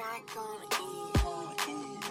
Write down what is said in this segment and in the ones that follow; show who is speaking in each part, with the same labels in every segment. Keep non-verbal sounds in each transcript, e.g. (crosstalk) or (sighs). Speaker 1: not gonna end.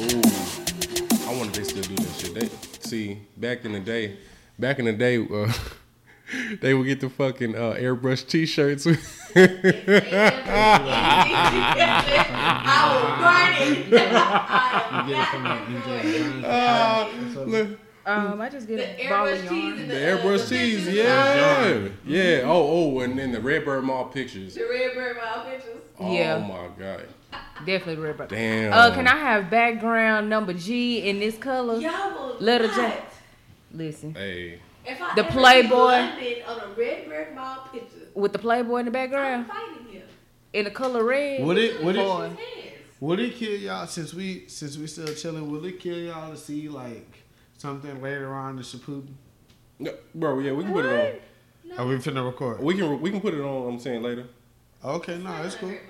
Speaker 2: I wonder if they still do that shit. They see back in the day, back in the day, uh, (laughs) they would get the fucking uh, airbrush T-shirts. (laughs)
Speaker 3: I will burn it. I am
Speaker 4: Get it
Speaker 3: not
Speaker 4: from like
Speaker 3: gonna do
Speaker 4: DJ
Speaker 3: it.
Speaker 4: John's.
Speaker 2: Look,
Speaker 5: Um, I just get
Speaker 3: The
Speaker 5: a ball of
Speaker 3: airbrush cheese
Speaker 5: yarn.
Speaker 3: and
Speaker 2: the
Speaker 3: the, uh,
Speaker 2: airbrush
Speaker 3: the
Speaker 2: tees,
Speaker 3: pictures.
Speaker 2: yeah, yeah. Oh, oh, and then the Redbird Mall pictures.
Speaker 3: The red bird mile pictures.
Speaker 2: Oh
Speaker 5: Yeah.
Speaker 2: my god,
Speaker 5: Definitely red button.
Speaker 2: damn.
Speaker 5: Uh, can I have background number G in this color?
Speaker 3: Y'all will
Speaker 5: Little
Speaker 3: not.
Speaker 5: Jack. Listen,
Speaker 2: Hey,
Speaker 3: If I
Speaker 5: The
Speaker 3: ever see
Speaker 5: Playboy.
Speaker 3: London on a red bird mile picture,
Speaker 5: with the Playboy in the
Speaker 3: I'm
Speaker 5: background
Speaker 3: fighting him.
Speaker 5: in the color red.
Speaker 4: Would it? Would it?
Speaker 5: Boy.
Speaker 3: Hands.
Speaker 4: Would it kill y'all since we since we still chilling? Will it kill y'all to see like something later on to Shaputin?
Speaker 2: no, bro. Yeah, we can put it on.
Speaker 4: Are we finna record?
Speaker 2: We can we can put it on. I'm saying later.
Speaker 4: Okay, no,
Speaker 3: Not
Speaker 4: it's
Speaker 3: gonna
Speaker 4: cool.
Speaker 3: hurt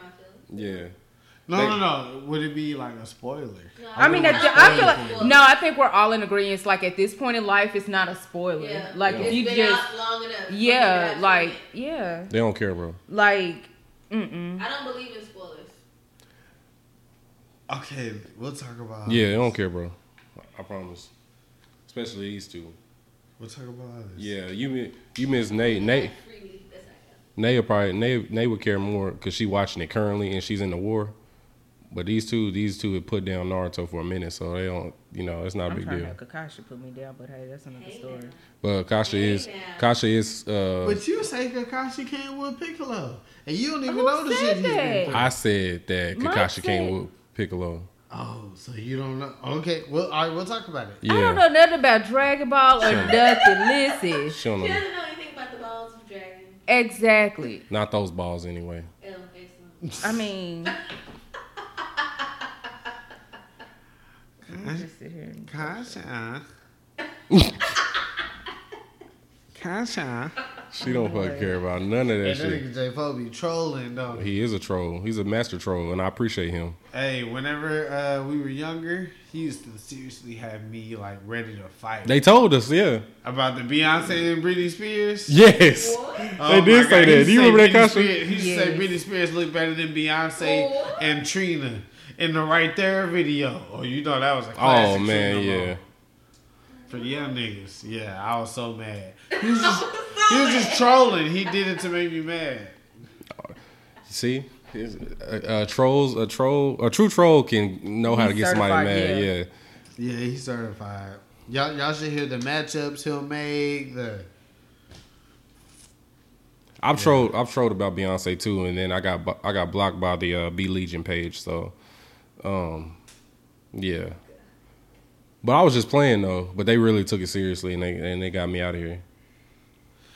Speaker 3: my feelings.
Speaker 2: Yeah.
Speaker 4: No,
Speaker 2: They-
Speaker 4: no, no. Would it be like a spoiler?
Speaker 3: No,
Speaker 5: I mean,
Speaker 4: I
Speaker 5: that,
Speaker 4: wouldn't
Speaker 5: I feel
Speaker 4: spoil it
Speaker 5: like no. I think we're all in agreement. Like at this point in life, it's not a spoiler.
Speaker 3: Yeah.
Speaker 5: Like
Speaker 2: Yeah.
Speaker 5: if
Speaker 3: It's
Speaker 5: you
Speaker 3: been
Speaker 5: just
Speaker 3: out long enough. Fuck it,
Speaker 5: yeah,
Speaker 3: that's
Speaker 5: like
Speaker 3: it.
Speaker 5: yeah,
Speaker 2: They don't care, bro.
Speaker 5: like mm
Speaker 3: I don't believe in spoilers.
Speaker 4: Okay, we'll talk about.
Speaker 2: Yeah, they don't care, bro. I promise. Especially these two.
Speaker 4: we'll talk about others.
Speaker 2: Yeah, you mi- you miss Nate. Nate
Speaker 3: Freely, that's not
Speaker 2: Nay will probably Nay Nay would care more because she watching it currently and she's in the war. But these two, these two had put down Naruto for a minute, so they don't. You know, it's not a
Speaker 5: I'm
Speaker 2: big
Speaker 5: trying to
Speaker 2: deal.
Speaker 5: have Kakashi put me down, but hey, that's another
Speaker 3: Hey,
Speaker 5: story.
Speaker 3: now.
Speaker 2: But Kasha is
Speaker 3: Hey, now.
Speaker 2: Kasha is. uh
Speaker 4: But you say Kakashi came with Piccolo, and you don't even
Speaker 5: Who
Speaker 4: know the
Speaker 5: said
Speaker 4: shit he's been
Speaker 5: that?
Speaker 4: through.
Speaker 2: I said that
Speaker 5: Mike
Speaker 2: Kakashi came
Speaker 5: said-
Speaker 2: with Piccolo.
Speaker 4: Oh, so you don't know? Okay, well, all right, we'll talk about it.
Speaker 2: Yeah,
Speaker 5: I don't know nothing about Dragon Ball or nothing. Listen,
Speaker 2: she don't
Speaker 3: She
Speaker 2: know.
Speaker 3: doesn't know anything about the balls of dragon.
Speaker 5: exactly.
Speaker 2: Not those balls anyway.
Speaker 3: Oh, excellent.
Speaker 5: I (laughs) mean, I'm just sit here and-
Speaker 4: Kasha. Kasha.
Speaker 2: She don't fucking care about none of that
Speaker 4: And that
Speaker 2: shit.
Speaker 4: nigga J. Poe be trolling, don't he?
Speaker 2: He is a troll. He's a master troll, and I appreciate him.
Speaker 4: Hey, whenever uh, we were younger, he used to seriously have me like ready to fight
Speaker 2: They told us, yeah,
Speaker 4: about the Beyonce and Britney Spears.
Speaker 2: yes.
Speaker 3: What?
Speaker 4: Oh
Speaker 2: They
Speaker 4: my
Speaker 2: did
Speaker 4: God,
Speaker 2: say
Speaker 4: he
Speaker 2: that.
Speaker 4: used to
Speaker 2: Do you
Speaker 4: say
Speaker 2: remember that
Speaker 4: Britney
Speaker 2: concert?
Speaker 4: Spears- He used to say
Speaker 5: Yes.
Speaker 4: Britney Spears look better than Beyonce
Speaker 3: What?
Speaker 4: and Trina in the right there video. Oh, you know that was a classic.
Speaker 2: Oh man, yeah.
Speaker 4: For the young niggas, yeah, I was so mad. He was just, he was just trolling. He did it to make me mad.
Speaker 2: See, It's- uh, uh, trolls, a troll, a true troll can know how
Speaker 5: He's
Speaker 2: to get somebody
Speaker 5: certified,
Speaker 2: mad. Yeah.
Speaker 5: yeah.
Speaker 4: Yeah, he's certified. Y'all, y'all should hear the matchups he'll make. The
Speaker 2: I've trolled, I've trolled about Beyonce too, and then I got bu- I got blocked by the uh, B Legion page. So, um, yeah. But I was just playing though. But they really took it seriously, and they and they got me out of here.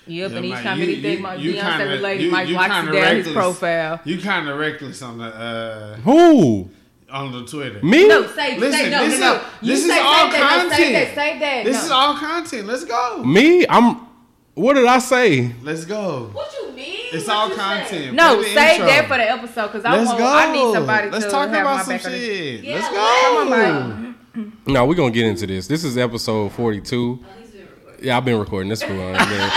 Speaker 5: Yep,
Speaker 4: Yeah,
Speaker 5: and each
Speaker 4: Mike,
Speaker 5: time
Speaker 4: you-
Speaker 5: anything
Speaker 4: you-
Speaker 5: Mike
Speaker 4: you
Speaker 5: Beyonce
Speaker 4: kinda-
Speaker 5: related,
Speaker 4: you-
Speaker 5: Mike
Speaker 4: you
Speaker 5: locks
Speaker 4: kinda
Speaker 5: it down his
Speaker 4: reckless.
Speaker 5: profile.
Speaker 4: you kind of reckless on the uh,
Speaker 2: Who
Speaker 4: on the Twitter.
Speaker 2: me?
Speaker 5: No, say,
Speaker 4: Listen,
Speaker 5: say no,
Speaker 4: this
Speaker 5: no,
Speaker 4: is-
Speaker 5: no. You
Speaker 4: this is
Speaker 5: say, say
Speaker 4: all
Speaker 5: that, no, say
Speaker 4: content.
Speaker 5: that, say that.
Speaker 4: This
Speaker 5: no.
Speaker 4: is all content. Let's go.
Speaker 2: Me? I'm. What did I say?
Speaker 4: Let's go.
Speaker 3: What you mean?
Speaker 4: It's
Speaker 3: What
Speaker 4: all
Speaker 3: you say?
Speaker 4: content.
Speaker 5: No,
Speaker 4: Play the
Speaker 5: say
Speaker 4: intro.
Speaker 5: that for the episode because I,
Speaker 4: Let's
Speaker 5: want-
Speaker 4: go.
Speaker 5: I need somebody
Speaker 4: Let's
Speaker 5: to
Speaker 4: talk
Speaker 5: have
Speaker 4: about
Speaker 5: my
Speaker 4: some
Speaker 5: back on this.
Speaker 4: shit.
Speaker 3: Yeah,
Speaker 4: Let's go.
Speaker 3: come
Speaker 2: No, we're gonna get into this. This is episode forty-two.
Speaker 3: Oh, he's been recording.
Speaker 2: Yeah, I've been recording this for a while. man.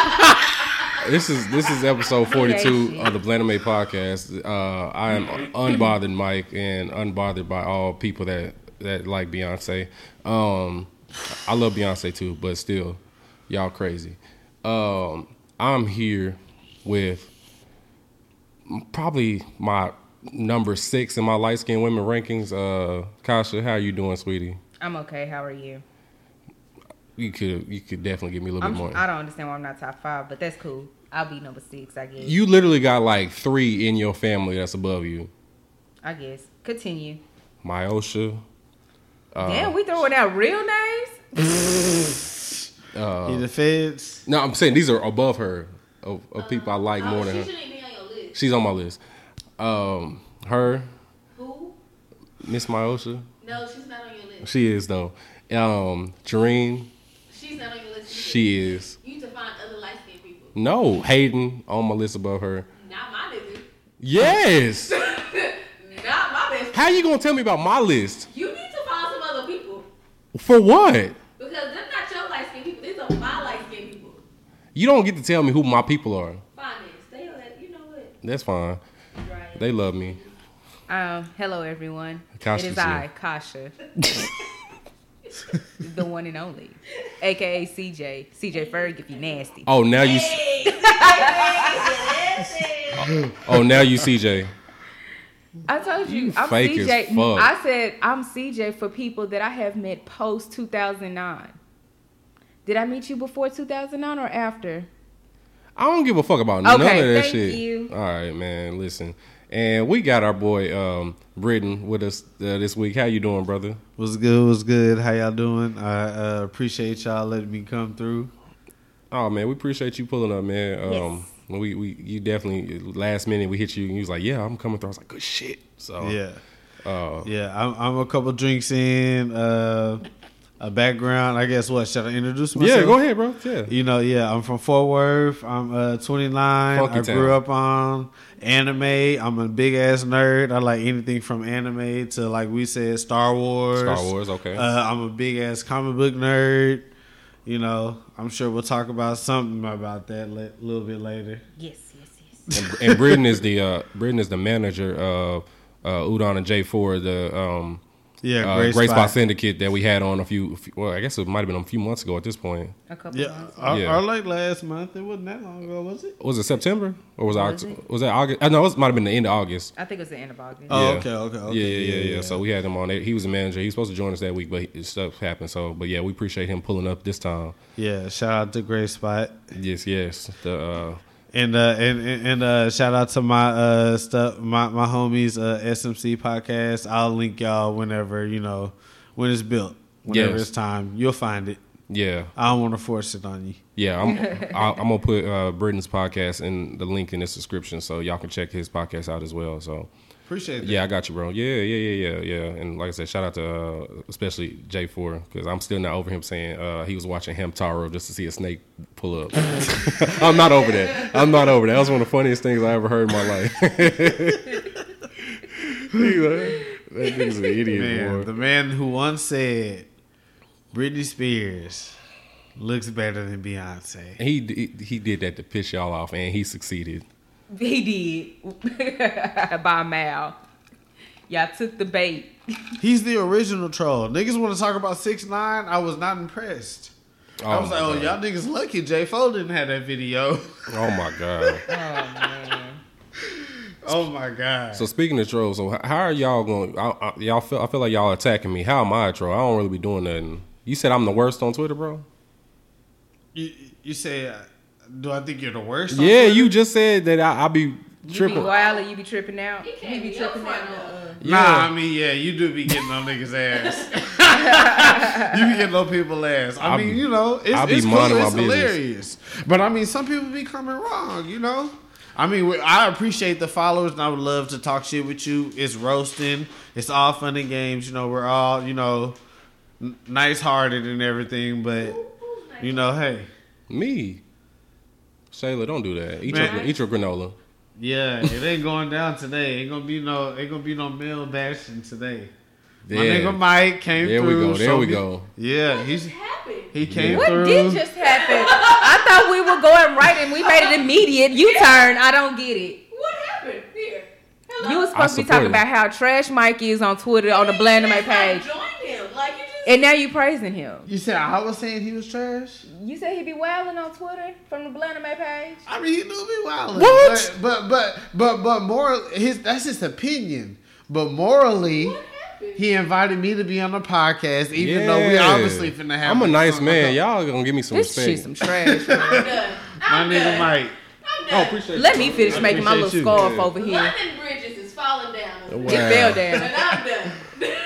Speaker 2: this is this is episode forty two of the Blaname podcast. Uh, I am unbothered, Mike, and unbothered by all people that that like Beyonce. Um, I love Beyonce too, but still, y'all crazy. Um, I'm here with probably my number six in my light skinned women rankings. Uh, Kasha, how you doing, sweetie?
Speaker 5: I'm okay. How are you?
Speaker 2: you could you could definitely give me a little
Speaker 5: I'm,
Speaker 2: bit more.
Speaker 5: I don't understand why I'm not top five, but that's cool. I'll be number six, I guess.
Speaker 2: you literally got like three in your family that's above you.
Speaker 5: I guess. Continue.
Speaker 2: Myosha. Uh,
Speaker 5: Damn, we throwing out real names.
Speaker 4: Yeah, the feds.
Speaker 2: No, I'm saying these are above her of, of people I like
Speaker 3: Oh,
Speaker 2: more
Speaker 3: she
Speaker 2: than her.
Speaker 3: shouldn't be on your list.
Speaker 2: She's on my list. Um, her,
Speaker 3: Who?
Speaker 2: Miss Myosha.
Speaker 3: No, she's not on your list.
Speaker 2: She is though. Um, Jareen,
Speaker 3: She's not on your list.
Speaker 2: she is.
Speaker 3: You need to find other light skinned people.
Speaker 2: No, Hayden on my list above her.
Speaker 3: Not my nigga. (laughs)
Speaker 2: Yes.
Speaker 3: Not my best.
Speaker 2: How you gonna tell me about my list?
Speaker 3: You need to find some other people.
Speaker 2: For what?
Speaker 3: Because they're not your light skinned people. These are my light skinned people.
Speaker 2: You don't get to tell me who my people are.
Speaker 3: Finance. They let you know what?
Speaker 2: That's fine.
Speaker 3: Right.
Speaker 2: They love me.
Speaker 5: Um, hello everyone.
Speaker 2: Kasha's
Speaker 5: it is
Speaker 2: here.
Speaker 5: I, Kasha. (laughs) the one and only. AKA CJ. CJ Ferg if you nasty.
Speaker 2: Oh, now you. s- Oh, now you CJ.
Speaker 5: I told you,
Speaker 2: You
Speaker 5: I'm
Speaker 2: fake as
Speaker 5: CJ.
Speaker 2: fuck.
Speaker 5: I said I'm CJ for people that I have met post 2009. Did I meet you before 2009 or after?
Speaker 2: I don't give a fuck about none
Speaker 5: Okay,
Speaker 2: of that
Speaker 5: thank
Speaker 2: shit.
Speaker 5: you.
Speaker 2: All right, man. Listen, and we got our boy um, Britton with us uh, this week. How you doing, brother?
Speaker 4: What's good? What's good? How y'all doing? I uh, appreciate y'all letting me come through.
Speaker 2: Oh man, we appreciate you pulling up, man. Um, We we you definitely last minute we hit you and you was like, yeah, I'm coming through. I was like, good shit.
Speaker 5: Oh.
Speaker 2: So
Speaker 4: Yeah,
Speaker 2: uh,
Speaker 4: yeah. I'm, I'm a couple drinks in. Uh, a background. I guess what? Should I introduce myself?
Speaker 2: yeah, go ahead, bro.
Speaker 4: (laughs)
Speaker 2: Yeah,
Speaker 4: You know, yeah, I'm from Fort Worth. I'm uh, 29.
Speaker 2: Funky
Speaker 4: I
Speaker 2: town.
Speaker 4: grew up on anime. I'm a big ass nerd. I like anything from anime to, like we said, Star Wars.
Speaker 2: Star Wars. Okay.
Speaker 4: Uh, I'm a big ass comic book nerd. You know, I'm sure we'll talk about something about that a little bit later.
Speaker 5: Yes, yes, yes.
Speaker 2: and, and Britton is the uh, Britton is the manager of uh, Udon and J Four, the um,
Speaker 4: Yeah,
Speaker 2: uh,
Speaker 4: great,
Speaker 2: Grace
Speaker 4: spot.
Speaker 2: by Syndicate that we had on a few. Well, I guess it might have been a few months ago at this point.
Speaker 5: A couple
Speaker 4: Yeah,
Speaker 5: months.
Speaker 4: or,
Speaker 2: Yeah.
Speaker 4: or like last month. It wasn't that long ago, was it?
Speaker 2: Was it September or was, it
Speaker 5: Was
Speaker 2: Oct-
Speaker 5: it?
Speaker 2: was that August? I know it might have been the end of August.
Speaker 5: I think it was the end of August.
Speaker 4: Oh,
Speaker 2: Yeah.
Speaker 4: okay, okay, okay.
Speaker 2: yeah, yeah, yeah, yeah. So we had him on. He was a manager. He was supposed to join us that week, but he, stuff happened. So, but yeah, we appreciate him pulling up this time.
Speaker 4: yeah. Shout out to Great Spot.
Speaker 2: Yes, yes. The uh,
Speaker 4: And uh and and, and uh shout out to my uh stuff my my homies uh SMC podcast. I'll link y'all whenever, you know, when it's built. Whenever
Speaker 2: Yes.
Speaker 4: it's time, you'll find it.
Speaker 2: yeah,
Speaker 4: I don't want to force it on you.
Speaker 2: yeah. I'm I, I'm gonna put uh, Britton's podcast in the link in the description, so y'all can check his podcast out as well. So.
Speaker 4: Appreciate that.
Speaker 2: Yeah, I got you, bro. Yeah, yeah, yeah, yeah, yeah. And like I said, shout out to uh, especially J Four because I'm still not over him saying uh, he was watching Hamtaro just to see a snake pull up. (laughs) I'm not over that. I'm not over that. That was one of the funniest things I ever heard in my life. (laughs) He like, that nigga's an idiot,
Speaker 4: Man,
Speaker 2: boy.
Speaker 4: the man who once said Britney Spears looks better than Beyonce.
Speaker 2: He d- he did that to piss y'all off, and he succeeded.
Speaker 5: (laughs) He did. (laughs) By a mile. Y'all took the bait.
Speaker 4: He's the original troll. Niggas want to talk about six nine. I was not impressed. I
Speaker 2: Oh
Speaker 4: was
Speaker 2: my
Speaker 4: like, oh,
Speaker 2: God.
Speaker 4: y'all niggas lucky. J. Fo didn't have that video. (laughs)
Speaker 2: Oh my god.
Speaker 5: Oh man.
Speaker 4: oh my god.
Speaker 2: So speaking of trolls, so h- how are y'all going? I, I, y'all feel I feel like y'all attacking me. How am I a troll? I don't really be doing nothing. You said I'm the worst on Twitter, bro.
Speaker 4: You you say, uh, do I think you're the worst? on
Speaker 2: yeah,
Speaker 4: Twitter?
Speaker 2: you just said that I, I be
Speaker 5: You be
Speaker 2: tripping.
Speaker 5: wild and you be tripping out.
Speaker 3: You
Speaker 5: You,
Speaker 3: can't
Speaker 5: be
Speaker 3: be your
Speaker 5: tripping out.
Speaker 3: friend,
Speaker 5: on, uh,
Speaker 4: Nah,
Speaker 2: Yeah.
Speaker 4: I mean, yeah, you do be getting on niggas' ass. you be getting on people's ass. I,
Speaker 2: I
Speaker 4: mean,
Speaker 2: be-
Speaker 4: you know, it's,
Speaker 2: I be
Speaker 4: it's, cool,
Speaker 2: minding my
Speaker 4: it's
Speaker 2: business.
Speaker 4: hilarious. But I mean, some people be coming wrong, you know? I mean, we- I appreciate the followers and I would love to talk shit with you. It's roasting, it's all fun and games. You know, we're all, you know, n- nice hearted and everything. But, you know, hey,
Speaker 2: me, Shayla, don't do that. Eat your
Speaker 4: Man.
Speaker 2: eat your granola.
Speaker 4: yeah, it ain't going down today. Ain't gonna be no, ain't gonna be no meal bashing today.
Speaker 2: Yeah.
Speaker 4: My nigga Mike came
Speaker 2: There we
Speaker 4: through.
Speaker 2: go, there
Speaker 4: showed
Speaker 2: we
Speaker 4: me-
Speaker 2: go.
Speaker 4: Yeah, he's
Speaker 3: It's happened.
Speaker 4: he came
Speaker 5: What
Speaker 4: through.
Speaker 5: did just happen? I thought we were going right and we made an immediate U turn. I don't get it.
Speaker 3: What happened? Here. Hello.
Speaker 5: You were
Speaker 2: I
Speaker 5: supposed to be
Speaker 2: support
Speaker 5: talking
Speaker 2: it.
Speaker 5: about how trash Mike is on Twitter on the Blandame page.
Speaker 3: Join him. Like you just.
Speaker 5: And now you praising him.
Speaker 4: you said I was saying he was trash.
Speaker 5: You said he be wilding on Twitter from the Blandame page?
Speaker 4: I mean, he knew me wild.
Speaker 2: What?
Speaker 4: But but but but, but moral his that's his opinion. But morally, He invited me to be on the podcast, even though we
Speaker 2: Yeah.
Speaker 4: obviously finna have.
Speaker 2: I'm a nice
Speaker 4: some-
Speaker 2: man. Y'all gonna give me some
Speaker 5: This
Speaker 2: respect.
Speaker 5: shit some trash.
Speaker 3: I'm done.
Speaker 4: (laughs) My
Speaker 3: I'm
Speaker 4: nigga
Speaker 3: done.
Speaker 4: Mike.
Speaker 3: I'm
Speaker 2: oh,
Speaker 3: done.
Speaker 2: appreciate
Speaker 5: Let me finish making my little
Speaker 4: Appreciate you.
Speaker 5: scarf
Speaker 2: Yeah.
Speaker 5: over here.
Speaker 3: London bridges is falling down.
Speaker 2: Wow.
Speaker 5: It fell
Speaker 3: But
Speaker 5: down.
Speaker 3: I'm done.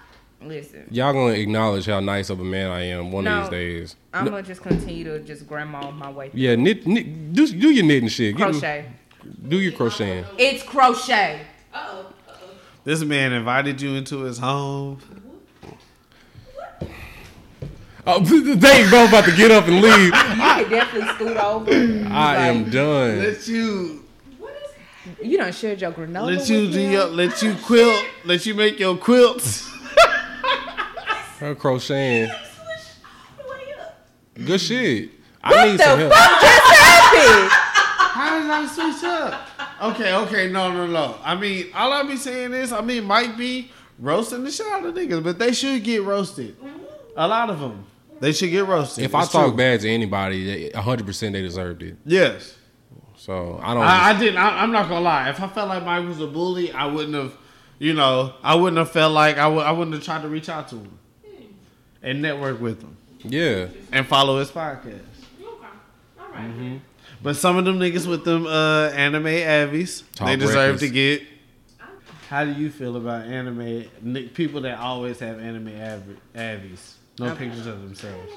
Speaker 4: (laughs)
Speaker 5: Listen,
Speaker 2: Y'all gonna acknowledge how nice of a man I am one
Speaker 5: No.
Speaker 2: of these days.
Speaker 5: I'm gonna just continue to just grandma my way.
Speaker 2: Yeah, knit, knit do, do your knitting shit. Get-
Speaker 5: Crochet.
Speaker 2: do your crocheting.
Speaker 5: It's crochet.
Speaker 3: Uh oh. Uh oh.
Speaker 4: This man invited you into his home.
Speaker 2: (laughs) Oh, (laughs) they both about to get up and (laughs) leave.
Speaker 5: You can definitely scoot over.
Speaker 2: I am done.
Speaker 4: Let you
Speaker 3: What is
Speaker 5: You done shared your granola.
Speaker 4: let you
Speaker 5: with
Speaker 4: do
Speaker 5: him.
Speaker 4: your let you quilt. Let you make your
Speaker 5: (laughs)
Speaker 4: quilts.
Speaker 2: Her crocheting,
Speaker 3: happening? Switch all the way up.
Speaker 2: good shit. I
Speaker 5: What
Speaker 2: need
Speaker 5: the
Speaker 2: some
Speaker 5: fuck
Speaker 2: help.
Speaker 5: just happened?
Speaker 4: How did I switch up? Okay, okay, no, no, no. I mean, all I be saying is, I mean, might be roasting the shit out of niggas, but they should get roasted. A lot of them, they should get roasted.
Speaker 2: If I
Speaker 4: It's
Speaker 2: talk
Speaker 4: true.
Speaker 2: bad to anybody, hundred percent they deserved it.
Speaker 4: yes,
Speaker 2: So I don't.
Speaker 4: I, I didn't. I, I'm not gonna lie. If I felt like Mike was a bully, I wouldn't have. You know, I wouldn't have felt like I would. I wouldn't have tried to reach out to him and network with him
Speaker 2: yeah,
Speaker 4: and follow his podcast.
Speaker 3: Okay. All right.
Speaker 4: Mm-hmm. But some of them niggas with them uh, anime avies,
Speaker 2: Top
Speaker 4: they deserve
Speaker 2: records.
Speaker 4: to get. How do you feel about anime ni- people that always have anime avi- avies? No pictures of themselves.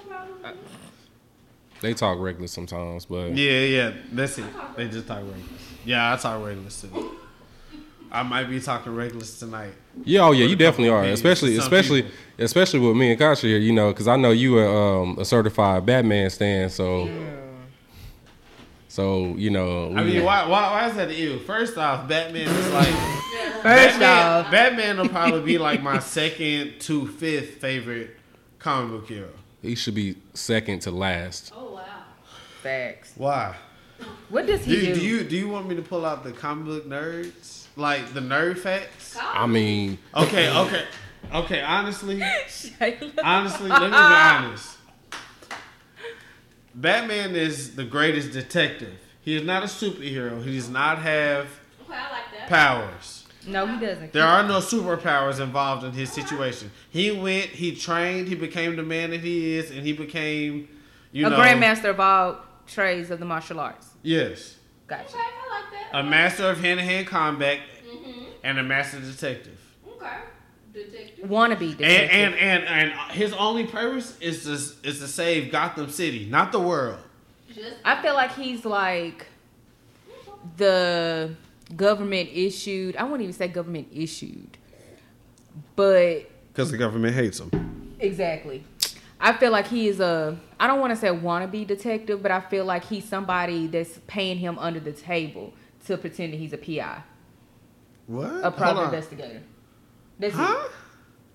Speaker 2: they talk reckless sometimes, but
Speaker 4: Yeah, yeah, that's it. They just talk reckless. Yeah, I talk reckless too. I might be talking reckless tonight.
Speaker 2: Yeah, oh yeah, you
Speaker 4: When it comes
Speaker 2: definitely
Speaker 4: to
Speaker 2: are.
Speaker 4: opinions,
Speaker 2: Especially,
Speaker 4: some
Speaker 2: especially,
Speaker 4: people.
Speaker 2: especially with me and Kasha here, you know, because I know you are um, a certified Batman stand, so, so you know,
Speaker 4: I
Speaker 2: we-
Speaker 4: mean, why, why, why is that ill? First off, Batman is like.
Speaker 5: First
Speaker 4: Batman,
Speaker 5: off,
Speaker 4: Batman will probably be like my second to fifth favorite comic book hero.
Speaker 2: he should be second to last.
Speaker 3: Oh wow.
Speaker 5: facts.
Speaker 4: Why?
Speaker 5: What does
Speaker 4: Do
Speaker 5: he
Speaker 4: you,
Speaker 5: do?
Speaker 4: do you do you want me to pull out the comic book nerds, like the nerd facts?
Speaker 2: I mean,
Speaker 4: Okay, okay, okay. Honestly,
Speaker 5: (laughs) Shayla.
Speaker 4: honestly, let me be honest. Batman is the greatest detective. He is not a superhero. He does not have
Speaker 3: Okay, I like that.
Speaker 4: powers.
Speaker 5: No, he doesn't.
Speaker 4: There are no superpowers involved in his situation. He went, he trained, he became the man that he is, and he became, you
Speaker 5: a
Speaker 4: know,
Speaker 5: grandmaster of all trades of the martial arts.
Speaker 4: Yes,
Speaker 5: Gotcha.
Speaker 3: Okay, I like that.
Speaker 4: a master of hand-to-hand combat
Speaker 3: Mm-hmm.
Speaker 4: and a master detective.
Speaker 3: Okay. Detective.
Speaker 5: Wannabe detective.
Speaker 4: And, and and and his only purpose is to is to save Gotham City, not the world.
Speaker 3: Just
Speaker 5: I feel like he's like the government issued. I wouldn't even say government issued, but
Speaker 4: Because the government hates him.
Speaker 5: exactly. I feel like he is a. I don't want to say wannabe detective, but I feel like he's somebody that's paying him under the table to pretend that he's a PI,
Speaker 4: What?
Speaker 5: a private
Speaker 4: Hold on.
Speaker 5: investigator. That's
Speaker 4: Huh?
Speaker 5: it.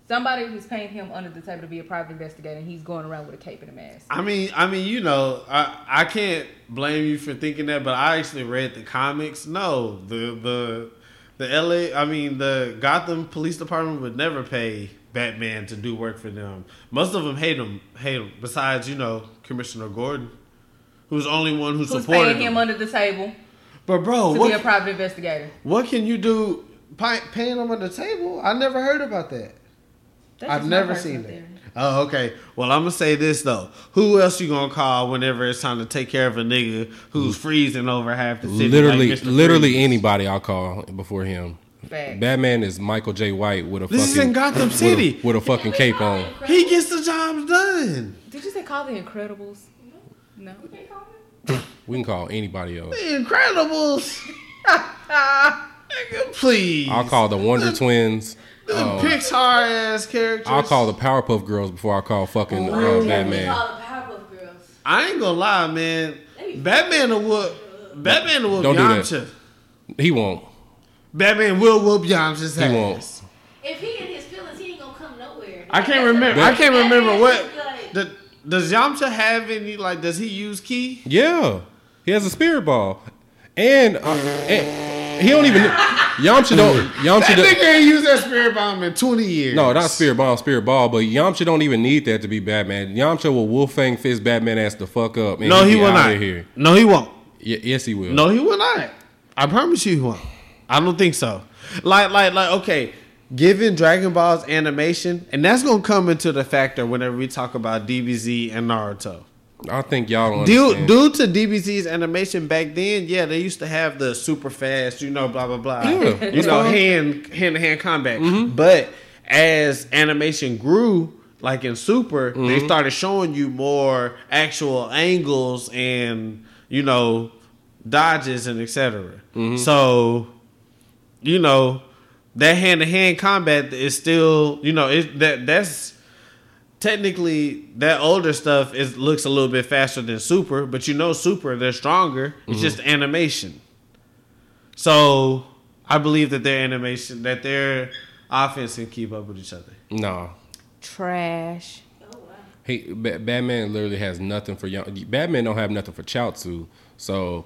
Speaker 5: Somebody who's paying him under the table to be a private investigator, and he's going around with a cape and a mask.
Speaker 4: I mean, I mean, you know, I I can't blame you for thinking that, but I actually read the comics. No, the the the L.A. I mean, the Gotham Police Department would never pay Batman to do work for them. Most of them hate him, hate him. Besides, you know, Commissioner Gordon, who's the only one who
Speaker 5: Who's
Speaker 4: supported
Speaker 5: paying him
Speaker 4: him.
Speaker 5: under the table
Speaker 4: But bro,
Speaker 5: to
Speaker 4: what
Speaker 5: be a private investigator?
Speaker 4: What can you do? Pay, paying them on the table? I never heard about that.
Speaker 5: That's
Speaker 4: I've
Speaker 5: just my
Speaker 4: never
Speaker 5: personal
Speaker 4: seen that.
Speaker 5: theory.
Speaker 4: Oh, okay. Well, I'm gonna say this though. Who else you gonna call whenever it's time to take care of a nigga who's freezing over half the city?
Speaker 2: literally,
Speaker 4: like Mr.
Speaker 2: literally
Speaker 4: Freeze?
Speaker 2: anybody I'll call before him.
Speaker 5: Facts.
Speaker 2: Batman is Michael J. White with a
Speaker 4: This is
Speaker 2: fucking
Speaker 4: in Gotham
Speaker 2: with a-
Speaker 4: City.
Speaker 2: with a, fucking cape on.
Speaker 4: He gets the job done.
Speaker 5: Did you say call the Incredibles? No.
Speaker 2: We can call anybody else.
Speaker 4: The Incredibles. (laughs) Nigga, please.
Speaker 2: I'll call the Wonder Twins.
Speaker 4: the
Speaker 2: um,
Speaker 4: Pixar ass characters.
Speaker 2: I'll call the Powerpuff Girls before I call fucking
Speaker 4: Oh,
Speaker 2: uh,
Speaker 3: We
Speaker 2: Batman.
Speaker 3: call the Powerpuff Girls.
Speaker 4: I ain't gonna lie, man. Batman will whoop. Batman will whoop
Speaker 2: Don't do that.
Speaker 4: Yamcha.
Speaker 2: He won't.
Speaker 4: Batman will whoop Yamcha's ass.
Speaker 2: won't.
Speaker 3: If he in his feelings, he ain't gonna come nowhere.
Speaker 4: I can't remember. I
Speaker 2: That-
Speaker 4: can't remember what.
Speaker 3: Like-
Speaker 4: The, does Yamcha have any like? Does he use key?
Speaker 2: Yeah, he has a spirit ball, and, uh, and he
Speaker 4: (laughs)
Speaker 2: don't even Yamcha don't Yamcha
Speaker 4: That
Speaker 2: don't,
Speaker 4: nigga ain't used that spirit bomb in twenty years.
Speaker 2: no not spirit ball spirit ball, but Yamcha don't even need that to be Batman. Yamcha will Wolfang fist Batman ass the fuck up. And
Speaker 4: No, he
Speaker 2: be
Speaker 4: will
Speaker 2: out
Speaker 4: not.
Speaker 2: of Here.
Speaker 4: No, he won't.
Speaker 2: Y- yes, he will.
Speaker 4: No, he will not. I promise you, he won't. I don't think so. Like, like, like. Okay, given Dragon Ball's animation, and that's gonna come into the factor whenever we talk about DBZ and Naruto.
Speaker 2: I think y'all don't
Speaker 4: Due,
Speaker 2: understand.
Speaker 4: due to DBZ's animation back then, yeah, they used to have the super fast, you know, blah blah blah,
Speaker 2: Yeah,
Speaker 4: you
Speaker 2: that's
Speaker 4: know,
Speaker 2: fine.
Speaker 4: hand hand to hand combat. But as animation grew, like in Super, they started showing you more actual angles and you know dodges and etc. So you know that hand to hand combat is still you know it that that's technically that older stuff is looks a little bit faster than super but you know super they're stronger it's just animation so i believe that their animation that their offense can keep up with each other
Speaker 2: No.
Speaker 5: Trash.
Speaker 3: Oh wow.
Speaker 2: He, ba- Batman literally has nothing for young. Batman don't have nothing for Chaozu. So,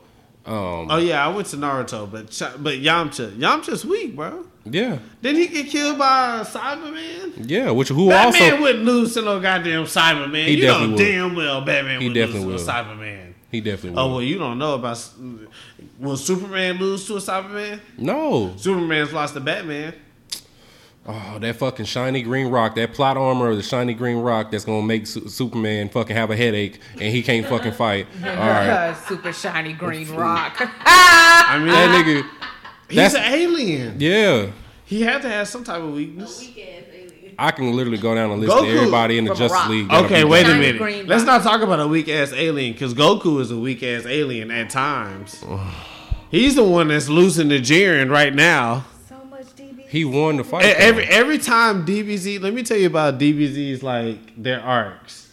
Speaker 2: um,
Speaker 4: oh yeah i went to naruto but Ch- but yamcha yamcha's weak bro
Speaker 2: yeah,
Speaker 4: did he get killed by cyberman
Speaker 2: yeah. Which who
Speaker 4: Batman
Speaker 2: also
Speaker 4: wouldn't lose to no goddamn Cyberman.
Speaker 2: He
Speaker 4: you know
Speaker 2: definitely would.
Speaker 4: damn well Batman
Speaker 2: He
Speaker 4: would
Speaker 2: definitely
Speaker 4: lose
Speaker 2: would.
Speaker 4: to a Cyberman.
Speaker 2: he definitely.
Speaker 4: Oh
Speaker 2: will.
Speaker 4: well, you don't know about s- will Superman lose to a Cyberman?
Speaker 2: No.
Speaker 4: Superman's lost to Batman.
Speaker 2: Oh, that fucking shiny green rock, that plot armor of the shiny green rock that's gonna make Su- Superman fucking have a headache and he can't fucking fight. All right,
Speaker 5: Super shiny green rock. (laughs)
Speaker 4: I mean,
Speaker 2: that nigga.
Speaker 4: he's
Speaker 2: that's-
Speaker 4: an alien.
Speaker 2: Yeah,
Speaker 4: He had to have some type of weakness.
Speaker 3: Weak ass alien.
Speaker 2: I can literally go down and list
Speaker 4: Goku
Speaker 2: everybody in the
Speaker 5: from
Speaker 2: Justice
Speaker 5: Rock.
Speaker 2: League. that'll
Speaker 4: Okay,
Speaker 2: be-
Speaker 4: wait a
Speaker 5: Shiny
Speaker 4: minute.
Speaker 5: green
Speaker 4: Let's
Speaker 5: rock.
Speaker 4: not talk about a weak ass alien because Goku is a weak ass alien at times. He's the one that's losing to Jiren right now.
Speaker 3: So much DB.
Speaker 2: He won the fight.
Speaker 4: E-
Speaker 2: though.
Speaker 4: Every every time DBZ, let me tell you about DBZ's like their arcs.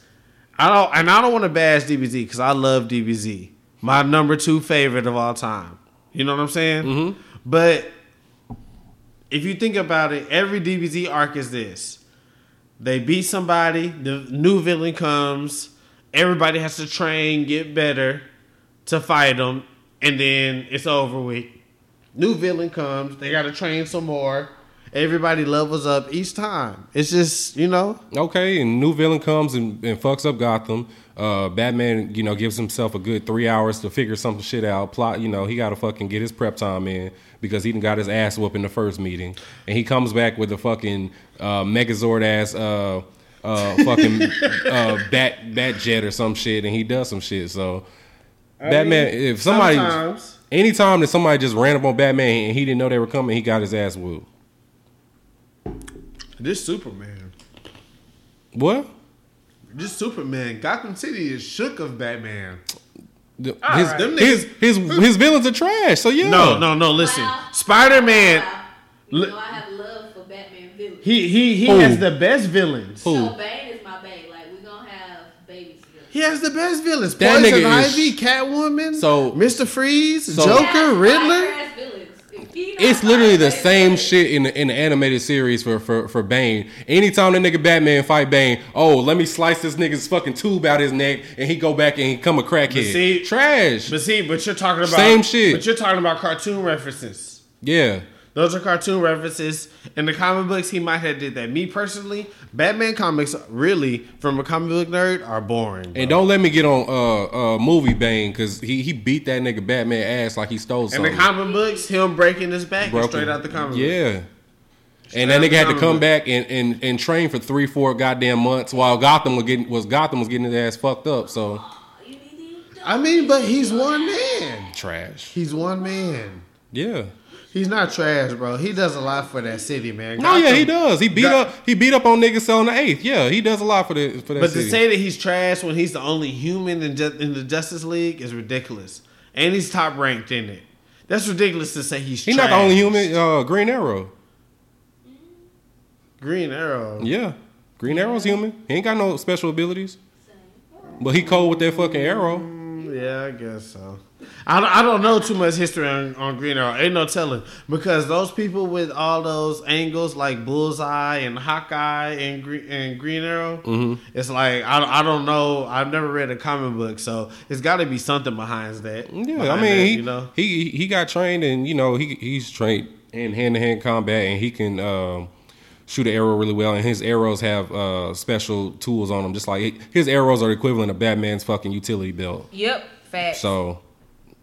Speaker 4: I don't and I don't want to bash DBZ because I love DBZ, my number two favorite of all time. You know what I'm saying? Mm-hmm. But if you think about it, every DBZ arc is this: they beat somebody, the new villain comes, everybody has to train, get better to fight them, and then it's over with. New villain comes. They got to train some more. Everybody levels up each time. It's just, you know,
Speaker 2: Okay, and new villain comes and, and fucks up Gotham. Uh, Batman, you know, gives himself a good three hours to figure some shit out. Plot, you know, he got to fucking get his prep time in because he done got his ass whooped in the first meeting, and he comes back with a fucking uh, Megazord ass. Uh, uh, fucking uh, bat bat jet or some shit, and he does some shit. So, Batman, if somebody,
Speaker 4: sometimes-
Speaker 2: anytime that somebody just ran up on Batman and he didn't know they were coming, he got his ass whooped.
Speaker 4: this Superman,
Speaker 2: What?
Speaker 4: this Superman, Gotham City is shook of Batman.
Speaker 2: The-
Speaker 4: All
Speaker 2: his,
Speaker 4: right. Them
Speaker 2: his his his villains are trash. So yeah,
Speaker 4: No, no, no. Listen,
Speaker 3: Wow.
Speaker 4: Spider Man,
Speaker 3: Wow. You
Speaker 4: Look-
Speaker 3: know I have love for Batman villains.
Speaker 4: he he he
Speaker 2: Who?
Speaker 4: has the best villains.
Speaker 2: Who?
Speaker 3: So Bane is my babe. Like we gonna have babies. together.
Speaker 4: He has the best villains.
Speaker 2: That nigga
Speaker 4: Poison
Speaker 2: is-
Speaker 4: Ivy, Catwoman,
Speaker 2: So-
Speaker 4: Mister Freeze,
Speaker 2: So-
Speaker 4: Joker,
Speaker 3: Yeah,
Speaker 4: Riddler.
Speaker 3: fire-ass villains. If he not
Speaker 2: It's literally the
Speaker 3: fire-ass
Speaker 2: same
Speaker 3: villains,
Speaker 2: shit in the, in the animated series for, for, for Bane. Anytime the nigga Batman fight Bane, oh, let me slice this nigga's fucking tube out his neck, and he go back and he come a crackhead.
Speaker 4: see-
Speaker 2: Trash.
Speaker 4: But see, but you're talking about
Speaker 2: Same shit.
Speaker 4: But you're talking about cartoon references.
Speaker 2: yeah.
Speaker 4: Those are cartoon references. In the comic books, he might have did that. Me personally, Batman comics really, from a comic book nerd, are boring. bro.
Speaker 2: And don't let me get on uh, uh movie Bane because he, he beat that nigga Batman ass like he stole
Speaker 4: In
Speaker 2: something.
Speaker 4: the comic books, him breaking his back is
Speaker 2: Broken.
Speaker 4: straight out the comic. book.
Speaker 2: Yeah. And
Speaker 4: out
Speaker 2: that
Speaker 4: the
Speaker 2: nigga had to
Speaker 4: comic
Speaker 2: come
Speaker 4: book.
Speaker 2: back and, and, and train for three, four goddamn months while Gotham was getting was Gotham was getting his ass fucked up. So
Speaker 3: you need to-
Speaker 4: I mean, but he's one man.
Speaker 2: trash.
Speaker 4: He's one man.
Speaker 2: Yeah.
Speaker 4: He's not trash, bro. He does a lot for that city, man.
Speaker 2: No, yeah, he
Speaker 4: Gotham-
Speaker 2: does. He beat
Speaker 4: Got-
Speaker 2: up he beat up on niggas selling the eighth. Yeah, he does a lot for the for that.
Speaker 4: But
Speaker 2: city.
Speaker 4: to say that he's trash when he's the only human in, ju- in the Justice League is ridiculous. And he's top ranked in it. That's ridiculous to say he's
Speaker 2: he's
Speaker 4: trash.
Speaker 2: not the only human. Uh, Green Arrow.
Speaker 4: Green Arrow.
Speaker 2: Yeah, Green Arrow's human. He ain't got no special abilities. But he cold with that fucking arrow.
Speaker 4: Yeah, I guess so. I don't, I don't know too much history on, on Green Arrow. Ain't no telling because those people with all those angles like Bullseye and Hawkeye and Green, and Green Arrow,
Speaker 2: Mm-hmm.
Speaker 4: it's like I, don't- I don't know. I've never read a comic book, so it's got to be something behind that.
Speaker 2: Yeah, I mean
Speaker 4: behind that,
Speaker 2: he,
Speaker 4: you know,
Speaker 2: he he got trained and you know he he's trained in hand to hand combat and he can um, shoot an arrow really well and his arrows have uh, special tools on them just like his arrows are equivalent of Batman's fucking utility belt.
Speaker 5: yep. Facts.
Speaker 2: So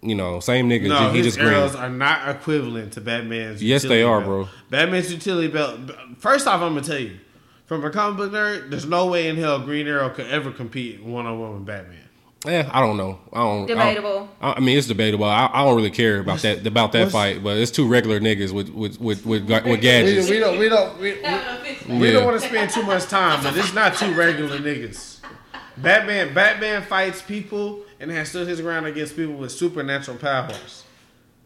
Speaker 2: you know, same nigga.
Speaker 4: No,
Speaker 2: he
Speaker 4: his
Speaker 2: just green.
Speaker 4: arrows are not equivalent to Batman's.
Speaker 2: Yes,
Speaker 4: utility
Speaker 2: they are,
Speaker 4: belt.
Speaker 2: bro.
Speaker 4: Batman's utility belt. First off, I'm gonna tell you, from a comic book nerd, there's no way in hell Green Arrow could ever compete one on one with Batman.
Speaker 2: Eh, I don't know. I don't. I don't-
Speaker 5: Debatable.
Speaker 2: I, I mean, it's debatable. I, I don't really care about that about that
Speaker 4: what's-
Speaker 2: fight, but it's two regular niggas with with with with, ga- with
Speaker 4: We,
Speaker 2: gadgets.
Speaker 4: we don't. We don't. We, we,
Speaker 3: That would offend me.
Speaker 4: we
Speaker 2: Yeah.
Speaker 4: don't want to spend too much time, but it's not two regular niggas. Batman. Batman fights people and has stood his ground against people with supernatural powers.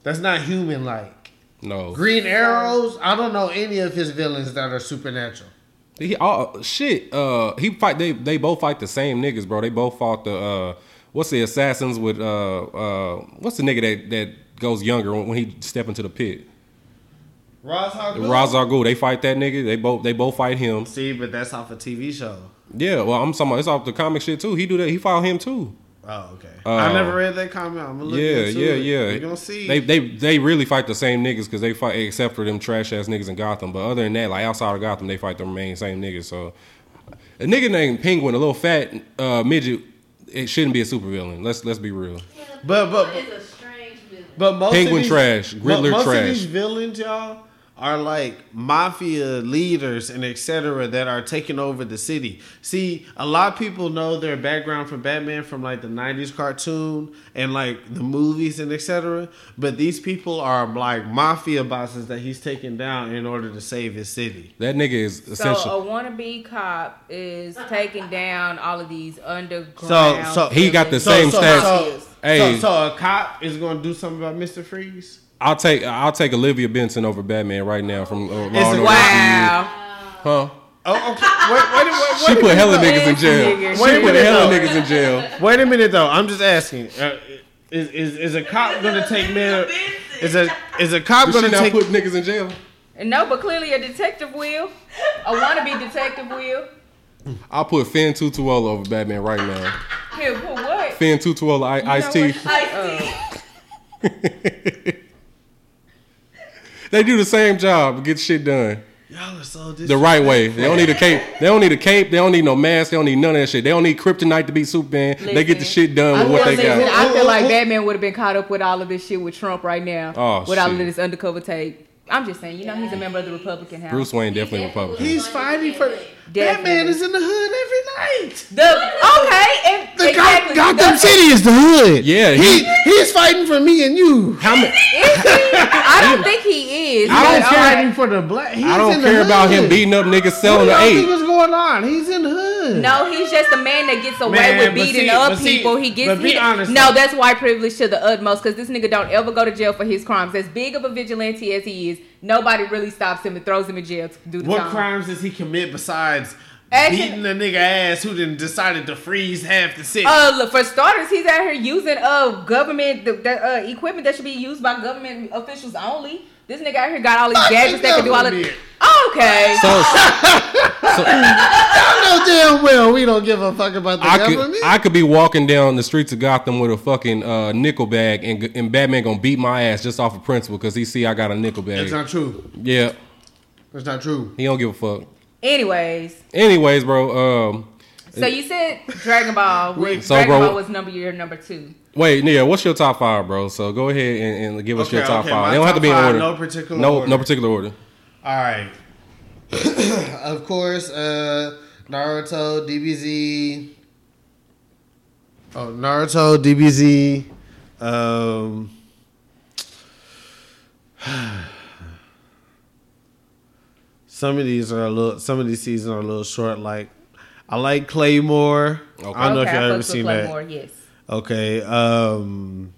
Speaker 4: That's not human like.
Speaker 2: No,
Speaker 4: Green Arrows. I don't know any of his villains that are supernatural.
Speaker 2: he oh, shit. Uh, he fight. They they both fight the same niggas, bro. They both fought the uh, what's the assassins with uh uh what's the nigga that that goes younger when he step into the pit.
Speaker 4: Ra's al Ghul?
Speaker 2: Ra's al Ghul. They fight that nigga. They both they both fight him.
Speaker 4: See, but that's off a TV show.
Speaker 2: Yeah, well, I'm talking. About, it's off the comic shit too. He do that. He fought him too.
Speaker 4: Oh, okay.
Speaker 2: Uh,
Speaker 4: I never read that comment. I'm gonna look
Speaker 2: yeah,
Speaker 4: into
Speaker 2: yeah,
Speaker 4: it.
Speaker 2: yeah.
Speaker 4: You're gonna see.
Speaker 2: They they they really fight the same niggas because they fight except for them trash ass niggas in Gotham. But other than that, like outside of Gotham, they fight the main same niggas. So a nigga named Penguin, a little fat uh, midget, it shouldn't be a supervillain. Let's let's be real.
Speaker 3: Yeah,
Speaker 4: But- but-
Speaker 3: Penguin is a strange villain.
Speaker 4: but most
Speaker 2: Penguin
Speaker 4: of these,
Speaker 2: trash,
Speaker 4: but
Speaker 2: Riddler
Speaker 4: most
Speaker 2: trash.
Speaker 4: Of these villains, y'all, are like mafia leaders and etc. that are taking over the city. See, a lot of people know their background from Batman from like the '90s cartoon and like the movies and etc. But these people are like mafia bosses that he's taking down in order to save his city.
Speaker 2: That nigga is
Speaker 5: So
Speaker 2: essential.
Speaker 4: uh,
Speaker 5: a wannabe cop is taking down all of these underground.
Speaker 4: So- so-
Speaker 2: He got the
Speaker 5: villains.
Speaker 2: Same stats.
Speaker 4: So,
Speaker 2: Hey.
Speaker 4: so, so a cop is gonna do something about Mister Freeze.
Speaker 2: I'll take I'll take Olivia Benson over Batman right now from uh, Law and
Speaker 4: It's-
Speaker 2: Order.
Speaker 5: Wow.
Speaker 2: huh? (laughs)
Speaker 4: Oh, okay. Wait, wait, wait, wait
Speaker 2: She
Speaker 4: a
Speaker 2: put
Speaker 4: minute,
Speaker 2: hella
Speaker 4: though.
Speaker 2: niggas in
Speaker 5: This
Speaker 2: jail.
Speaker 5: nigga.
Speaker 2: She
Speaker 4: Wait a
Speaker 2: put
Speaker 4: minute,
Speaker 2: hella
Speaker 4: though.
Speaker 2: niggas in jail.
Speaker 4: Wait a minute though. I'm just asking. Uh, is, is is a cop gonna take men? Is a is a cop
Speaker 2: Did she
Speaker 4: gonna
Speaker 2: not
Speaker 4: take?
Speaker 2: put niggas in jail?
Speaker 5: No, but clearly a detective will. A wannabe detective will.
Speaker 2: I'll put Finn Tutuola oh over Batman right now.
Speaker 5: Here, who what?
Speaker 2: Finn Tutuola, oh, I- Ice T.
Speaker 3: I see.
Speaker 2: They do the same job, get shit done
Speaker 4: Y'all are so
Speaker 2: the right way. They don't need a cape. They don't need a cape. They don't need no mask. They don't need none of that shit. They don't need kryptonite to be Superman. They get the
Speaker 5: Listen.
Speaker 2: shit done with what they
Speaker 5: Listen,
Speaker 2: got.
Speaker 5: I feel like Batman would have been caught up with all of this shit with Trump right now.
Speaker 2: Oh,
Speaker 5: with all of
Speaker 2: shit.
Speaker 5: this undercover tape. I'm just saying, you know, he's a member of the Republican House.
Speaker 2: Bruce Wayne definitely Republican.
Speaker 4: He's fighting for. That
Speaker 5: Definitely.
Speaker 4: man is in the hood every night.
Speaker 5: The okay, and,
Speaker 4: The
Speaker 5: exactly.
Speaker 4: God,
Speaker 5: the-
Speaker 4: Gotham (laughs) City is the hood.
Speaker 2: Yeah,
Speaker 4: he,
Speaker 2: he-
Speaker 4: he's fighting for me and you.
Speaker 2: How many?
Speaker 5: Is he? I don't think he is.
Speaker 2: I don't
Speaker 5: but
Speaker 2: care.
Speaker 5: alright.
Speaker 4: Fighting for the black. He's
Speaker 2: I
Speaker 4: in
Speaker 2: don't
Speaker 4: the
Speaker 2: care about him
Speaker 4: hood.
Speaker 2: beating up niggas
Speaker 4: What do
Speaker 2: selling the
Speaker 4: y'all
Speaker 2: eight.
Speaker 4: think is going on? He's in the hood.
Speaker 5: No, he's just a man that gets away
Speaker 4: Man,
Speaker 5: with
Speaker 4: but
Speaker 5: beating
Speaker 4: see-
Speaker 5: up
Speaker 4: but see-
Speaker 5: people. he gets
Speaker 4: but be
Speaker 5: he-
Speaker 4: honest,
Speaker 5: no,
Speaker 4: though.
Speaker 5: that's white privilege to the utmost because this nigga don't ever go to jail for his crimes. As big of a vigilante as he is, nobody really stops him and throws him in jail to do the
Speaker 4: What
Speaker 5: time.
Speaker 4: crimes does he commit besides
Speaker 5: Action-
Speaker 4: beating a nigga ass who then decided to freeze half the city?
Speaker 5: Uh, look, for starters, he's out here using uh government the, the, uh, equipment that should be used by government officials only. This nigga out here got all these
Speaker 4: Fucking
Speaker 5: gadgets that can do all of Oh,
Speaker 4: government.
Speaker 5: Okay,
Speaker 4: (laughs)
Speaker 2: So
Speaker 4: I know damn well we don't give a fuck about the
Speaker 2: I
Speaker 4: government.
Speaker 2: could I could be walking down the streets of Gotham with a fucking uh, nickel bag, and and Batman gonna beat my ass just off of principle because he see I got a nickel
Speaker 4: That's
Speaker 2: bag.
Speaker 4: not true.
Speaker 2: Yeah,
Speaker 4: That's not true.
Speaker 2: he don't give a fuck.
Speaker 5: anyways,
Speaker 2: Anyways, bro. Um,
Speaker 5: so you said
Speaker 4: (laughs)
Speaker 5: Dragon Ball.
Speaker 4: Wait,
Speaker 2: So,
Speaker 5: Dragon
Speaker 2: bro-
Speaker 5: Ball was number your number two.
Speaker 2: Wait, yeah. What's your top five, bro? So go ahead and, and give us
Speaker 4: Okay,
Speaker 2: your top
Speaker 4: okay, my
Speaker 2: five. They don't have to
Speaker 4: top
Speaker 2: be in
Speaker 4: five,
Speaker 2: order.
Speaker 4: no particular
Speaker 2: No,
Speaker 4: order.
Speaker 2: no particular order.
Speaker 4: All right. (coughs) of course, uh, Naruto, DBZ. Oh, Naruto, DBZ. Um, (sighs) some of these are a little. Some of these seasons are a little short. Like, I like Claymore. I don't know if
Speaker 5: okay,
Speaker 4: y'all
Speaker 5: I
Speaker 4: ever
Speaker 5: fucks with
Speaker 4: seen that.
Speaker 5: Claymore, Yes.
Speaker 4: Okay. Um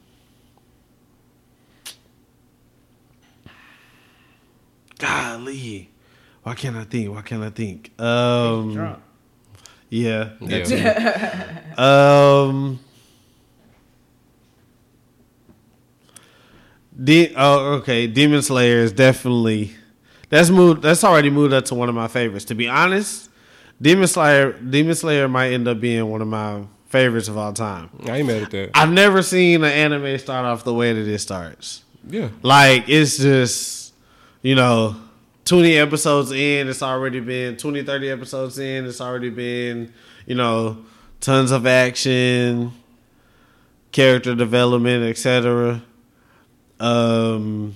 Speaker 4: Golly. Why can't I think? Why can't I think? Um Yeah. that too.
Speaker 2: Yeah.
Speaker 5: (laughs)
Speaker 4: Um De- oh, okay. Demon Slayer is definitely that's moved. That's already moved up to one of my favorites. To be honest, Demon Slayer, Demon Slayer might end up being one of my favorites of all time.
Speaker 2: I ain't mad at that.
Speaker 4: I've never seen an anime start off the way that it starts.
Speaker 2: Yeah.
Speaker 4: Like it's just, you know, 20 episodes in, it's already been 20 30 episodes in, it's already been, you know, tons of action. character development, etc. Um,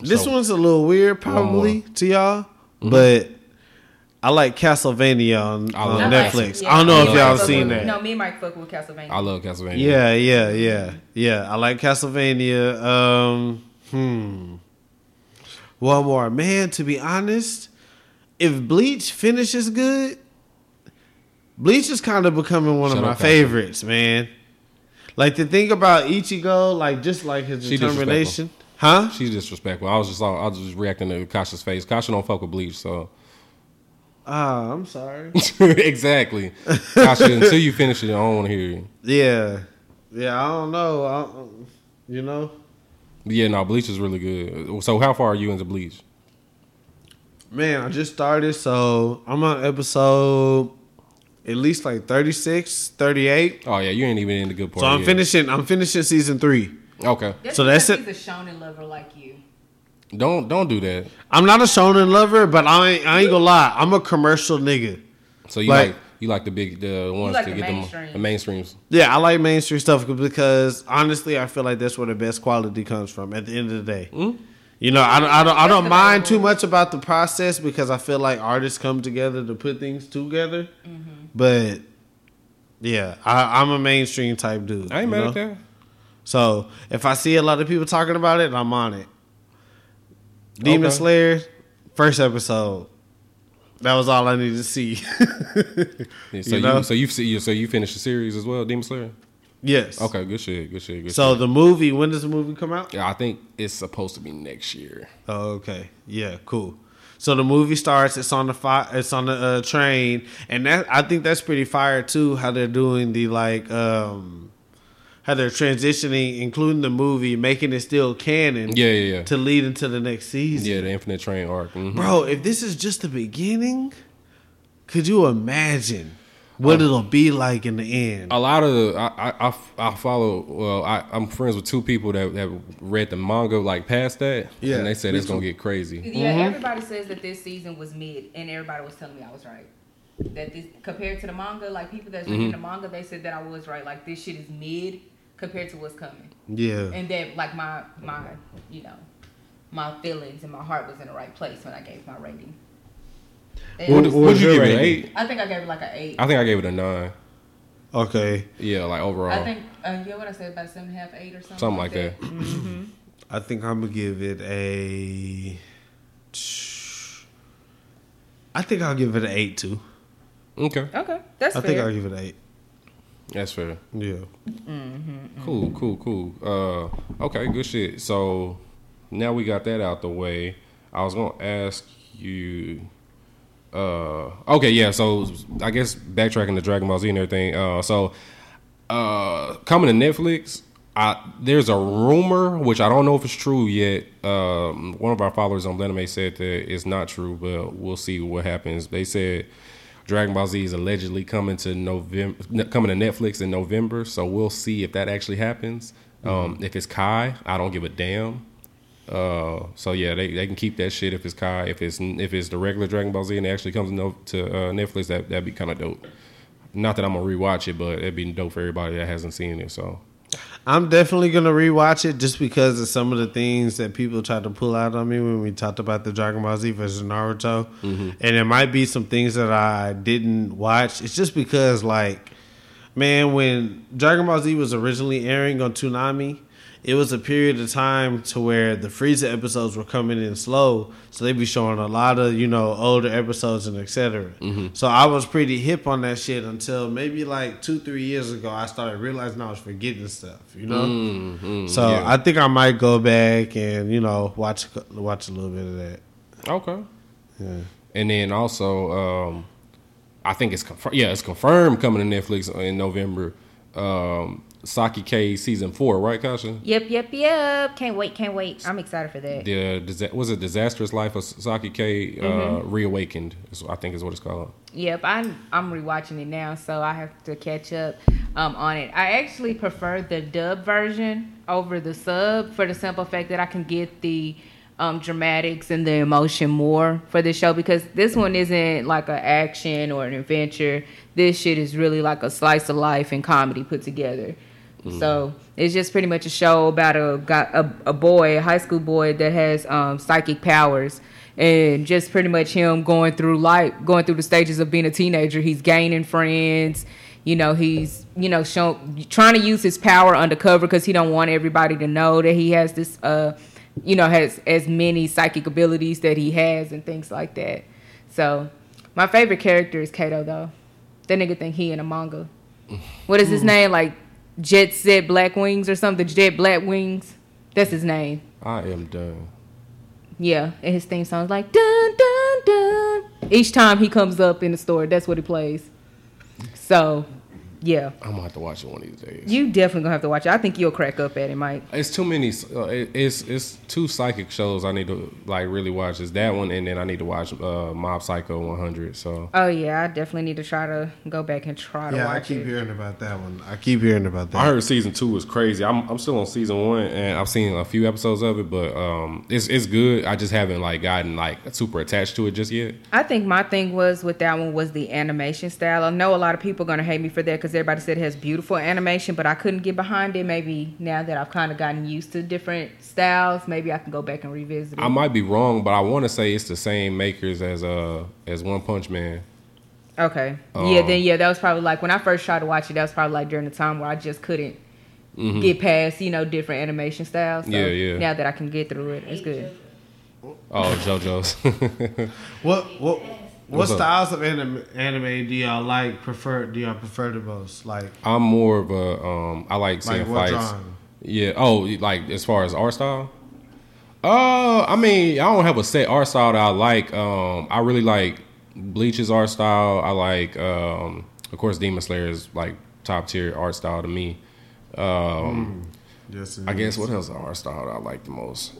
Speaker 4: this
Speaker 2: So- Mm-hmm.
Speaker 4: one's a little weird, probably to y'all, but I like Castlevania on,
Speaker 2: I
Speaker 4: on
Speaker 2: love
Speaker 4: Netflix.
Speaker 5: Castle-
Speaker 4: I don't know
Speaker 2: Oh, I
Speaker 4: if
Speaker 2: love
Speaker 4: y'all
Speaker 2: Castlevania.
Speaker 4: seen that.
Speaker 5: No, me and Mike fuck with Castlevania.
Speaker 2: I love Castlevania.
Speaker 4: Yeah, yeah, yeah, yeah. I like Castlevania. Um, hmm. One more, man. To be honest, if Bleach finishes good, Bleach is kind of becoming one
Speaker 2: Shut
Speaker 4: of my
Speaker 2: up, Kyle.
Speaker 4: favorites, man. Like to think about Ichigo, like just like his
Speaker 2: She disrespectful.
Speaker 4: determination, huh?
Speaker 2: She's disrespectful. I was just I was just reacting to Kasha's face. Kasha don't fuck with bleach,
Speaker 4: (laughs)
Speaker 2: so (laughs)
Speaker 4: Ah, I'm sorry.
Speaker 2: exactly. Kasha, until you finish it, I don't want to hear you.
Speaker 4: yeah, yeah. I don't know. I don't, you know,
Speaker 2: Yeah, no, bleach is really good. So how far are you into bleach?
Speaker 4: Man, I just started, so I'm on episode at least like 36, 38.
Speaker 2: Oh yeah, you ain't even in the good part.
Speaker 4: So I'm
Speaker 2: yet.
Speaker 4: finishing I'm finishing season 3.
Speaker 2: Okay,
Speaker 5: That's
Speaker 4: So
Speaker 5: because
Speaker 4: that's it.
Speaker 5: He's a shonen lover like you.
Speaker 2: don't don't do that.
Speaker 4: I'm not a shonen lover, but I ain't, I ain't going to lie. I'm a commercial nigga.
Speaker 2: So you
Speaker 4: Like-
Speaker 2: like, you like the big the ones
Speaker 5: like
Speaker 2: to
Speaker 5: the
Speaker 2: get
Speaker 5: mainstream.
Speaker 2: them the mainstreams.
Speaker 4: Yeah, I like mainstream stuff because honestly, I feel like that's where the best quality comes from at the end of the day.
Speaker 2: Hmm?
Speaker 4: You know, I don't, I don't, I don't
Speaker 5: That's
Speaker 4: mind too
Speaker 5: available.
Speaker 4: much about the process because I feel like artists come together to put things together. But yeah, I, I'm a mainstream type dude.
Speaker 2: I ain't
Speaker 4: you
Speaker 2: mad
Speaker 4: know?
Speaker 2: at that.
Speaker 4: So if I see a lot of people talking about it, I'm on it. Demon
Speaker 2: Okay.
Speaker 4: Slayer, first episode. That was all I needed to see. (laughs)
Speaker 2: Yeah, so
Speaker 4: You
Speaker 2: you,
Speaker 4: know?
Speaker 2: so you see so you finished the series as well, Demon Slayer.
Speaker 4: yes.
Speaker 2: Okay, good shit, good shit, good
Speaker 4: So
Speaker 2: shit.
Speaker 4: the movie, when does the movie come out?
Speaker 2: yeah, I think it's supposed to be next year.
Speaker 4: Oh, okay. Yeah, cool. So the movie starts. It's on the fi- It's on the uh, train, and that I think that's pretty fire too. How they're doing the like, um how they're transitioning, including the movie, making it still canon.
Speaker 2: Yeah, yeah, yeah.
Speaker 4: To lead into the next season.
Speaker 2: Yeah, the Infinite Train arc. mhm.
Speaker 4: Bro, if this is just the beginning, could you imagine what it'll be like in the end?
Speaker 2: a lot of the, I, I- I f- I follow well I, I'm friends with two people that that read the manga like past that
Speaker 4: Yeah,
Speaker 2: and they said
Speaker 4: me
Speaker 2: it's gonna
Speaker 4: too.
Speaker 2: get crazy
Speaker 5: Yeah, everybody says that this season was mid, and everybody was telling me I was right. That this compared to the manga, like people that's reading
Speaker 2: Mm-hmm.
Speaker 5: the manga, they said that I was right. Like this shit is mid compared to what's coming,
Speaker 4: yeah.
Speaker 5: and that like my my you know my feelings and my heart was in the right place when I gave my rating. And
Speaker 2: Would
Speaker 4: what was
Speaker 2: you
Speaker 4: your
Speaker 2: give it an
Speaker 4: rating?
Speaker 2: eight?
Speaker 5: I think I gave it like an eight.
Speaker 2: I think I gave it a nine
Speaker 4: Okay.
Speaker 2: yeah like overall
Speaker 5: I think uh, yeah, what I said about seven and a half, eight or something.
Speaker 2: something like that
Speaker 4: I think I'm gonna give it a. I think I'll give it an eight too.
Speaker 2: okay
Speaker 5: Okay, that's
Speaker 4: I think I'll give it an eight.
Speaker 2: that's fair
Speaker 4: Yeah.
Speaker 2: cool cool cool uh okay good shit so now we got that out the way I was gonna ask you uh okay yeah so I guess backtracking to Dragon Ball Z and everything uh so uh, coming to Netflix, I, there's a rumor, which I don't know if it's true yet. Um, one of our followers on Blenheim said that it's not true, but we'll see what happens. They said Dragon Ball Z is allegedly coming to November, coming to Netflix in November, so we'll see if that actually happens. Um, if it's Kai, I don't give a damn. Uh, so yeah, they, they can keep that shit if it's Kai. If it's if it's the regular Dragon Ball Z and it actually comes to, no, to uh, Netflix, that that'd be kind of dope. Not that I'm gonna rewatch it, but it'd be dope for everybody that hasn't seen it. So
Speaker 4: I'm definitely gonna rewatch it just because of some of the things that people tried to pull out on me when we talked about the Dragon Ball Z versus Naruto, and it might be some things that I didn't watch. It's just because, like, man, when Dragon Ball Z was originally airing on Toonami, it was a period of time to where the Frieza episodes were coming in slow, so they'd be showing a lot of you know older episodes and etc. So I was pretty hip on that shit until maybe like two three years ago. I started realizing I was forgetting stuff, you know. so
Speaker 2: yeah.
Speaker 4: I think I might go back and you know watch watch a little bit of that.
Speaker 2: okay, and then also um, I think it's confirmed. Yeah, it's confirmed coming to Netflix in November. Um, Saki K season four, right, Kasha?
Speaker 5: Yep, yep, yep. Can't wait, can't wait. I'm excited for that.
Speaker 2: The disa- was it disastrous life of Saki K uh, reawakened? Is, I think is what it's called.
Speaker 5: Yep, I'm I'm rewatching it now, so I have to catch up um, on it. I actually prefer the dub version over the sub for the simple fact that I can get the um, dramatics and the emotion more for this show because this one isn't like an action or an adventure. This shit is really like a slice of life and comedy put together. So it's just pretty much a show about a got a, a boy, a high school boy that has um, psychic powers, and just pretty much him going through life, going through the stages of being a teenager. He's gaining friends. You know, he's you know show, trying to use his power undercover because he don't want everybody to know that he has this. Uh, you know, has as many psychic abilities that he has and things like that. So, my favorite character is Kato though. That nigga think he in a manga what is his name? Like Jet Set Black Wings or something. Jet Black Wings. That's his name.
Speaker 2: I am done.
Speaker 5: Yeah. And his theme song is like dun dun dun. Each time he comes up in the store, that's what he plays. So, yeah.
Speaker 2: I'm gonna have to watch it one of these days.
Speaker 5: You definitely gonna have to watch it. I think you'll crack up at it, Mike.
Speaker 2: It's too many. Uh, it- it's it's two psychic shows I need to like really watch. Is that one, and then I need to watch uh, Mob Psycho 100. So
Speaker 5: Oh yeah, I definitely need to try to go back and try to
Speaker 4: Yeah, I
Speaker 5: watch
Speaker 4: keep
Speaker 5: it.
Speaker 4: hearing about that one. I keep hearing about that.
Speaker 2: I heard season two was crazy. I'm I'm still on season one, and I've seen a few episodes of it, but um, it's it's good. I just haven't like gotten like super attached to it just yet.
Speaker 5: I think my thing was with that one was the animation style. I know a lot of people are gonna hate me for that because everybody said it has beautiful animation, but I couldn't get behind it. Maybe now that I've kind of gotten used to different styles, maybe I can go back and revisit it.
Speaker 2: I might be wrong, but I want to say it's the same makers as uh as One Punch Man.
Speaker 5: okay,
Speaker 2: Oh.
Speaker 5: yeah, then yeah, that was probably like when I first tried to watch it. That was probably like during the time where I just couldn't get past you know different animation styles. So
Speaker 2: Mm-hmm. Yeah, yeah.
Speaker 5: Now that I can get through it, it's good.
Speaker 2: Oh, JoJo's. (laughs)
Speaker 4: What what what
Speaker 2: What's up?
Speaker 4: styles of anime, anime do y'all like? Prefer do y'all prefer the most? Like
Speaker 2: I'm more of a um I like seeing
Speaker 4: Like what
Speaker 2: fights.
Speaker 4: genre?
Speaker 2: Yeah. Oh, like as far as art style? Uh I mean, I don't have a set art style that I like. Um I really like Bleach's art style. I like um of course Demon Slayer is like top tier art style to me.
Speaker 4: yes,
Speaker 2: I guess what else art style that I like the most?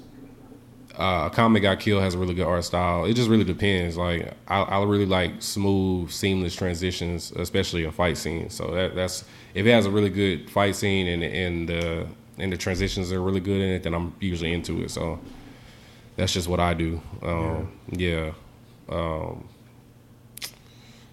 Speaker 2: Uh, Comic Got Killed has a really good art style. It just really depends. Like I, I really like smooth, seamless transitions, especially a fight scene. So that, that's if it has a really good fight scene and and the and the transitions are really good in it, then I'm usually into it. So that's just what I do. Um, yeah. Um,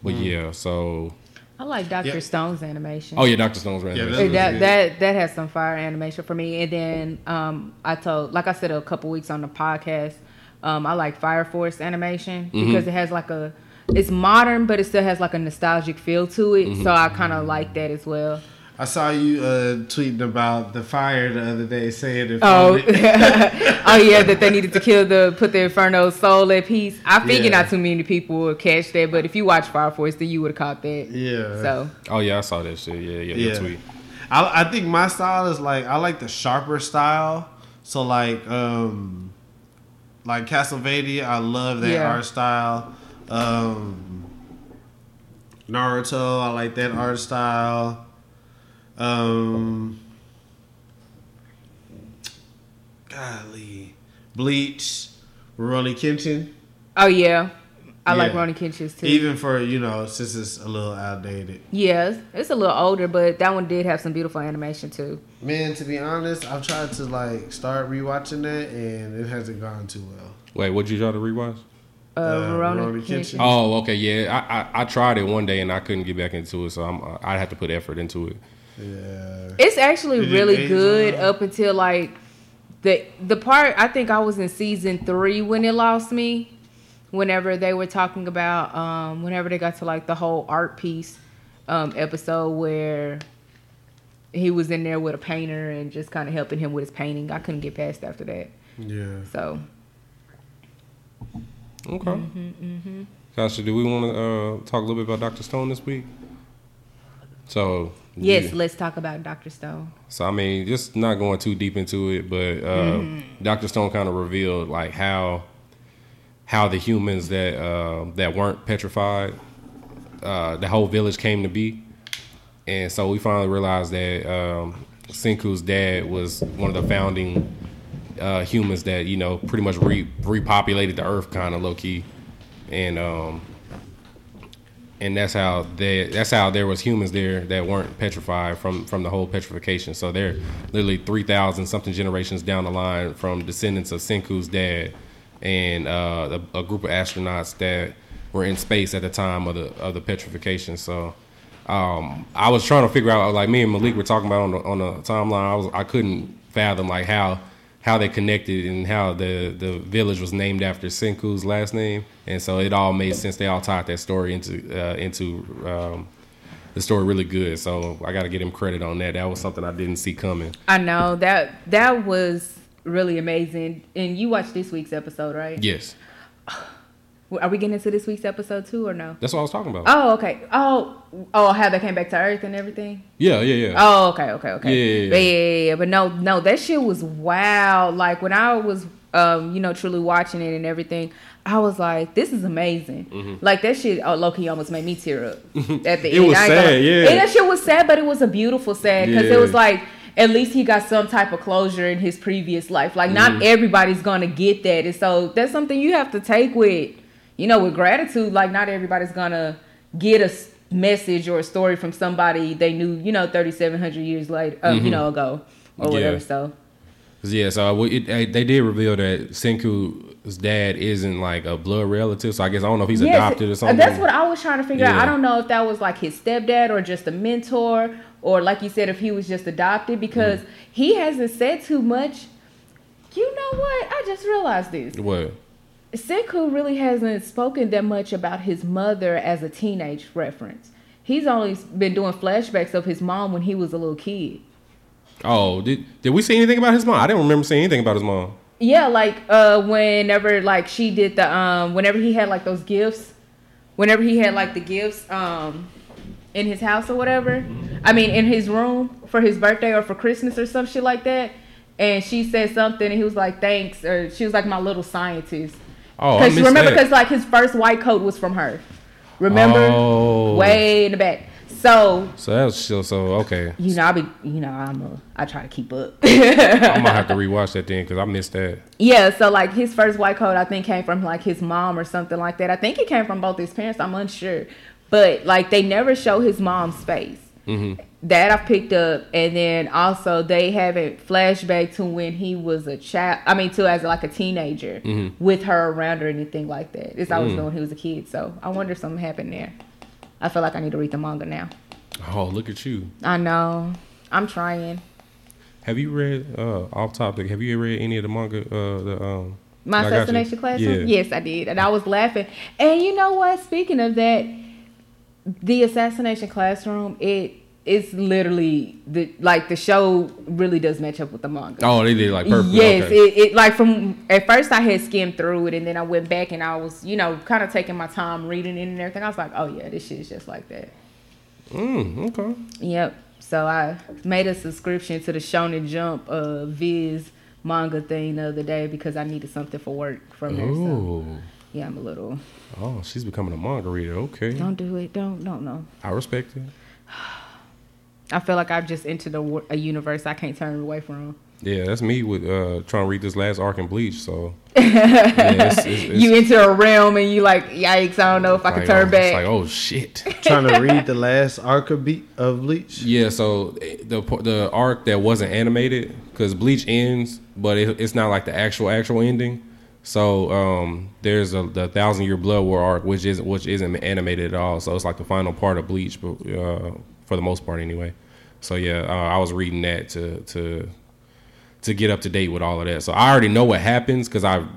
Speaker 2: but
Speaker 4: Mm.
Speaker 2: yeah, so
Speaker 5: I like Doctor
Speaker 4: Yeah.
Speaker 5: Stone's animation.
Speaker 2: oh yeah, Doctor Stone's random.
Speaker 4: that's-
Speaker 5: Hey, that
Speaker 4: Yeah.
Speaker 5: that that has some fire animation for me. And then um, I told, like I said a couple weeks on the podcast, um, I like Fire Force animation
Speaker 4: Mm-hmm.
Speaker 5: because it has like a, it's modern but it still has like a nostalgic feel to it.
Speaker 4: Mm-hmm.
Speaker 5: So I kind of like that as well.
Speaker 4: I saw you uh, tweeting about the fire the other day, saying if
Speaker 5: Oh,
Speaker 4: only-
Speaker 5: (laughs) oh yeah, that they needed to kill the put the Inferno soul at peace. I figured
Speaker 4: Yeah.
Speaker 5: not too many people would catch that, but if you watch Fire Force, then you would have caught that.
Speaker 4: Yeah.
Speaker 5: So
Speaker 2: Oh yeah, I saw that shit. Yeah, yeah, yeah.
Speaker 4: Yeah.
Speaker 2: tweet.
Speaker 4: I, I think my style is like I like the sharper style. So like um like Castlevania, I love that
Speaker 5: Yeah.
Speaker 4: art style. Um Naruto, I like that art style. Um Golly. Bleach, Rurouni Kenshin.
Speaker 5: oh yeah, I like
Speaker 4: Yeah.
Speaker 5: Ronnie Kenshin's too.
Speaker 4: Even for, you know, since it's a little outdated.
Speaker 5: Yes, it's a little older, but that one did have some beautiful animation too.
Speaker 4: Man, to be honest, I've tried to like start rewatching that, and it hasn't gone too well.
Speaker 2: Wait, what'd you try to rewatch?
Speaker 5: Uh,
Speaker 4: Uh,
Speaker 5: Verona
Speaker 4: Rurouni
Speaker 5: Kenshin.
Speaker 4: Kenshin.
Speaker 2: Oh, okay, yeah. I, I, I tried it one day and I couldn't get back into it, so I'm uh, I'd have to put effort into it.
Speaker 4: Yeah,
Speaker 5: It's actually
Speaker 4: Did it
Speaker 5: really
Speaker 4: age
Speaker 5: good
Speaker 4: well?
Speaker 5: up until like the the part. I think I was in season three when it lost me. Whenever they were talking about, um, whenever they got to like the whole art piece um, episode where he was in there with a painter and just kind of helping him with his painting, I couldn't get past after that.
Speaker 4: yeah.
Speaker 5: So
Speaker 2: Okay. Gotcha. Mm-hmm, Do we want to uh, talk a little bit about Doctor Stone this week? So
Speaker 5: yes,
Speaker 2: yeah.
Speaker 5: let's talk about Doctor Stone.
Speaker 2: So I mean, just not going too deep into it, but uh, Doctor Stone kind of revealed like how how the humans that uh, that weren't petrified, uh, the whole village came to be, and so we finally realized that um, Senku's dad was one of the founding uh, humans that you know pretty much re- repopulated the earth, kind of low key, and um, and that's how they that's how there was humans there that weren't petrified from from the whole petrification. So they're literally three thousand something generations down the line from descendants of Senku's dad and uh, a, a group of astronauts that were in space at the time of the of the petrification. So um, I was trying to figure out like me and Malik were talking about on the on the timeline. I was I couldn't fathom like how how they connected and how the the village was named after Senku's last name, and so it all made sense. They all tied that story into uh, into um, the story really good. So I got to give them credit on that. That was something I didn't see coming.
Speaker 5: I know that that was really amazing. And you watched this week's episode, right?
Speaker 2: Yes,
Speaker 5: Are we getting into this week's episode too, or no?
Speaker 2: that's what I was talking about.
Speaker 5: Oh, okay. Oh, oh, how they came back to Earth and everything.
Speaker 2: yeah, yeah, yeah.
Speaker 5: Oh, okay, okay, okay.
Speaker 2: Yeah.
Speaker 5: But yeah, yeah, yeah. But no, no, that shit was wild. Like when I was, um, you know, truly watching it and everything, I was like, this is amazing. Like that shit, oh, Loki almost made me tear
Speaker 2: (laughs)
Speaker 5: up at the
Speaker 2: Mm-hmm. It
Speaker 5: end.
Speaker 2: was
Speaker 5: I ain't gonna-
Speaker 2: sad, yeah.
Speaker 5: And that shit was sad, but it was a beautiful sad because
Speaker 2: Yeah.
Speaker 5: it was like. At least he got some type of closure in his previous life. Like not
Speaker 2: Mm-hmm.
Speaker 5: everybody's gonna get that, and so that's something you have to take with, you know, with gratitude. Like not everybody's gonna get a s- message or a story from somebody they knew, you know, thirty seven hundred years later, uh, you know, ago or whatever.
Speaker 2: Mm-hmm. Yeah. Yeah,
Speaker 5: So
Speaker 2: so we- it, eh, they did reveal that Senku's dad isn't like a blood relative. So I guess I don't know if he's
Speaker 5: Yes, uh,
Speaker 2: adopted or something.
Speaker 5: That's what I was trying to figure out.
Speaker 2: Yeah.
Speaker 5: I don't know if that was like his stepdad or just a mentor, or like you said, if he was just adopted because
Speaker 2: Mm.
Speaker 5: he hasn't said too much. You know what? I just realized this.
Speaker 2: What?
Speaker 5: Senku really hasn't spoken that much about his mother as a teenage reference. He's only been doing flashbacks of his mom when he was a little kid.
Speaker 2: Oh, did did we see anything about his mom? I didn't remember seeing anything about his mom.
Speaker 5: Yeah, like uh whenever like she did the um whenever he had like those gifts, whenever he had like the gifts um in his house or whatever. I mean in his room for his birthday or for Christmas or some shit like that. And she said something and he was like thanks or she was like my little scientist.
Speaker 2: Oh, I
Speaker 5: Cuz
Speaker 2: missed
Speaker 5: remember
Speaker 2: that.
Speaker 5: cuz like his first white coat was from her. Remember?
Speaker 2: Oh.
Speaker 5: Way in the back. So,
Speaker 2: So that was still so okay.
Speaker 5: you know, I be you know, I'm a I try to keep up. (laughs)
Speaker 2: I'm gonna have to rewatch that then because I missed that.
Speaker 5: Yeah, so like his first white coat, I think came from like his mom or something like that. I think it came from both his parents. I'm unsure, but like they never show his mom's face. That I've picked up, and then also they haven't flashback to when he was a child. I mean, to as like a teenager with her around or anything like that. It's always been when he was a kid. So I wonder if something happened there. I feel like I need to read the manga now.
Speaker 2: Oh, look at you.
Speaker 5: I know. I'm trying.
Speaker 2: Have you read uh off topic? Have you read any of the manga? Uh, the um.
Speaker 5: My
Speaker 2: I Got You?
Speaker 5: assassination classroom?
Speaker 2: Yeah.
Speaker 5: Yes, I did. And I was laughing. And you know what? Speaking of that, the assassination classroom, it it's literally the like the show really does match up with the manga.
Speaker 2: Oh, they did like purple.
Speaker 5: Yes,
Speaker 2: okay.
Speaker 5: it, it like from at first I had skimmed through it and then I went back and I was, you know, kind of taking my time reading it and everything. I was like, oh yeah, this shit is just like that.
Speaker 2: Mm, okay.
Speaker 5: Yep. So I made a subscription to the Shonen Jump uh, Viz manga thing the other day because I needed something for work from there. So.
Speaker 2: Ooh.
Speaker 5: Yeah, I'm a little.
Speaker 2: Oh, she's becoming a manga reader. Okay,
Speaker 5: Don't do it. Don't. Don't. No.
Speaker 2: I respect it.
Speaker 5: I feel like I've just entered a, wor- a universe I can't turn away from.
Speaker 2: Yeah, that's me with uh trying to read this last arc in Bleach.
Speaker 5: (laughs)
Speaker 2: So yeah, it's, it's, it's-
Speaker 5: you enter a realm and you like, yikes! I don't know if I can
Speaker 2: like,
Speaker 5: turn
Speaker 2: oh,
Speaker 5: back.
Speaker 2: It's like oh shit.
Speaker 4: Trying to read the last arc of, Be- of Bleach.
Speaker 2: Yeah, so eh, the po- the arc that wasn't animated because Bleach ends, but it, it's not like the actual actual ending. So um, there's a the Thousand Year Blood War arc, which is which isn't animated at all. So it's like the final part of Bleach, but uh, for the most part anyway. So yeah, uh, I was reading that to to to get up to date with all of that. So I already know what happens because I've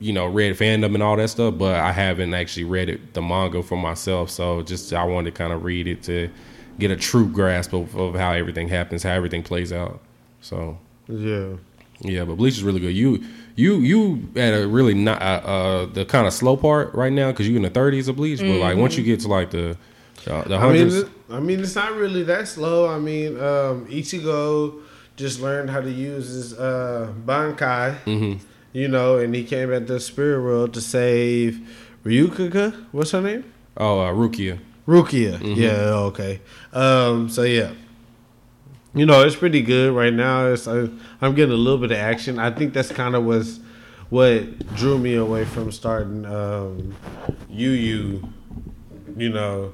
Speaker 2: you know read fandom and all that stuff, but I haven't actually read it the manga for myself. So just I wanted to kind of read it to get a true grasp of, of how everything happens, how everything plays out. So
Speaker 4: Yeah.
Speaker 2: yeah, but Bleach is really good. You you you at a really not uh, uh the kind of slow part right now because you're in the 30s of Bleach, but like once you get to like the uh, the
Speaker 4: Mm-hmm. I mean,
Speaker 2: hundreds,
Speaker 4: it- I mean, it's not really that slow. I mean, um, Ichigo just learned how to use his uh, Bankai, you know, and he came at the spirit world to save Ryukika. What's her name?
Speaker 2: oh uh, Rukia.
Speaker 4: Rukia. Yeah, okay. Um, so yeah. You know, it's pretty good right now. It's I, I'm getting a little bit of action. I think that's kind of was what drew me away from starting um Yu Yu you know,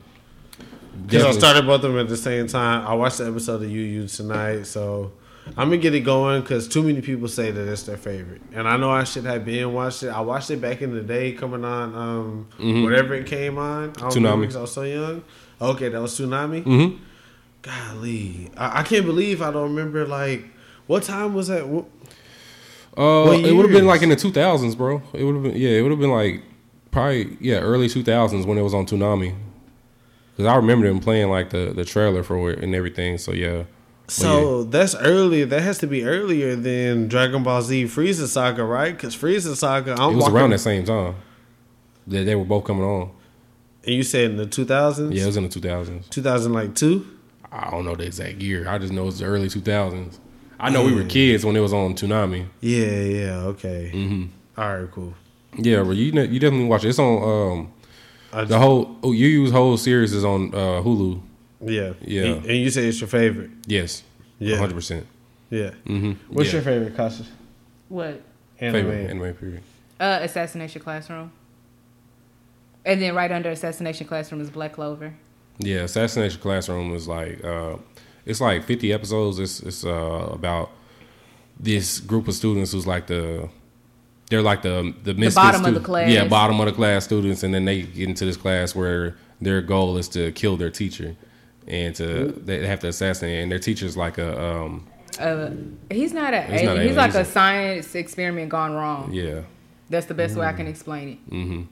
Speaker 4: because I
Speaker 2: Definitely.
Speaker 4: started both of them at the same time. I watched the episode of UU tonight, so I'm gonna get it going because too many people say that it's their favorite, and I know I should have been watched it. I watched it back in the day, coming on um whatever it came on. I don't
Speaker 2: Tsunami.
Speaker 4: because I was so young. Okay, that was tsunami.
Speaker 2: Mhm.
Speaker 4: Golly, I, I can't believe I don't remember like what time was that. What,
Speaker 2: Uh,
Speaker 4: What
Speaker 2: it would have
Speaker 4: years?
Speaker 2: been like in the 2000s, bro. It would have been yeah, it would have been like probably yeah, early 2000s when it was on Toonami. Cuz I remember them playing like the the trailer for it and everything. So yeah. But,
Speaker 4: So that's earlier. That has to be earlier than Dragon Ball Z Frieza Saga, right? Because Frieza Saga,
Speaker 2: yeah,
Speaker 4: I'm
Speaker 2: it was
Speaker 4: walking,
Speaker 2: around that same time. They, they were both coming on.
Speaker 4: And you said in the 2000s,
Speaker 2: Yeah, it was in the 2000s.
Speaker 4: 2000 like two.
Speaker 2: I don't know the exact year. I just know it's the early 2000s. I know we were kids when it was on Toonami.
Speaker 4: Yeah, yeah, okay.
Speaker 2: Mm-hmm.
Speaker 4: All right, cool.
Speaker 2: Yeah, but you ne- you definitely watch it. It's on um
Speaker 4: I just,
Speaker 2: the whole oh, you use whole series is on uh Hulu.
Speaker 4: yeah,
Speaker 2: Yeah.
Speaker 4: And and you say it's your favorite.
Speaker 2: Yes.
Speaker 4: Yeah.
Speaker 2: 100%.
Speaker 4: Yeah.
Speaker 2: Mhm.
Speaker 4: What's
Speaker 2: Yeah.
Speaker 4: your favorite Kasha?
Speaker 5: What?
Speaker 4: Anime.
Speaker 2: favorite anime period?
Speaker 5: Uh, Assassination Classroom. And then right under Assassination Classroom is Black Clover.
Speaker 2: Yeah, Assassination Classroom is like uh, it's like fifty episodes. It's it's uh, about this group of students who's like the they're like the the, misfit
Speaker 5: bottom of the
Speaker 2: stu-
Speaker 5: class.
Speaker 2: Yeah, bottom of the class students, and then they get into this class where their goal is to kill their teacher and to they have to assassinate. And their teacher's like a um,
Speaker 5: Uh, he's not
Speaker 2: He's not an
Speaker 5: an alien. he's
Speaker 2: alien,
Speaker 5: like
Speaker 2: he's
Speaker 5: a
Speaker 2: a-
Speaker 5: science experiment gone wrong.
Speaker 2: yeah. Mm.
Speaker 5: That's the best way I can explain it.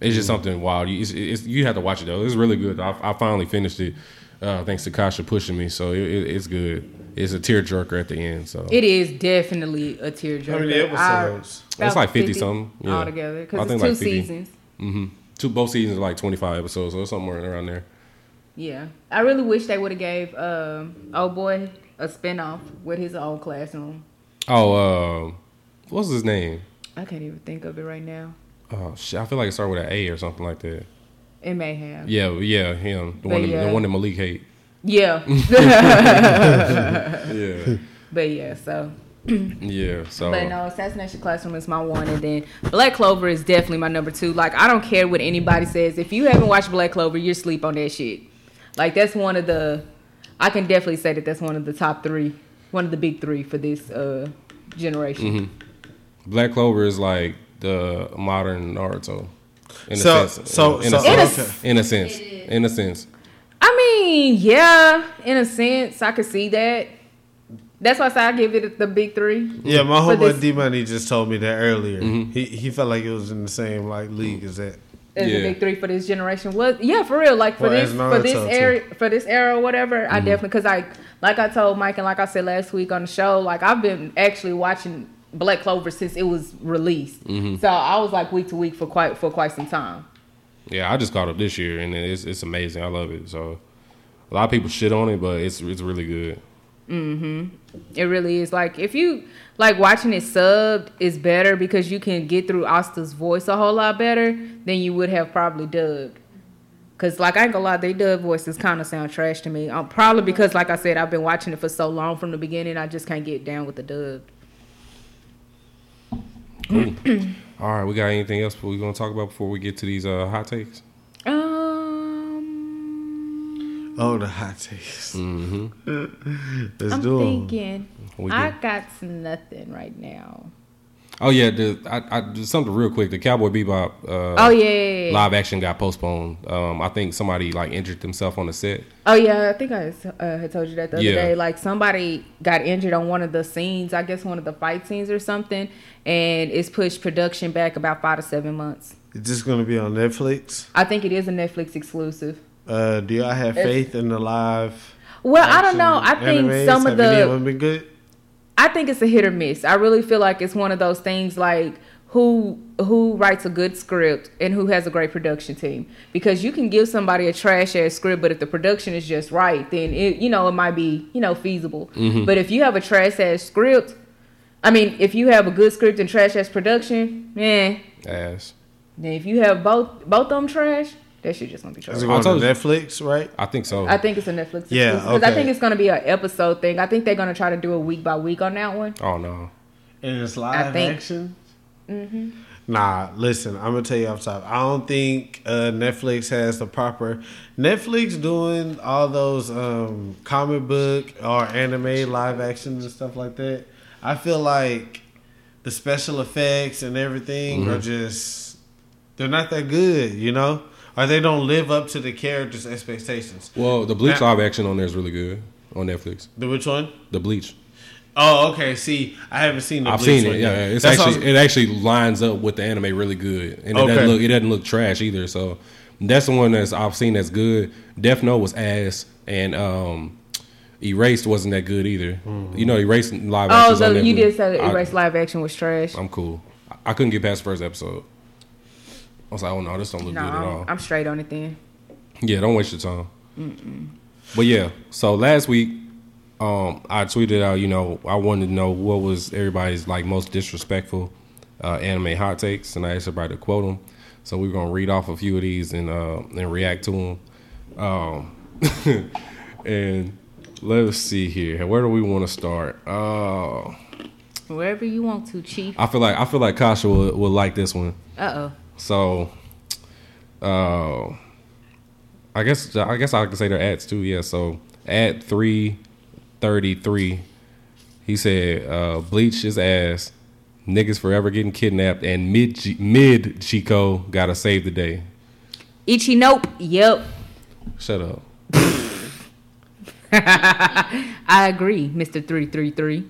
Speaker 2: It's just something wild. You, it's, it's, you have to watch it though. It's really good. I, I finally finished it. Uh, thanks to Kasha pushing me, so it, it, it's good. It's a tearjerker at the end. So
Speaker 5: It is definitely a tearjerker.
Speaker 4: How many episodes?
Speaker 5: I-
Speaker 2: It's like 50 something, yeah.
Speaker 5: altogether
Speaker 2: I
Speaker 5: because it's
Speaker 2: think
Speaker 5: two
Speaker 2: like 50.
Speaker 5: seasons.
Speaker 2: hmm Two both seasons are like twenty five episodes, so it's somewhere around there.
Speaker 5: Yeah, I really wish they would have gave um, oh boy a spinoff with his own classroom.
Speaker 2: Oh, uh, what's his name?
Speaker 5: I can't even think of it right now.
Speaker 2: Oh shit, I feel like it started with an A or something like that.
Speaker 5: It may have.
Speaker 2: Yeah, yeah, him, the
Speaker 5: But
Speaker 2: one, that-
Speaker 5: yeah.
Speaker 2: the one that Malik hate.
Speaker 5: Yeah.
Speaker 2: Yeah,
Speaker 5: (laughs) but yeah, so
Speaker 2: (laughs) yeah. So
Speaker 5: But no, Assassination Classroom is my one, and then Black Clover is definitely my number two. Like I don't care what anybody says. If you haven't watched Black Clover, you're sleep on that shit. Like that's one of the, I can definitely say that that's one of the top three, one of the big three for this uh generation.
Speaker 2: Black Clover is like the modern Naruto. In
Speaker 4: So- so-
Speaker 2: in,
Speaker 4: so-
Speaker 2: a sense,
Speaker 5: Okay.
Speaker 2: in a sense,
Speaker 3: It is.
Speaker 2: in a sense.
Speaker 5: I mean, yeah, in a sense, I could see that. That's why I say I give it the big three.
Speaker 4: Yeah, my
Speaker 5: But
Speaker 4: homeboy
Speaker 5: this-
Speaker 4: D Money just told me that earlier.
Speaker 2: Mm-hmm.
Speaker 4: He he felt like it was in the same like league as that.
Speaker 5: as the
Speaker 2: Yeah.
Speaker 5: big three for this generation was yeah for real like for
Speaker 4: Well,
Speaker 5: this
Speaker 4: as
Speaker 5: for this
Speaker 4: Naruto,
Speaker 5: era for this era or whatever I definitely because I like I told Mike and like I said last week on the show like I've been actually watching Black Clover since it was released so I was like week to week for quite for quite some time
Speaker 2: Yeah, I just caught up this year, and it's it's amazing. I love it. So a lot of people shit on it, but it's it's really good.
Speaker 5: it really is like if you like watching it subbed is better because you can get through Asta's voice a whole lot better than you would have probably dubbed. Cause like I ain't gonna lie, they dub voices kind of sound trash to me. Um, probably because like I said, I've been watching it for so long from the beginning, I just can't get down with the dub.
Speaker 2: All right, we got anything else we're gonna talk about before we get to these uh, hot takes?
Speaker 5: Um,
Speaker 4: Oh, the hot takes.
Speaker 2: Mm-hmm.
Speaker 4: Let's (laughs)
Speaker 5: I'm
Speaker 4: do 'em.
Speaker 5: thinking
Speaker 2: We
Speaker 5: I
Speaker 2: good?
Speaker 5: got nothing right now.
Speaker 2: oh yeah, the, I, I, just something real quick. The Cowboy Bebop uh,
Speaker 5: oh yeah, yeah, yeah.
Speaker 2: live action got postponed. Um, I think somebody like injured themselves on the set.
Speaker 5: Oh yeah, I think I uh, had told you that the other
Speaker 2: Yeah.
Speaker 5: day. Like somebody got injured on one of the scenes, I guess one of the fight scenes or something, and it's pushed production back about five to seven months.
Speaker 4: It's just gonna be on Netflix.
Speaker 5: I think it is a Netflix exclusive.
Speaker 4: Uh, do y'all have faith in the live?
Speaker 5: Well, I don't know. I
Speaker 4: action
Speaker 5: think
Speaker 4: animes?
Speaker 5: some of
Speaker 4: Have any
Speaker 5: the
Speaker 4: them been good.
Speaker 5: I think it's a hit or miss. I really feel like it's one of those things like who who writes a good script and who has a great production team because you can give somebody a trash ass script but if the production is just right then it you know it might be you know feasible but if you have a trash ass script i mean if you have a good script and trash ass production eh,
Speaker 2: Ass.
Speaker 5: then if you have both both of them trash that shit just gonna be trash
Speaker 4: Is it going to
Speaker 2: told you.
Speaker 4: Netflix, right?
Speaker 2: I think so.
Speaker 5: i think it's a netflix
Speaker 4: Yeah,
Speaker 5: because i
Speaker 4: okay.
Speaker 5: think it's gonna be an episode thing i think they're gonna try to do a week by week on that one
Speaker 2: oh no.
Speaker 4: And it's
Speaker 5: live think-
Speaker 4: action. Mm-hmm. Nah, listen, I'm gonna tell you off top. I don't think uh, Netflix has the proper Netflix doing all those um, comic book or anime live action and stuff like that. I feel like the special effects and everything
Speaker 2: Mm-hmm.
Speaker 4: are just they're not that good, you know, or they don't live up to the characters' expectations.
Speaker 2: Well, the Bleach
Speaker 4: Now-
Speaker 2: live action on there is really good on Netflix.
Speaker 4: The which one?
Speaker 2: The Bleach.
Speaker 4: Oh, okay. See, I haven't seen the.
Speaker 2: I've
Speaker 4: Bleach
Speaker 2: seen
Speaker 4: one
Speaker 2: it. Yeah,
Speaker 4: yet.
Speaker 2: it's
Speaker 4: That's
Speaker 2: actually
Speaker 4: all-
Speaker 2: it actually lines up with the anime really good, and it
Speaker 4: Okay.
Speaker 2: doesn't look it doesn't look trash either. So that's the one that's I've seen that's good. Death Note was ass, and um, Erased wasn't that good either.
Speaker 4: Mm.
Speaker 2: You know, Erased live.
Speaker 5: Oh,
Speaker 2: action's on
Speaker 5: the, you
Speaker 2: Netflix.
Speaker 5: did say that
Speaker 2: I-
Speaker 5: Erase live action was trash.
Speaker 2: I'm cool. I- I couldn't get past the first episode. I was like, oh no, this don't look
Speaker 5: No,
Speaker 2: good at all.
Speaker 5: I'm, I'm straight on it then.
Speaker 2: Yeah, don't waste your time. But yeah, so last week, um, I tweeted out, you know, I wanted to know what was everybody's like most disrespectful uh, anime hot takes, and I asked everybody to quote them. So we are gonna read off a few of these and uh, and react to them. Um, (laughs) and let's see here, where do we want to start? Uh,
Speaker 5: Wherever you want to, chief.
Speaker 2: I feel like I feel like Kasha will, will like this one.
Speaker 5: Uh oh.
Speaker 2: So, uh, I guess I guess I can say their ads too. Yeah. So at three thirty three, he said, uh, "Bleach his ass, niggas forever getting kidnapped, and mid G- mid Chico gotta save the day."
Speaker 5: Ichi nope. Yep.
Speaker 2: Shut up.
Speaker 5: I agree, Mr. 333.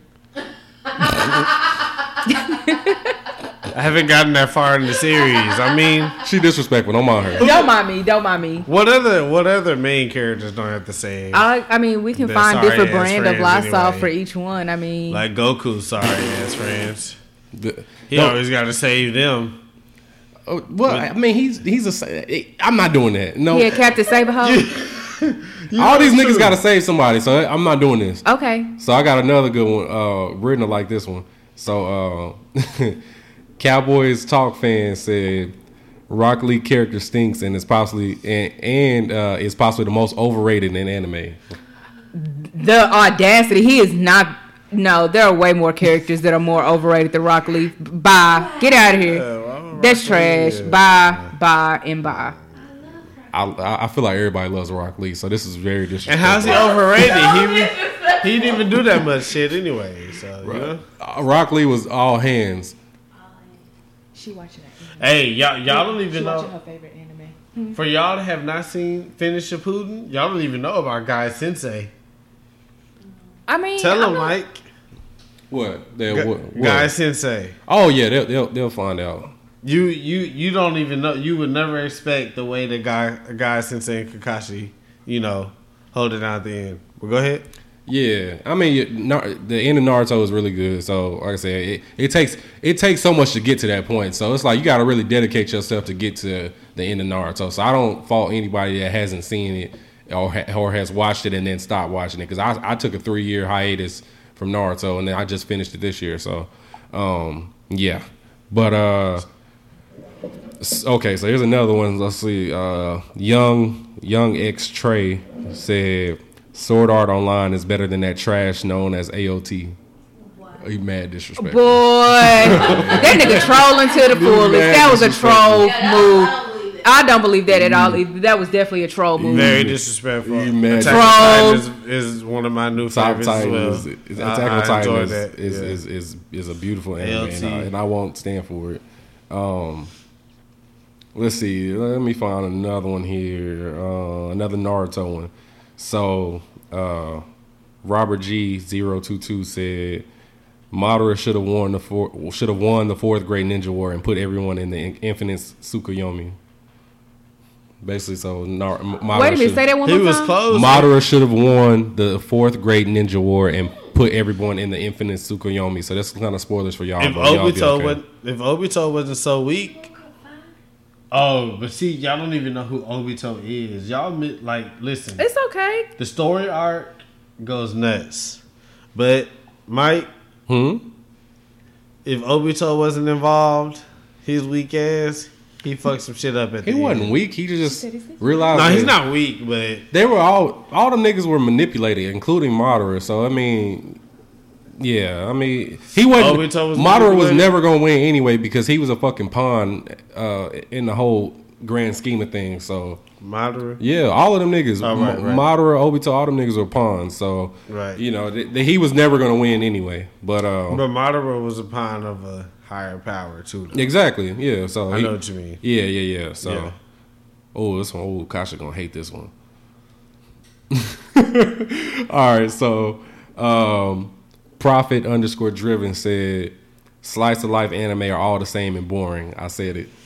Speaker 4: I haven't gotten that far in the series. I mean,
Speaker 2: She disrespectful. Don't mind her.
Speaker 5: Don't mind me. Don't mind me.
Speaker 4: what other what other main characters don't have the same?
Speaker 5: I, I mean, we can
Speaker 4: They're
Speaker 5: find
Speaker 4: sorry
Speaker 5: different
Speaker 4: ass
Speaker 5: brand of
Speaker 4: friends
Speaker 5: Lysol
Speaker 4: anyway.
Speaker 5: for each one. I mean,
Speaker 4: like Goku, sorry ass friends.
Speaker 2: The-
Speaker 4: He
Speaker 2: No,
Speaker 4: always got to save them.
Speaker 2: oh, well, I mean, he's he's a. sa- eh, I'm not doing that. No,
Speaker 5: yeah, Captain Saberho.
Speaker 2: all these niggas gotta save somebody. So I'm not doing this.
Speaker 5: Okay.
Speaker 2: So I got another good one. Uh, written like this one. So uh, (laughs) Cowboys talk fan said Rock Lee character stinks and is possibly and, and uh, is possibly the most overrated in anime.
Speaker 5: The audacity. He is not. No, there are way more characters that are more overrated than Rock Lee. Bye. Get out of here. That's trash. Bye, bye, and bye.
Speaker 2: I- I I feel like everybody loves Rock Lee, so this is very
Speaker 4: And
Speaker 2: disrespectful.
Speaker 4: how's he overrated? He he didn't even do that much shit anyway. So you know.
Speaker 2: Uh, Rock Lee was all hands.
Speaker 5: She watching that.
Speaker 4: Hey, y'all y'all don't even know.
Speaker 5: her favorite anime.
Speaker 4: For y'all to have not seen Finish Putin, y'all don't even know about Guy Sensei.
Speaker 5: I mean,
Speaker 4: Tell
Speaker 5: I'm
Speaker 4: him,
Speaker 5: not-
Speaker 4: Mike.
Speaker 2: What? They,
Speaker 4: Gu-
Speaker 2: what, what?
Speaker 4: Guy Sensei.
Speaker 2: Oh yeah, they'll, they'll they'll find out.
Speaker 4: You you you don't even know. You would never expect the way the guy guy Sensei and Kakashi, you know, hold it down at the end. But go ahead.
Speaker 2: Yeah, I mean, you- Nar- the end of Naruto is really good. So, like I said, it, it takes it takes so much to get to that point. So it's like you got to really dedicate yourself to get to the end of Naruto. So I don't fault anybody that hasn't seen it or ha- or has watched it and then stopped watching it because I I took a three year hiatus from Naruto and then I just finished it this year. So, um, yeah, but uh, s- okay. So here's another one. Let's see. Uh, young Young X Trey said. Sword Art Online is better than that trash known as AOT. He mad disrespect.
Speaker 4: (laughs)
Speaker 5: Boy, that nigga trolling to the fullest.
Speaker 2: Man,
Speaker 5: That was a
Speaker 2: disrespectful.
Speaker 5: troll
Speaker 3: Yeah,
Speaker 5: move.
Speaker 3: I, I don't believe it.
Speaker 5: I don't believe that at all.
Speaker 4: Mm-hmm.
Speaker 5: Either. That was definitely a troll move.
Speaker 4: Very disrespectful.
Speaker 2: You mad.
Speaker 4: Attack on Titan is, is one of my new
Speaker 2: Top
Speaker 4: favorites as
Speaker 2: Titan
Speaker 4: well.
Speaker 2: is, is
Speaker 4: I-
Speaker 2: Attack on
Speaker 4: I
Speaker 2: Titan
Speaker 4: enjoy
Speaker 2: is,
Speaker 4: that,
Speaker 2: is,
Speaker 4: yeah.
Speaker 2: is, is, is a beautiful anime, and I,
Speaker 4: LT.
Speaker 2: and I won't stand for it. Um, let's see. Let me find another one here. Uh, another Naruto one. So, uh, Robert G 022 said, Madara should have won the four, should have won the fourth grade ninja war and put everyone in the in- infinite Tsukuyomi. Basically, so Nar- Madara
Speaker 5: Wait a minute,
Speaker 2: should've-
Speaker 5: say that one
Speaker 4: He
Speaker 5: more
Speaker 4: was
Speaker 5: time.
Speaker 4: close.
Speaker 2: Madara should have won the fourth grade ninja war and put everyone in the infinite Tsukuyomi. So that's kind of spoilers for y'all.
Speaker 4: if
Speaker 2: but y'all be
Speaker 4: Obito
Speaker 2: okay.
Speaker 4: was if Obito wasn't so weak. Oh, but see, y'all don't even know who Obito is. Y'all mi- like listen.
Speaker 5: It's okay.
Speaker 4: the story arc goes nuts, but Mike,
Speaker 2: hmm?
Speaker 4: if Obito wasn't involved, his weak ass, he fucked some shit up at the
Speaker 2: he wasn't
Speaker 4: end.
Speaker 2: weak. He just
Speaker 5: he's not-
Speaker 2: realized.
Speaker 4: No,
Speaker 2: that
Speaker 4: he's not weak, but
Speaker 2: They were all all the niggas were manipulated, including Madara. So I mean, Yeah, I mean, he
Speaker 4: Oh, we
Speaker 2: wasn't.
Speaker 4: told us-
Speaker 2: Madara was
Speaker 4: we-
Speaker 2: never gonna win anyway because he was a fucking pawn uh, in the whole grand scheme of things. So
Speaker 4: Madara.
Speaker 2: yeah, all of them niggas,
Speaker 4: Oh, right,
Speaker 2: M-
Speaker 4: right.
Speaker 2: Madara, Obito, all them niggas were pawns. So
Speaker 4: Right.
Speaker 2: you know, th- th- he was never gonna win anyway. But um,
Speaker 4: But Madara was a pawn of a higher power too. though.
Speaker 2: exactly, yeah. So
Speaker 4: I
Speaker 2: he-
Speaker 4: know what you mean.
Speaker 2: Yeah, yeah, yeah. So,
Speaker 4: Yeah.
Speaker 2: oh, this one, oh, Kasha gonna hate this one. (laughs) All right, so um, profit underscore driven said, "Slice of life anime are all the same and boring." I said it. (laughs)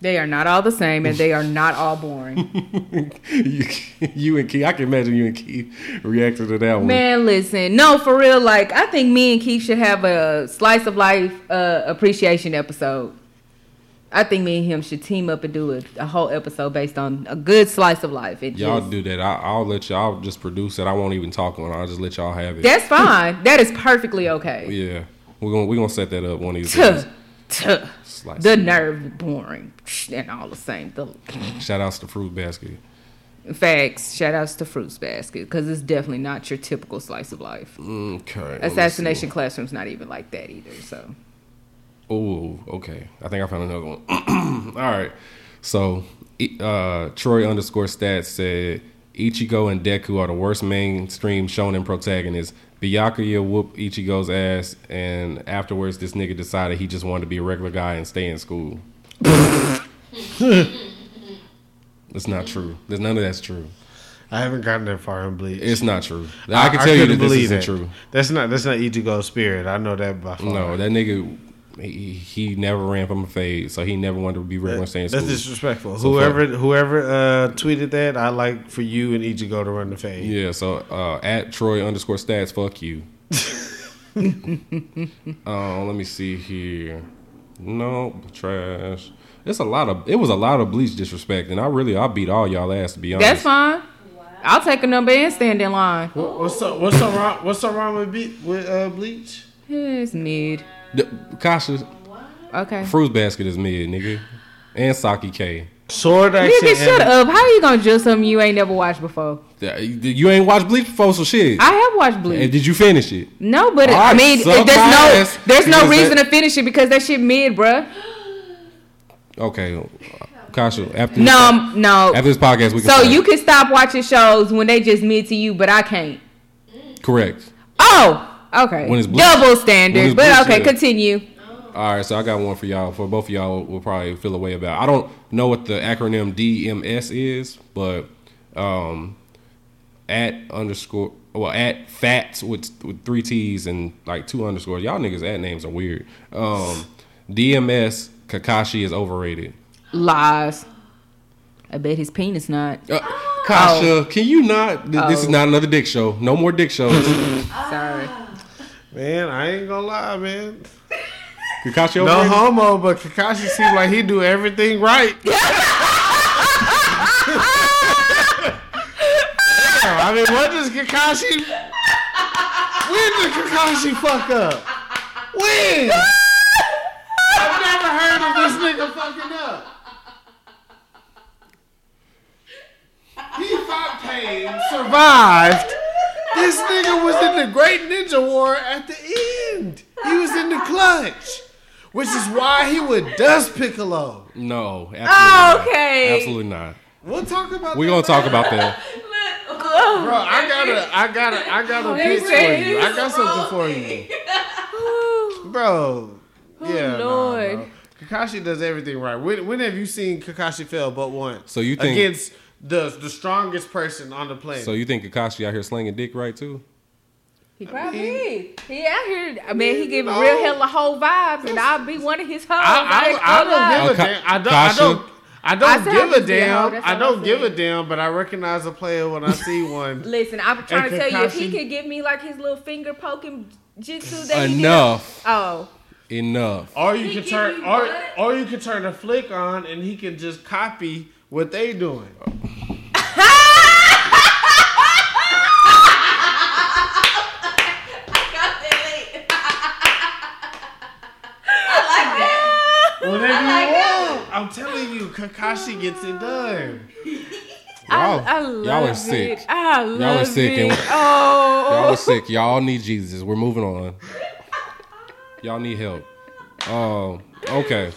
Speaker 5: They are not all the same, and they are not all boring.
Speaker 2: you, you and Key, I can imagine you and Key reacting to that one.
Speaker 5: Man, listen, no, for real. Like, I think me and Keith should have a slice of life uh, appreciation episode. I think me and him should team up and do a, a whole episode based on a good slice of life. It
Speaker 2: Y'all
Speaker 5: just-
Speaker 2: do that. I, I'll let y'all I'll just produce it. I won't even talk on it. I'll just let y'all have it.
Speaker 5: That's fine. that is perfectly okay.
Speaker 2: yeah, we're gonna we're gonna set that up one
Speaker 5: (laughs)
Speaker 2: of these
Speaker 5: Tuh,
Speaker 2: days.
Speaker 5: tuh.
Speaker 2: Slice.
Speaker 5: The nerve, boring, and all the same. The
Speaker 2: Shout outs to Fruit Basket.
Speaker 5: facts. Shout outs to Fruits Basket because it's definitely not your typical slice of life.
Speaker 2: Okay. let me see.
Speaker 5: Assassination Classroom's not even like that either. So
Speaker 2: Oh, okay. I think I found another one. (clears throat) All right. So, e- uh, Troy underscore stats said Ichigo and Deku are the worst mainstream shonen protagonists. Byakuya whooped Ichigo's ass, and afterwards, this nigga decided he just wanted to be a regular guy and stay in school. (laughs) That's not true. There's none of that's true.
Speaker 4: I haven't gotten that far in Bleach.
Speaker 2: It's not true. I, can tell you that this
Speaker 4: couldn't believe
Speaker 2: isn't
Speaker 4: it.
Speaker 2: true.
Speaker 4: That's not that's not Ichigo's spirit. I know that by far.
Speaker 2: No, that nigga, he, he never ran from a fade, so he never wanted to be regular and stay in
Speaker 4: that's
Speaker 2: school.
Speaker 4: disrespectful.
Speaker 2: So
Speaker 4: whoever whoever uh, tweeted that, I like for you and Ichigo to run the fade.
Speaker 2: Yeah, so uh, at Troy underscore stats, fuck
Speaker 5: (laughs)
Speaker 2: you. uh, let me see here. No trash. It's a lot of. It was a lot of bleach disrespect, and I really I beat all y'all ass to be honest.
Speaker 5: that's fine. I'll take a number and stand in line.
Speaker 4: What, what's up? What's up wrong? What's up wrong with Ble- with uh, Bleach?
Speaker 5: It's mid.
Speaker 2: The, Kasha
Speaker 5: Okay.
Speaker 2: fruits basket is mid, nigga, and Saki K.
Speaker 4: Sword action.
Speaker 5: Nigga, shut up. How you gonna do something you ain't never watched before?
Speaker 2: Th- You ain't watched bleach before, so shit.
Speaker 5: I have watched
Speaker 2: and
Speaker 5: Bleach.
Speaker 2: did you finish it?
Speaker 5: No, but it,
Speaker 2: I
Speaker 5: I mean,
Speaker 2: suck
Speaker 5: it, there's
Speaker 2: my
Speaker 5: no,
Speaker 2: ass
Speaker 5: there's no
Speaker 2: because
Speaker 5: reason
Speaker 2: that-
Speaker 5: to finish it because that shit mid, bruh.
Speaker 2: Okay, Kasha. After
Speaker 5: No,
Speaker 2: this,
Speaker 5: um, no.
Speaker 2: after this podcast, we can.
Speaker 5: So
Speaker 2: start.
Speaker 5: you can stop watching shows when they just mid to you, but I can't.
Speaker 2: correct.
Speaker 5: Oh, okay.
Speaker 2: When it's Bleach.
Speaker 5: Double
Speaker 2: When it's
Speaker 5: standard, but
Speaker 2: Bleach,
Speaker 5: okay,
Speaker 2: yeah.
Speaker 5: continue.
Speaker 2: All right, so I got one for y'all. For both of y'all, will probably feel a way about. I don't know what the acronym DMS is, but um, at underscore well at fats with with three T's and like two underscores. Y'all niggas at names are weird. Um, DMS Kakashi is overrated.
Speaker 5: Lies. I bet his penis not.
Speaker 2: Uh, Kasha, can you not? th- This is
Speaker 5: Oh.
Speaker 2: not another dick show. No more dick shows.
Speaker 5: Sorry.
Speaker 4: man. I ain't gonna lie, man.
Speaker 2: Kakashi
Speaker 4: No
Speaker 2: overrated.
Speaker 4: homo, but Kakashi seemed like he do everything right. Damn, I mean, what does Kakashi? When did Kakashi fuck up? When? I've never heard of this nigga fucking up. He fought pain, survived. This nigga was in the Great Ninja War at the end. He was in the clutch. Which is why he would dust Piccolo.
Speaker 2: No, absolutely
Speaker 5: Oh, Okay.
Speaker 2: not. Absolutely not.
Speaker 4: We'll talk about
Speaker 2: We
Speaker 4: that
Speaker 2: gonna talk
Speaker 4: later.
Speaker 2: about that.
Speaker 4: Bro, I got a I got a I got a pitch for
Speaker 5: said
Speaker 4: you. I got
Speaker 3: he's
Speaker 4: something for you. Bro. Yeah.
Speaker 5: Oh, Lord.
Speaker 4: Lord. Kakashi does everything right. When, when have you seen Kakashi fail but once?
Speaker 2: So you think-
Speaker 4: against the the strongest person on the planet.
Speaker 5: Oh
Speaker 2: So you think Kakashi out here slinging dick right too?
Speaker 5: (gasps) He probably is. He out here. I mean, he giving
Speaker 4: no.
Speaker 5: real hella whole vibes, and I'll be one of his hoes.
Speaker 4: I,
Speaker 5: ain't
Speaker 4: I, I
Speaker 5: gonna lie.
Speaker 4: don't give a
Speaker 2: Ka-
Speaker 4: damn. I don't. I don't. I
Speaker 5: I
Speaker 4: don't
Speaker 5: said
Speaker 4: give
Speaker 5: I
Speaker 4: a
Speaker 5: just be a
Speaker 4: damn.
Speaker 5: hoe, that's
Speaker 4: I
Speaker 5: all
Speaker 4: don't
Speaker 5: I'm
Speaker 4: give a
Speaker 5: saying.
Speaker 4: damn, but I recognize a player when I see
Speaker 5: (laughs)
Speaker 4: one.
Speaker 5: Listen, I'm trying to
Speaker 4: And
Speaker 5: tell you if he
Speaker 4: Kakashi-
Speaker 5: could give me like his little finger poking jitsu that he did.
Speaker 2: Enough,
Speaker 5: Oh,
Speaker 2: enough.
Speaker 4: Or you
Speaker 3: He
Speaker 4: can
Speaker 3: give
Speaker 4: turn,
Speaker 3: you
Speaker 4: or
Speaker 3: what?
Speaker 4: or you can turn a flick on, and he can just copy what
Speaker 3: (laughs)
Speaker 4: they doing.
Speaker 3: (laughs)
Speaker 4: Whatever you want, I'm telling you, Kakashi gets it done.
Speaker 2: Y'all-
Speaker 5: I, I
Speaker 2: y'all
Speaker 5: love
Speaker 2: are sick.
Speaker 5: It. I love
Speaker 2: are sick and-
Speaker 5: it. Oh,
Speaker 2: Y'all was sick. Y'all need Jesus. We're moving on. Y'all need help. Um. Okay.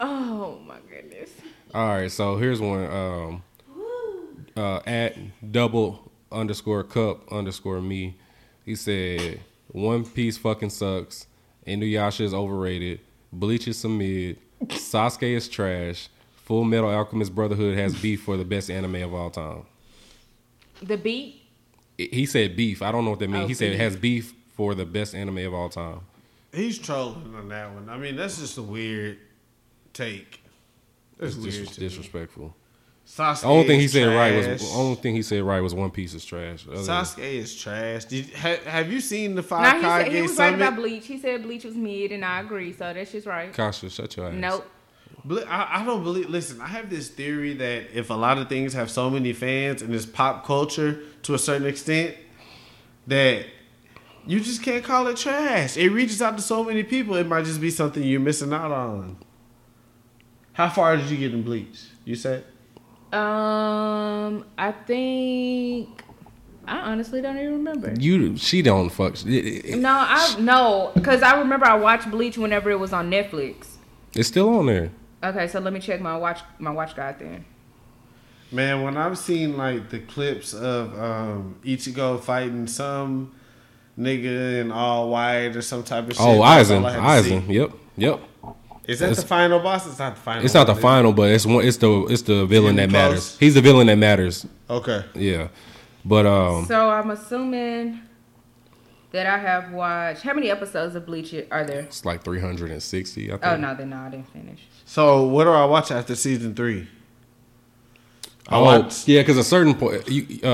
Speaker 5: oh my goodness.
Speaker 2: All right. So here's one. Um. Uh. At double underscore cup underscore me. He said One Piece fucking sucks. Inuyasha is overrated. Bleach is some mid. Sasuke is trash. Full Metal Alchemist Brotherhood has beef for the best anime of all time.
Speaker 5: The beat.
Speaker 2: He said beef. I don't know what that means.
Speaker 5: Oh,
Speaker 2: he said it
Speaker 5: beef.
Speaker 2: has beef for the best anime of all time.
Speaker 4: He's trolling on that one. I mean, that's just a weird take. That's
Speaker 2: It's
Speaker 4: weird.
Speaker 2: dis-
Speaker 4: to me.
Speaker 2: disrespectful.
Speaker 4: Sasuke
Speaker 2: The only thing he
Speaker 4: is
Speaker 2: said right
Speaker 4: trash.
Speaker 2: was only thing he said right was One Piece is trash. Other than-
Speaker 4: Sasuke is trash. Did, ha, have you seen the
Speaker 5: Now
Speaker 4: Five
Speaker 5: he said he
Speaker 4: Kage
Speaker 5: was right
Speaker 4: Summit?
Speaker 5: about Bleach. He said Bleach was mid, and I agree. So that's just right.
Speaker 2: Kasha, shut your ass.
Speaker 5: Nope.
Speaker 4: Ble- I, I don't believe. Listen, I have this theory that if a lot of things have so many fans and it's pop culture to a certain extent, that you just can't call it trash. It reaches out to so many people. It might just be something you're missing out on. How far did you get in Bleach? You said
Speaker 5: Um, I think I honestly don't even remember.
Speaker 2: You she don't fuck. it- it-
Speaker 5: No, I no, because I remember I watched Bleach whenever it was on Netflix.
Speaker 2: It's still on there.
Speaker 5: Okay, so let me check my watch my watch guide then.
Speaker 4: Man, when I've seen like the clips of um, Ichigo fighting some nigga in all white or some type of shit.
Speaker 2: Oh,
Speaker 4: that's all
Speaker 2: Aizen,
Speaker 4: I had to see.
Speaker 2: Aizen. Yep, yep.
Speaker 4: Is that the
Speaker 2: That's-
Speaker 4: final boss? It's not the final.
Speaker 2: It's not the
Speaker 4: one, is it?
Speaker 2: final, but it's one. It's the it's the villain that
Speaker 4: Getting
Speaker 2: matters.
Speaker 4: close.
Speaker 2: He's the villain that matters.
Speaker 4: Okay.
Speaker 2: Yeah, but um,
Speaker 5: So I'm assuming that I have watched how many episodes of Bleach are there?
Speaker 2: it's like three hundred and sixty. I think.
Speaker 5: Oh no, then no, I didn't finish.
Speaker 4: So what do I watch after season three? I
Speaker 2: Oh
Speaker 4: watched-
Speaker 2: yeah, because a certain point. You, uh,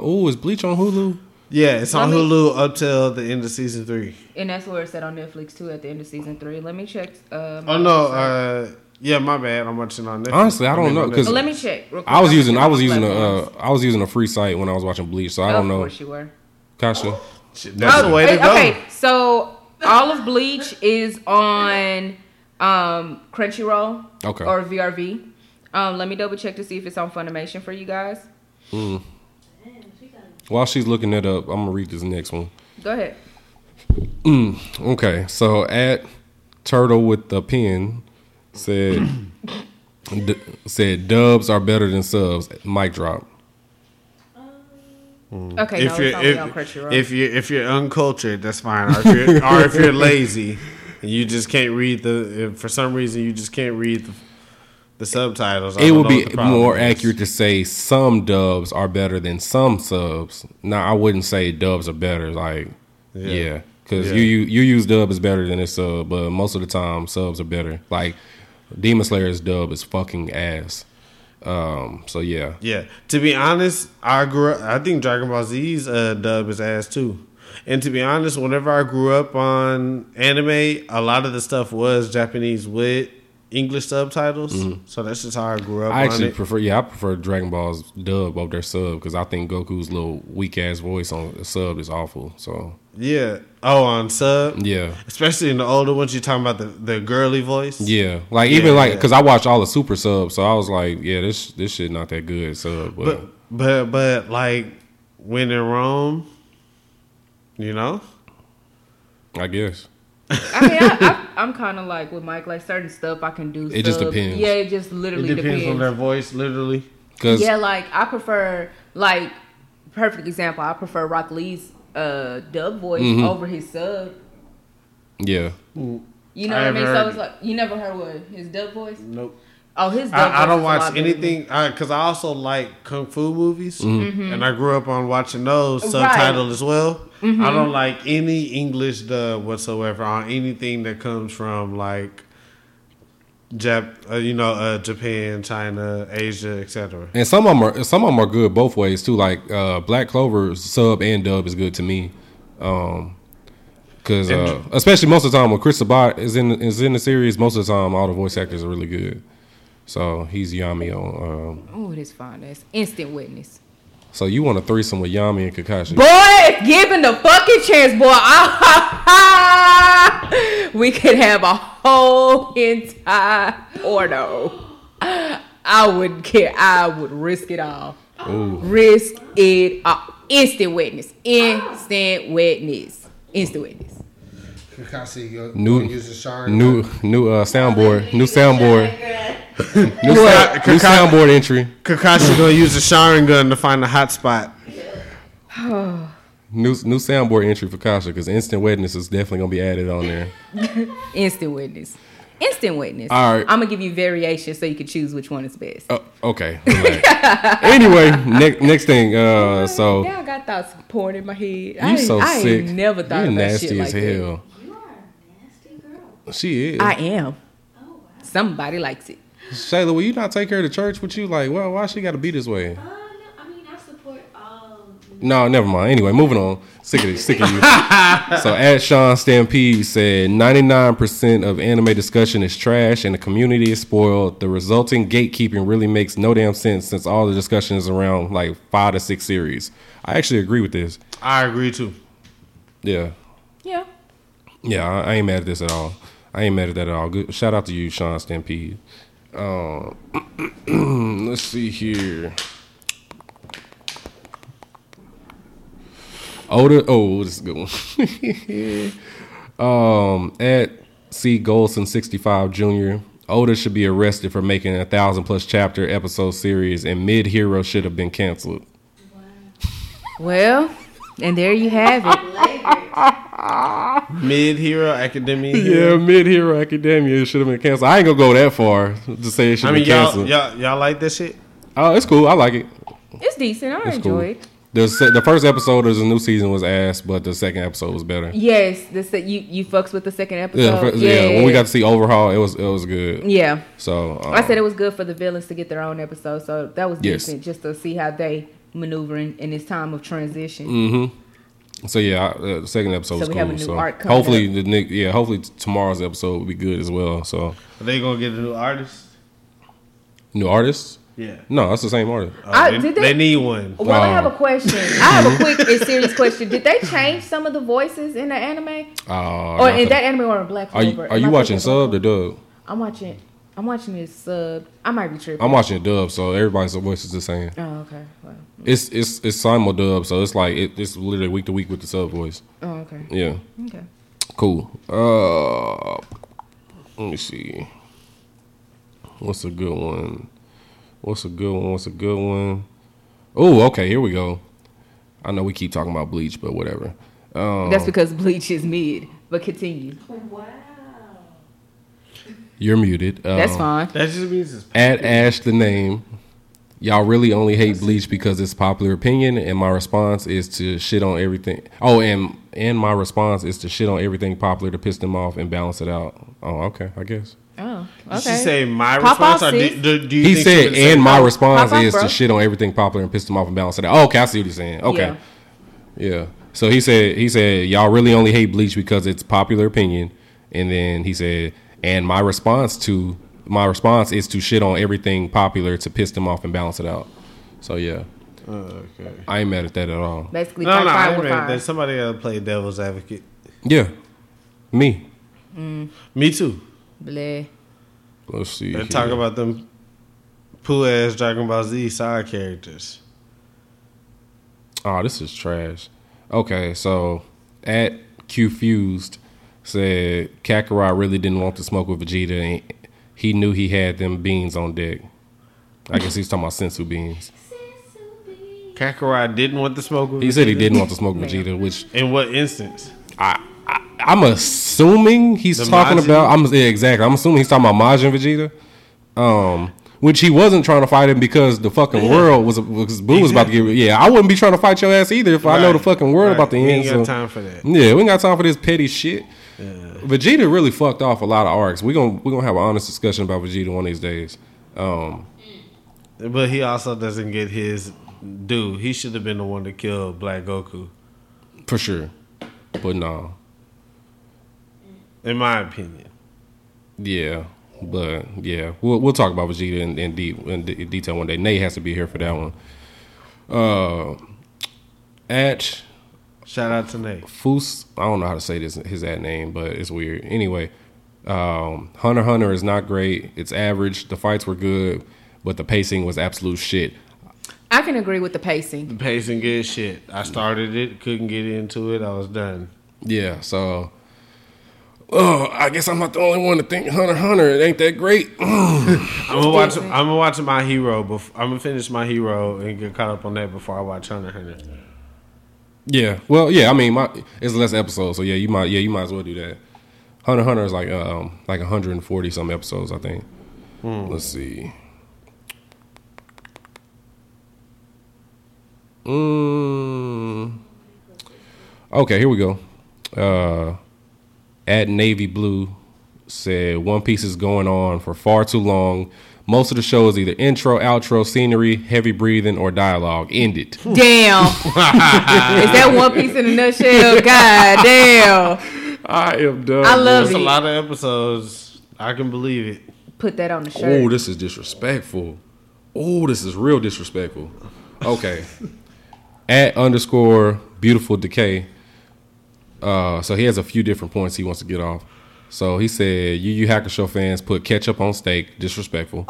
Speaker 2: oh, is Bleach on Hulu?
Speaker 4: Yeah, it's on
Speaker 5: Let me-
Speaker 4: Hulu up till the end of season three.
Speaker 5: And that's where it's at on Netflix too at the end of season three. Let me check. Um,
Speaker 4: Oh no, uh, yeah, my bad. I'm watching on Netflix.
Speaker 2: Honestly, I don't
Speaker 4: mean,
Speaker 2: know,
Speaker 4: on
Speaker 2: 'cause-
Speaker 4: Netflix.
Speaker 5: let me check. real quick.
Speaker 2: I was
Speaker 5: I'm
Speaker 2: using I
Speaker 5: checking
Speaker 2: was
Speaker 5: my
Speaker 2: using a
Speaker 5: platforms.
Speaker 2: uh, I was using a free site when I was watching Bleach, so I don't
Speaker 5: of
Speaker 2: know.
Speaker 5: course you were.
Speaker 2: Kasha,
Speaker 4: Shit, that's the way to
Speaker 5: wait,
Speaker 4: go.
Speaker 5: Okay, so all of Bleach is on um, Crunchyroll
Speaker 2: Okay.
Speaker 5: or VRV. Um, let me double check to see if it's on Funimation for you guys.
Speaker 2: while she's looking that up, I'm gonna read this next one.
Speaker 5: Go ahead.
Speaker 2: Okay, so at Turtle with the pen said (clears throat) d- said dubs are better than subs. Mic drop.
Speaker 5: Okay,
Speaker 4: If
Speaker 5: no,
Speaker 4: you're
Speaker 5: it's only on
Speaker 4: if,
Speaker 5: Crunchyroll.
Speaker 4: if you if you're uncultured, that's fine. Or if
Speaker 5: (laughs)
Speaker 4: you're, or if you're lazy, and you just can't read the if for some reason you just can't read the, the subtitles. I
Speaker 2: It
Speaker 4: don't
Speaker 2: would
Speaker 4: know
Speaker 2: be
Speaker 4: what the problem
Speaker 2: more
Speaker 4: is.
Speaker 2: accurate to say some dubs are better than some subs. Now I wouldn't say dubs are better. Like yeah, because
Speaker 4: Yeah.
Speaker 2: you, you you use dub is better than a sub, but most of the time subs are better. Like Demon Slayer's dub is fucking ass. Um. So yeah.
Speaker 4: Yeah, to be honest, I grew. Up, I think Dragon Ball Z's uh, dub is ass too. And to be honest, whenever I grew up on anime, a lot of the stuff was Japanese with English subtitles. So that's just how I grew up.
Speaker 2: Mm-hmm. I actually
Speaker 4: on it.
Speaker 2: prefer, yeah, I prefer Dragon Ball's dub over their sub because I think Goku's little weak ass voice on the sub is awful. So
Speaker 4: yeah. Oh, on sub,
Speaker 2: yeah,
Speaker 4: especially in the older ones, you're talking about the the girly voice.
Speaker 2: yeah, like even like because I watched all the super subs, so I was like, yeah, this this shit not that good sub, but,
Speaker 4: But but but like when in Rome, you know.
Speaker 2: I guess
Speaker 5: I mean, I, I, I'm kind of like with Mike, like certain stuff I can do.
Speaker 2: It just
Speaker 5: sub.
Speaker 2: depends.
Speaker 5: Yeah, it just literally depends.
Speaker 4: voice, literally.
Speaker 2: because
Speaker 5: Yeah, like I prefer like perfect example. I prefer Rock Lee's uh, dub voice
Speaker 2: Mm-hmm.
Speaker 5: over his sub.
Speaker 2: yeah,
Speaker 5: You know
Speaker 4: I
Speaker 5: what I
Speaker 4: haven't
Speaker 5: mean? So
Speaker 4: heard-
Speaker 5: it's like you never heard what his dub voice.
Speaker 4: Nope.
Speaker 5: Oh, his dub voice
Speaker 4: I, I don't
Speaker 5: is a lot
Speaker 4: watch
Speaker 5: better than
Speaker 4: anything because I also like kung fu movies,
Speaker 5: Mm-hmm.
Speaker 4: and I grew up on watching those subtitled as well.
Speaker 5: Mm-hmm.
Speaker 4: I don't like any English dub whatsoever on anything that comes from like Jap, uh, you know, uh, Japan, China, Asia, etc.
Speaker 2: and some of them are some of them are good both ways too. Like uh, Black Clover sub and dub is good to me. Um, Cause, uh, especially most of the time when Chris Sabat is in is in the series, most of the time all the voice actors are really good. So he's Yami on um,
Speaker 5: Oh, this fine ass. Instant witness.
Speaker 2: So you want a threesome with Yami and Kakashi?
Speaker 5: Boy, if given the fucking chance, boy, (laughs) we could have a whole entire porno. I wouldn't care. I would risk it all.
Speaker 2: Ooh.
Speaker 5: Risk it all. Instant witness. Instant witness. Instant witness.
Speaker 6: Kikasi, you
Speaker 2: New-
Speaker 6: new, use the sharn.
Speaker 2: New new uh, soundboard. New soundboard. New,
Speaker 4: What?
Speaker 2: sound, new soundboard entry.
Speaker 4: Kakashi gonna use the Sharon gun to find the hot spot.
Speaker 2: New new soundboard entry for Kasha because instant wetness is definitely gonna be added on there.
Speaker 5: Instant witness. Instant witness.
Speaker 2: All right.
Speaker 5: I'm gonna give you variations so you can choose which one is best.
Speaker 2: (laughs) Oh, okay. (laughs) relax. anyway, next next thing. Uh, so
Speaker 5: yeah, I got thoughts pouring in my head. You I,
Speaker 2: you
Speaker 5: ain't-
Speaker 2: so
Speaker 5: I ain't
Speaker 2: sick.
Speaker 5: never thought
Speaker 2: You're
Speaker 5: about
Speaker 2: nasty
Speaker 5: shit
Speaker 2: as
Speaker 5: like that.
Speaker 2: hell.
Speaker 3: You are a nasty girl. Oh,
Speaker 2: She is.
Speaker 5: I am. Somebody likes it.
Speaker 2: Shayla, will you not take her to church with you? Like, well, why she got to be this way?
Speaker 3: Uh, no, I mean, I support um, all.
Speaker 2: No, never mind. Anyway, moving on. Sick of this. Sick of you. so, at Sean Stampede said, 99% of anime discussion is trash and the community is spoiled. The resulting gatekeeping really makes no damn sense since all the discussion is around like five to six series. I actually agree with this.
Speaker 4: I agree too.
Speaker 2: Yeah.
Speaker 5: Yeah.
Speaker 2: Yeah, I, I ain't mad at this at all. I ain't mad at that at all. Good. Shout out to you, Sean Stampede. Um, (clears throat) let's see here. Oda, oh, this is a good one. (laughs) um, at C Golson sixty five Jr. Oda should be arrested for making a thousand plus chapter episode series, and Mid Hero should have been canceled.
Speaker 5: Well, and there you have it.
Speaker 4: Mid Hero Academia.
Speaker 2: Yeah, Mid Hero Academia should have been canceled. I ain't gonna go that far to say it should
Speaker 4: I
Speaker 2: have
Speaker 4: mean
Speaker 2: been
Speaker 4: y'all,
Speaker 2: canceled.
Speaker 4: y'all y'all like that shit?
Speaker 2: Oh, it's cool. I like it.
Speaker 5: (laughs) It's decent. I
Speaker 2: It's cool.
Speaker 5: enjoy it.
Speaker 2: The se- the first episode of the new season was ass, but the second episode was better.
Speaker 5: Yes, the se- you you fucks with the second episode.
Speaker 2: Yeah, the fir- yeah, When we got to see overhaul, it was it was good.
Speaker 5: yeah.
Speaker 2: So um,
Speaker 5: I said it was good for the villains to get their own episode, so that was
Speaker 2: Yes.
Speaker 5: decent just to see how they maneuvering in this time of transition.
Speaker 2: Mm. So yeah, I, uh, the second episode
Speaker 5: So
Speaker 2: was
Speaker 5: we
Speaker 2: cool.
Speaker 5: have a new
Speaker 2: so
Speaker 5: arc coming
Speaker 2: hopefully the Nick, yeah, hopefully t- tomorrow's episode will be good as well. So
Speaker 4: Are they gonna get a new artist?
Speaker 2: new artists?
Speaker 4: Yeah.
Speaker 2: No, that's the same artist. Uh,
Speaker 4: Oh,
Speaker 5: I-
Speaker 4: they,
Speaker 5: did they-
Speaker 4: they need one.
Speaker 5: Well, I have
Speaker 2: Wow. Mm-hmm.
Speaker 5: a question. I have a quick and serious question. Did they change some of the voices in the anime,
Speaker 2: Uh,
Speaker 5: or
Speaker 2: not the-
Speaker 5: in Oh, that anime, or in Black
Speaker 2: are
Speaker 5: Clover?
Speaker 2: you are
Speaker 5: Am
Speaker 2: you
Speaker 5: I
Speaker 2: watching
Speaker 5: thinking of
Speaker 2: sub or dub?
Speaker 5: I'm watching. I'm watching this sub. I might be tripping.
Speaker 2: I'm watching dub, so everybody's voice is the same.
Speaker 5: oh, okay. Well,
Speaker 2: It's it's it's simul dub, so it's like it, it's literally week to week with the sub voice.
Speaker 5: oh, okay.
Speaker 2: Yeah.
Speaker 5: Okay.
Speaker 2: Cool. Uh, let me see. What's a good one? What's a good one? What's a good one? Oh, okay. Here we go. I know we keep talking about bleach, but whatever. Um,
Speaker 5: That's because Bleach is mid. But continue.
Speaker 3: Wow.
Speaker 2: you're muted. Um,
Speaker 5: That's fine.
Speaker 4: That just means it's
Speaker 2: At Ash the name. Y'all really only hate bleach because it's popular opinion, and my response is to shit on everything. Oh, and and my response is to shit on everything popular to piss them off and balance it out. Oh, okay, I guess.
Speaker 5: Oh, okay.
Speaker 4: Did she say my
Speaker 5: Pop
Speaker 4: response?
Speaker 5: off,
Speaker 4: or do,
Speaker 5: sis.
Speaker 4: do, do you
Speaker 2: He
Speaker 4: think she
Speaker 2: said,
Speaker 4: would say
Speaker 2: and my
Speaker 4: no?
Speaker 2: response
Speaker 5: Pop off,
Speaker 2: is
Speaker 5: bro.
Speaker 2: to shit on everything popular and piss them off and balance it out. Oh, okay, I see what he's saying. Okay.
Speaker 5: Yeah.
Speaker 2: Yeah. So he said, he said, y'all really only hate bleach because it's popular opinion. And then he said, and my response to my response is to shit on everything popular to piss them off and balance it out. So yeah,
Speaker 4: Oh, okay.
Speaker 2: I ain't mad at that at all.
Speaker 5: Basically,
Speaker 4: No,
Speaker 5: no,
Speaker 4: no, I
Speaker 5: fire with
Speaker 4: agree with
Speaker 5: fire.
Speaker 4: that. Somebody gotta play devil's advocate.
Speaker 2: Yeah, me.
Speaker 4: Me too.
Speaker 5: Bleh.
Speaker 2: Let's see.
Speaker 4: And
Speaker 2: here.
Speaker 4: talk about them poo ass Dragon Ball Z side characters.
Speaker 2: Oh, this is trash. Okay, so at Q Fused said Kakarot really didn't want to smoke with Vegeta, and he knew he had them beans on deck. I guess he's talking about sensu beans.
Speaker 4: Kakarot didn't want to smoke with
Speaker 2: He said he
Speaker 4: Vegeta?
Speaker 2: didn't want to smoke with Vegeta, which
Speaker 4: In what instance?
Speaker 2: I, I I'm assuming he's
Speaker 4: The
Speaker 2: talking
Speaker 4: Majin?
Speaker 2: about. I'm yeah, exactly. I'm assuming he's talking about Majin Vegeta. Um. Which he wasn't trying to fight him because the fucking world was because Boo was about to get yeah I wouldn't be trying to fight your ass either if I know the
Speaker 4: Right.
Speaker 2: fucking world
Speaker 4: Right.
Speaker 2: about the
Speaker 4: We
Speaker 2: end.
Speaker 4: Ain't got
Speaker 2: so-
Speaker 4: time for that.
Speaker 2: Yeah, we ain't got time for this petty shit. Vegeta really fucked off a lot of arcs. We're gonna we gonna have an honest discussion about Vegeta one of these days. Um,
Speaker 4: But he also doesn't get his due. He should have been the one to kill Black Goku,
Speaker 2: for sure. But no.
Speaker 4: in my opinion.
Speaker 2: Yeah. But yeah. We'll we'll talk about Vegeta in, in deep in de- detail one day. Nate has to be here for that one. Uh at
Speaker 4: Shout out to Nate.
Speaker 2: Foos, I don't know how to say this his ad name, but it's weird. Anyway, um, Hunter x Hunter is not great. It's average. The fights were good, but the pacing was absolute shit.
Speaker 5: I can agree with the pacing.
Speaker 4: The pacing good shit. I started it, couldn't get into it. I was done.
Speaker 2: Yeah, so. Oh, I guess I'm not the only one to think Hunter x Hunter. It ain't that great. (clears throat)
Speaker 4: I'm gonna watch. I'm gonna watch my hero. Bef- I'm gonna finish my hero and get caught up on that before I watch Hunter x Hunter.
Speaker 2: yeah, well, yeah. I mean, my it's less episodes, so yeah, you might, yeah, you might as well do that. Hunter x Hunter is like um like 140 some episodes, I think. Let's see. Mm. Okay, here we go. Uh, at Navy Blue said One Piece is going on for far too long. Most of the show is either intro, outro, scenery, heavy breathing, or dialogue. End it.
Speaker 5: Damn. Is that one piece in a nutshell? God damn.
Speaker 2: (laughs) I am done.
Speaker 5: I love
Speaker 4: That's a
Speaker 5: it.
Speaker 4: lot of episodes. I can believe it.
Speaker 5: Put that on the
Speaker 2: Oh,
Speaker 5: shirt.
Speaker 2: this is disrespectful. Oh, this is real disrespectful. Okay. At underscore beautiful decay. Uh, so he has a few different points he wants to get off. So he said, "You, you Hacker Show fans put ketchup on steak. Disrespectful."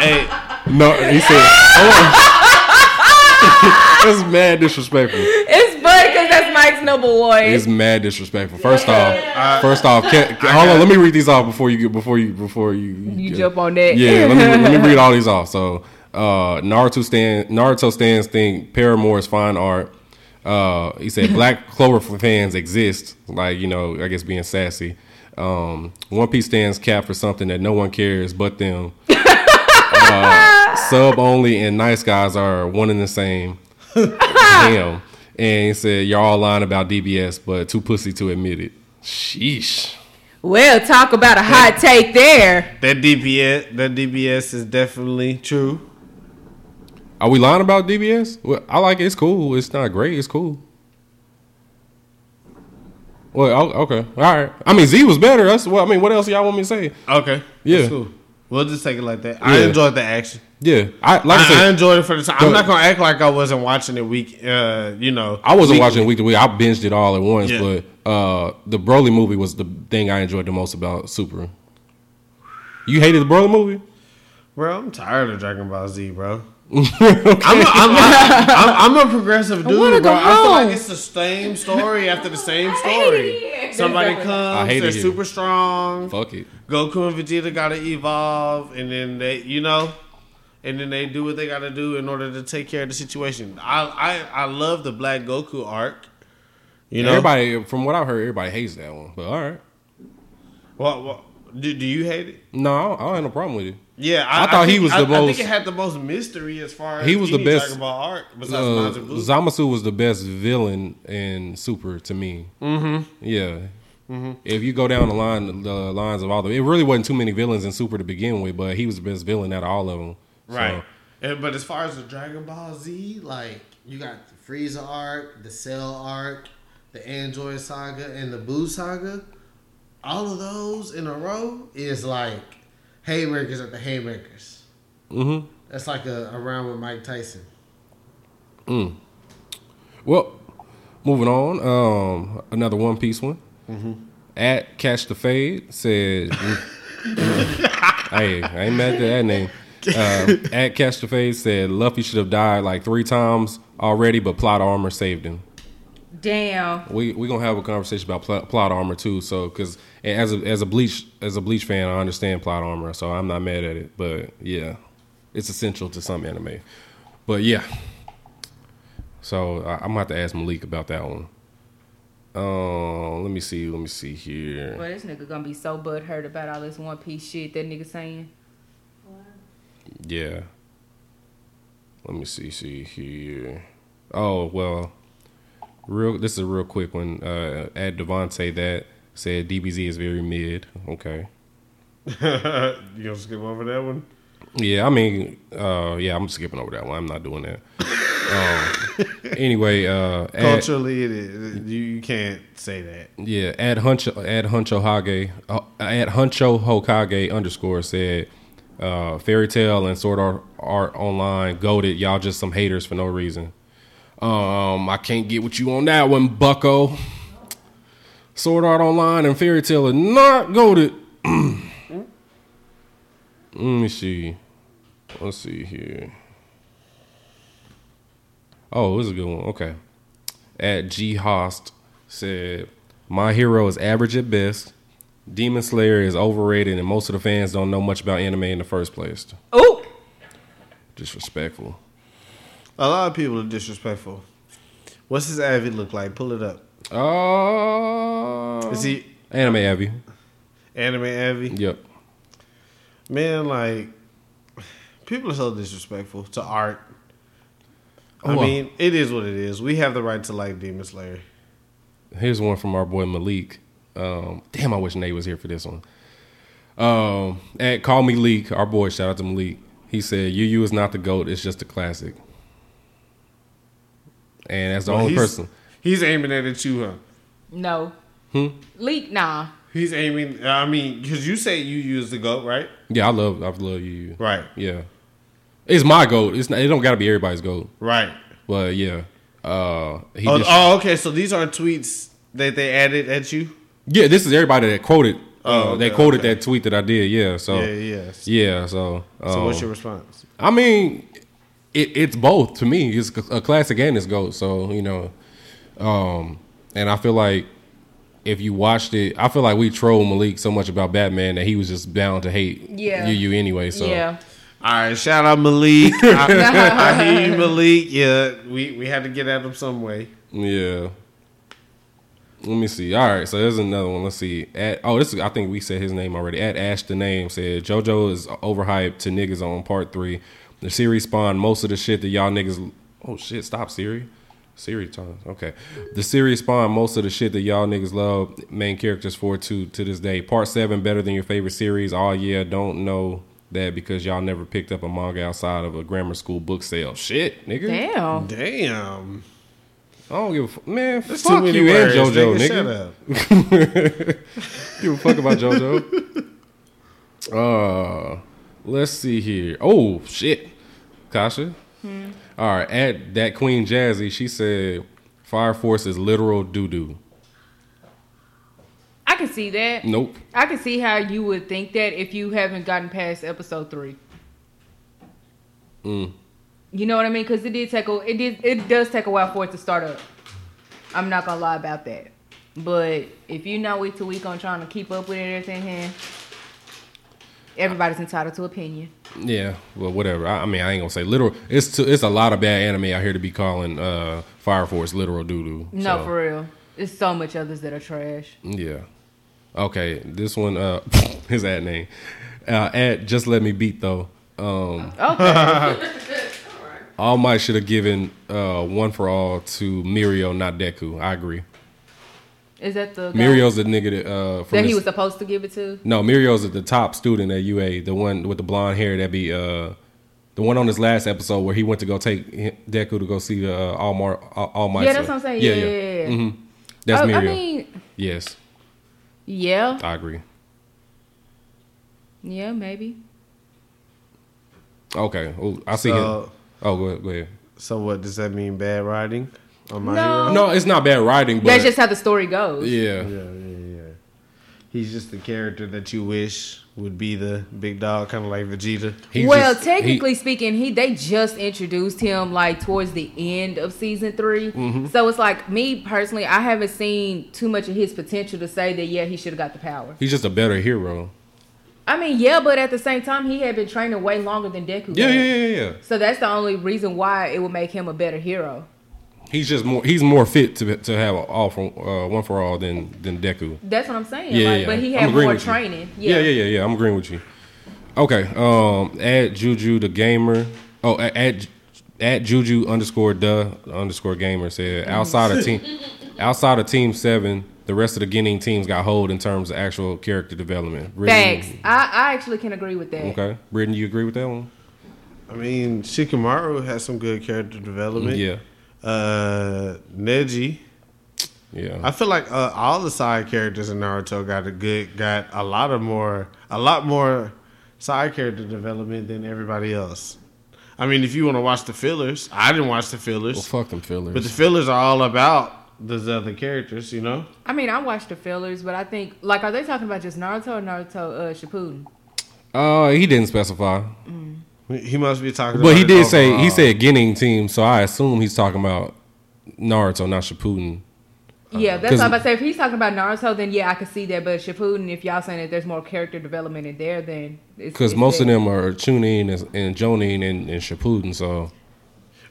Speaker 4: Hey,
Speaker 2: No, he said, oh, (laughs) "That's mad disrespectful."
Speaker 5: It's funny because that's Mike's number one.
Speaker 2: It's mad disrespectful. First off, first off, can, can- hold on. Let me read these off before you get before you before you
Speaker 5: You jump on that.
Speaker 2: Yeah, let me let me read all these off. So, uh, Naruto stand Naruto stands think Paramore is fine art. Uh, he
Speaker 5: (laughs)
Speaker 2: said Black Clover fans exist. Like you know, I guess being sassy. Um, One Piece stands cap for something that no one cares but
Speaker 5: (laughs)
Speaker 2: them. Uh, sub only and nice guys are one and the same
Speaker 5: (laughs)
Speaker 2: him and he said, Y'all all lying about DBS, but too pussy to admit it. Sheesh.
Speaker 5: Well, talk about a hot take there.
Speaker 4: that DPS. That DBS is definitely true.
Speaker 2: Are we lying about DBS? Well, I like it. It's cool. It's not great. It's cool. Well, o- okay. All right. I mean, Z was better. That's what I mean. What else y'all want me to say?
Speaker 4: Okay.
Speaker 2: Yeah.
Speaker 4: That's cool. We'll just take it like that. I
Speaker 2: Yeah.
Speaker 4: enjoyed the action.
Speaker 2: Yeah. I like I,
Speaker 4: I, I
Speaker 2: said,
Speaker 4: enjoyed it for the time.
Speaker 2: Go-
Speaker 4: I'm not gonna act like I wasn't watching it week. Uh, you know,
Speaker 2: I, wasn't
Speaker 4: weekly.
Speaker 2: watching week to week. I binged it all at once,
Speaker 4: Yeah.
Speaker 2: but uh, the Broly movie was the thing I enjoyed the most about Super. You hated the Broly movie?
Speaker 4: Bro, I'm tired of Dragon Ball
Speaker 2: (laughs)
Speaker 4: Z, bro. I'm, a, I'm, a, I'm, I'm a progressive dude,
Speaker 5: wanna
Speaker 4: bro.
Speaker 5: go
Speaker 4: I feel
Speaker 5: home.
Speaker 4: like it's the same story after the
Speaker 5: (laughs)
Speaker 4: same story.
Speaker 3: it.
Speaker 4: Somebody
Speaker 2: I
Speaker 4: comes,
Speaker 2: hate
Speaker 4: they're
Speaker 2: it.
Speaker 4: super strong.
Speaker 2: Fuck it.
Speaker 4: Goku and Vegeta gotta evolve, and then they, you know, and then they do what they gotta do in order to take care of the situation. I, I, I love the Black Goku arc. You know,
Speaker 2: Everybody, from what I've heard, everybody hates that one. But all right.
Speaker 4: What, what, do, do you hate it?
Speaker 2: No, I don't, I don't have no problem with it.
Speaker 4: Yeah, I,
Speaker 2: I thought he
Speaker 4: think-
Speaker 2: was
Speaker 4: I-
Speaker 2: the
Speaker 4: I
Speaker 2: most-
Speaker 4: think it had the most mystery as far as
Speaker 2: He was the
Speaker 4: any
Speaker 2: best-
Speaker 4: Dragon Ball arc besides
Speaker 2: Uh,
Speaker 4: Majin Buu.
Speaker 2: Zamasu was the best villain in Super to me. Mm-hmm. Yeah. If you go down the line, the lines of all the, it really wasn't too many villains in Super to begin with, but he was the best villain out of all of them. So,
Speaker 4: Right. And, but as far as the
Speaker 6: Dragon Ball Z, like you got the Frieza arc, the Cell arc, the Android saga, and the Boo saga. All of those in a row is like haymakers at the haymakers.
Speaker 2: Mhm.
Speaker 6: That's like a, a round with Mike Tyson.
Speaker 2: Well, moving on. Um, another One Piece one. At Catch the Fade said, (laughs) "Hey, I ain't mad at that name." Uh, at Catch the Fade said, "Luffy should have died like three times already, but plot armor saved him."
Speaker 5: Damn.
Speaker 2: We we gonna have a conversation about plot, plot armor too. So, because as a as a bleach as a bleach fan, I understand plot armor, so I'm not mad at it. But yeah, it's essential to some anime. But yeah, so I, I'm gonna have to ask Malik about that one. Uh, let me see. Let me see here.
Speaker 5: Well, this nigga gonna be so butthurt about all this One Piece shit that nigga saying.
Speaker 2: Yeah. Let me see. See here. Oh well. Real. This is a real quick one. Uh, at Devonte that said DBZ is very mid. Okay.
Speaker 4: (laughs) you gonna skip over that one?
Speaker 2: Yeah, I mean, uh, yeah, I'm skipping over that one. I'm not doing that. um, anyway, uh, at,
Speaker 4: Culturally, it is. You, you can't say that.
Speaker 2: yeah, at Huncho, at Huncho Hage, uh, at Huncho Hokage underscore said, uh, Fairy Tale and Sword Art, Art Online goaded y'all just some haters for no reason. Um, I can't get with you on that one, Bucko. Sword Art Online and Fairy Tale are not goaded. (clears throat) Let me see. Let's see here. Oh, this is a good one. Okay. At G Host said, My hero is average at best. Demon Slayer is overrated, and most of the fans don't know much about anime in the first place.
Speaker 5: Oh,
Speaker 2: Disrespectful.
Speaker 4: A lot of people are disrespectful. What's his avid look like? Pull it up.
Speaker 2: Oh.
Speaker 4: Is he
Speaker 2: Anime Abby.
Speaker 4: anime avid?
Speaker 2: Yep.
Speaker 4: Man, like people are so disrespectful to art. I
Speaker 2: Well-
Speaker 4: mean, it is what it is. We have the right to like Demon Slayer.
Speaker 2: Here's one from our boy Malik. Um, damn, I wish Nate was here for this one. Um, at Call Me Leak, our boy, shout out to Malik. He said, "You you is not the GOAT, it's just a classic. And that's the
Speaker 4: Well,
Speaker 2: only
Speaker 4: he's-
Speaker 2: person.
Speaker 4: He's aiming that at you, huh?
Speaker 5: no. Hmm? Leak, nah.
Speaker 4: He's aiming. I mean, because you say you use the goat, right?
Speaker 2: Yeah, I love I love you. you.
Speaker 4: Right.
Speaker 2: Yeah. It's my GOAT. It's not, it don't gotta be everybody's GOAT.
Speaker 4: Right.
Speaker 2: But yeah. Uh he
Speaker 4: Oh,
Speaker 2: just,
Speaker 4: oh, okay. So these are tweets that they added at you.
Speaker 2: Yeah, this is everybody that quoted uh,
Speaker 4: Oh,
Speaker 2: they
Speaker 4: okay,
Speaker 2: quoted
Speaker 4: okay.
Speaker 2: that tweet that I did, yeah. So
Speaker 4: Yeah, yeah. So
Speaker 2: yeah, so um,
Speaker 4: what's your response?
Speaker 2: I mean, it, it's both to me. It's a classic and it's goat. So you know, um, and I feel like if you watched it, I feel like we trolled Malik so much about Batman that he was just bound to hate
Speaker 5: Yeah.
Speaker 2: you, you anyway. So
Speaker 5: Yeah.
Speaker 4: All right, shout out (laughs) Malik. I, I hear you, Malik. Yeah, we we had to get at him some way.
Speaker 2: yeah. Let me see. All right, so there's another one. Let's see. At oh, this is, I think we said his name already. At Ash the name said JoJo is overhyped to niggas on part three. The series spawned most of the shit that y'all niggas. Oh shit! Stop Siri. Siri time. Okay. The series spawned most of the shit that y'all niggas love main characters for to to this day. Part seven better than your favorite series. Oh yeah, don't know that because y'all never picked up a manga outside of a grammar school book sale. Shit, nigga.
Speaker 5: Damn.
Speaker 4: Damn,
Speaker 2: I don't give a fuck. man.
Speaker 4: That's
Speaker 2: fuck you and JoJo, nigga.
Speaker 4: Shut up.
Speaker 2: Give a fuck about JoJo.
Speaker 4: (laughs)
Speaker 2: uh, let's see here. Oh shit, Kasha. All right, at that Queen Jazzy, she said, "Fire Force is literal doo doo."
Speaker 5: I can see that.
Speaker 2: Nope.
Speaker 5: I can see how you would think that if you haven't gotten past episode three.
Speaker 2: Mm.
Speaker 5: You know what I mean? Because it did take a it did it does take a while for it to start up. I'm not gonna lie about that. But if you're not week to week on trying to keep up with everything, hand everybody's entitled to opinion.
Speaker 2: Yeah, well, whatever. I, I mean, I ain't gonna say literal. It's to, it's a lot of bad anime out here to be calling uh, Fire Force literal doo doo.
Speaker 5: No, for real. There's so much others that are trash.
Speaker 2: Yeah. Okay, this one. Uh, (laughs) his ad name. Uh, at just let me beat though. Um, (laughs)
Speaker 5: Okay.
Speaker 2: All Might should have given uh, one for all to Mirio, not Deku. I agree.
Speaker 5: Is that the guy
Speaker 2: Mirio's the nigga that uh, from
Speaker 5: that he
Speaker 2: this-
Speaker 5: was supposed to give it to?
Speaker 2: no Mirio's at the top student at UA, the one with the blonde hair that be uh, the one on his last episode where he went to go take hi- Deku to go see uh, All Mar All All Might.
Speaker 5: Yeah, that's what I'm saying. Yeah, yeah, yeah.
Speaker 2: hmm That's
Speaker 5: Oh, I,
Speaker 2: Mirio.
Speaker 5: I mean,
Speaker 2: yes,
Speaker 5: yeah.
Speaker 2: I agree.
Speaker 5: Yeah, maybe.
Speaker 2: Okay, oh, I see him.
Speaker 4: So,
Speaker 2: Oh, go ahead, go ahead.
Speaker 4: Uh, so what does that mean? Bad riding on my
Speaker 5: No.
Speaker 2: No, it's not bad writing, but
Speaker 5: That's just how the story goes.
Speaker 2: yeah.
Speaker 4: hero. Yeah, yeah, yeah. He's just the character that you wish would be the big dog, kind of like Vegeta.
Speaker 2: He
Speaker 5: well,
Speaker 2: just- he-
Speaker 5: technically speaking, he they just introduced him like towards the end of season 3
Speaker 2: Mm-hmm.
Speaker 5: So it's like me personally, I haven't seen too much of his potential to say that yeah, he should have got the power.
Speaker 2: he's just a better hero.
Speaker 5: I mean, yeah, but at the same time, he had been training way longer than Deku.
Speaker 2: Yeah,
Speaker 5: had.
Speaker 2: yeah, yeah, yeah.
Speaker 5: So that's the only reason why it would make him a better hero.
Speaker 2: He's just more. He's more fit to to have a all for uh, one for all than than Deku.
Speaker 5: That's what I'm saying.
Speaker 2: Yeah,
Speaker 5: like,
Speaker 2: yeah,
Speaker 5: but he
Speaker 2: yeah. I'm
Speaker 5: had
Speaker 2: agreeing
Speaker 5: more
Speaker 2: with you.
Speaker 5: training.
Speaker 2: Yeah, yeah, yeah, yeah. I'm agreeing with you. Okay. Um. At Juju the gamer. Oh, a- at at Juju underscore duh underscore gamer said outside of
Speaker 5: (laughs)
Speaker 2: team outside of team seven, the rest of the Guinea teams got hold in terms of actual character development. Brittany-
Speaker 5: Facts. I, I actually can agree with that.
Speaker 2: Okay, Brittany, you agree with that one?
Speaker 4: I mean, Shikamaru has some good character development.
Speaker 2: Yeah.
Speaker 4: Uh, Neji.
Speaker 2: Yeah.
Speaker 4: I feel like uh, all the side characters in Naruto got a good, got a lot of more, a lot more side character development than everybody else. I mean, if you want to watch the fillers, I didn't watch the fillers,
Speaker 2: well, fuck them fillers.
Speaker 4: but the fillers are all about those other characters, you know?
Speaker 5: I mean, I watched the fillers, but I think like are they talking about just Naruto or Naruto uh, Shippuden?
Speaker 2: Uh, he didn't specify,
Speaker 4: He- He must be talking
Speaker 2: but he
Speaker 4: it
Speaker 2: did say
Speaker 4: overall.
Speaker 2: he said Ginning team, so I assume he's talking about Naruto, not Shippuden.
Speaker 4: Oh,
Speaker 5: yeah, that's
Speaker 2: 'cause-
Speaker 5: what I'm about to say. If he's talking about Naruto, then yeah, I can see that. But Shippuden, if y'all saying that there's more character development in there, then it's
Speaker 2: Because
Speaker 5: it's
Speaker 2: most of
Speaker 5: there.
Speaker 2: them are Chunin and, and Jonin and, and Shippuden, so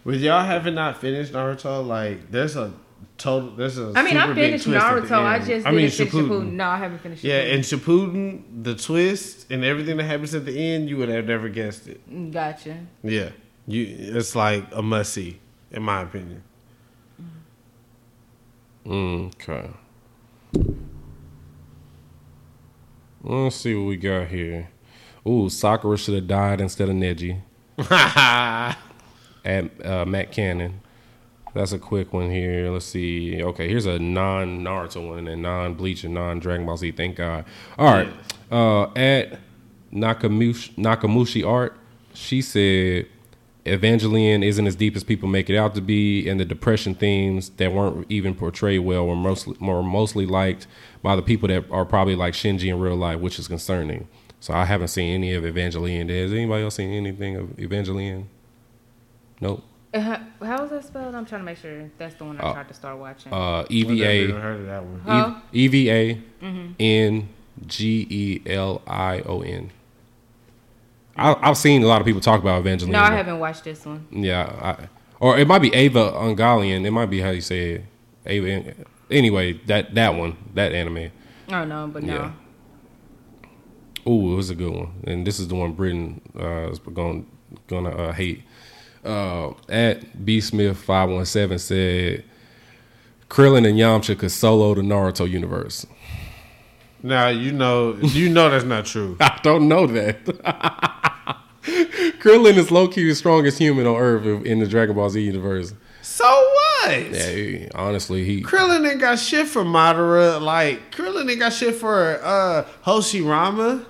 Speaker 4: With y'all having not finished Naruto, like there's a total there's a
Speaker 5: I mean, I
Speaker 4: super big
Speaker 5: finished
Speaker 4: twist at the
Speaker 5: Naruto. I
Speaker 4: end.
Speaker 5: just
Speaker 4: I mean
Speaker 5: didn't finish Shippuden. No, I haven't finished.
Speaker 4: Yeah,
Speaker 5: Shippuden.
Speaker 4: and Shippuden, the twist and everything that happens at the end, you would have never guessed it.
Speaker 5: Mm, gotcha.
Speaker 4: Yeah, you it's like a must see, in my opinion. (laughs)
Speaker 2: mm, okay. Let's see what we got here. Ooh, Sakura should have died instead of Neji at uh, Matt Cannon. That's a quick one here. Let's see. Okay, here's a non Naruto one and non Bleach and non Dragon Ball Z. Thank God. All right. Uh, at Nakamushi, Nakamushi Art, she said Evangelion isn't as deep as people make it out to be, and the depression themes that weren't even portrayed well were mostly, were mostly liked by the people that are probably like Shinji in real life, which is concerning. So I haven't seen any of Evangelion. Has anybody else seen anything of Evangelion? Nope.
Speaker 5: Uh, how is that spelled? I'm trying to make sure that's the one I
Speaker 2: Oh.
Speaker 5: tried to start watching.
Speaker 2: Uh,
Speaker 4: Never even
Speaker 2: EVA.
Speaker 4: heard of that one.
Speaker 5: Huh? Mm-hmm.
Speaker 2: E V A N G E L I O N. I- I've seen a lot of people talk about Evangelion.
Speaker 5: no, I haven't watched this one.
Speaker 2: Yeah, I, or it might be Ava Ungolian. It might be how you say it. Ava. Anyway, that that one, that anime.
Speaker 5: Oh no, but no.
Speaker 2: Yeah. Ooh, it was a good one, and this is the one Britain uh, is going gonna uh, hate. Uh, at B Smith five one seven said, Krillin and Yamcha could solo the Naruto universe.
Speaker 4: Now you know you know that's not true.
Speaker 2: (laughs) I don't know that. (laughs) Krillin is low key the strongest human on Earth in the Dragon Ball Z universe.
Speaker 4: (laughs) So what?
Speaker 2: Yeah, he- honestly, he
Speaker 4: Krillin ain't got shit for Madara. Like Krillin ain't got shit for uh Hoshirama,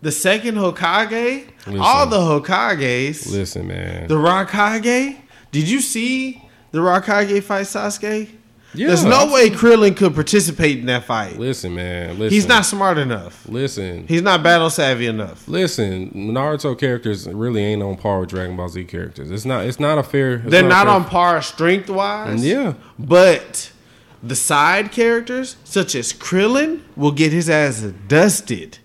Speaker 4: the second Hokage,
Speaker 2: Listen.
Speaker 4: all the Hokages,
Speaker 2: listen, man.
Speaker 4: the Rakage. Did you see the Rakage fight Sasuke?
Speaker 2: Yeah,
Speaker 4: There's no
Speaker 2: I'm-
Speaker 4: way Krillin could participate in that fight.
Speaker 2: Listen, man. Listen.
Speaker 4: He's not smart enough.
Speaker 2: Listen.
Speaker 4: He's not battle savvy enough.
Speaker 2: Listen, Naruto characters really ain't on par with Dragon Ball Z characters. It's not. It's not a fair. it's
Speaker 4: They're not
Speaker 2: a
Speaker 4: on par strength wise.
Speaker 2: (laughs) Yeah.
Speaker 4: But the side characters, such as Krillin, will get his ass dusted.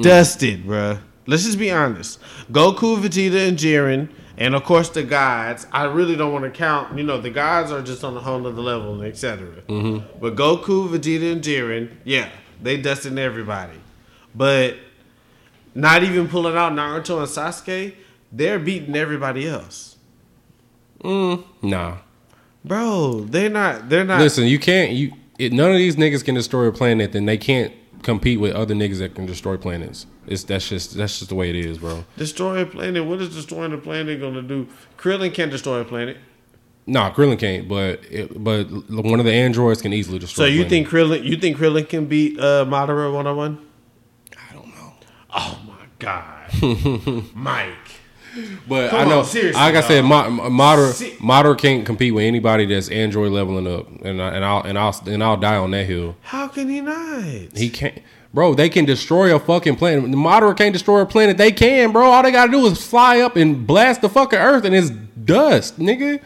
Speaker 4: Dusted, bruh. Let's just be honest. Goku, Vegeta, and Jiren, and of course the gods. I really don't want to count. You know, the gods are just on a whole other level, and etc. But Goku, Vegeta, and Jiren, yeah, they dusted everybody. But not even pulling out Naruto and Sasuke, they're beating everybody else.
Speaker 2: Nah.
Speaker 4: Bro, they're not. They're not.
Speaker 2: Listen, you can't. You it, none of these niggas can destroy a planet, then they can't compete with other niggas that can destroy planets. It's that's just that's just the way it is, bro.
Speaker 4: Destroy a planet. What is destroying a planet going to do? Krillin can't destroy a planet.
Speaker 2: Nah, Krillin can't, but it, but l- one of the androids can easily
Speaker 4: So
Speaker 2: destroy. a
Speaker 4: you
Speaker 2: planet.
Speaker 4: think Krillin? You think Krillin can beat uh, Madara one on one?
Speaker 2: I don't know,
Speaker 4: Oh my
Speaker 2: (laughs)
Speaker 4: god, Mike.
Speaker 2: but
Speaker 4: Come
Speaker 2: I know.
Speaker 4: on, seriously,
Speaker 2: like I said, Ma- Ma- Madara
Speaker 4: Se-
Speaker 2: Madara can't compete with anybody that's android leveling up, and I, and I'll and I'll and I'll die on that hill.
Speaker 4: How can he not?
Speaker 2: He can't, bro. They can destroy a fucking planet. The Moderate can't destroy a planet. They can, bro. All they gotta do is fly up and blast the fucking Earth, and it's dust, nigga.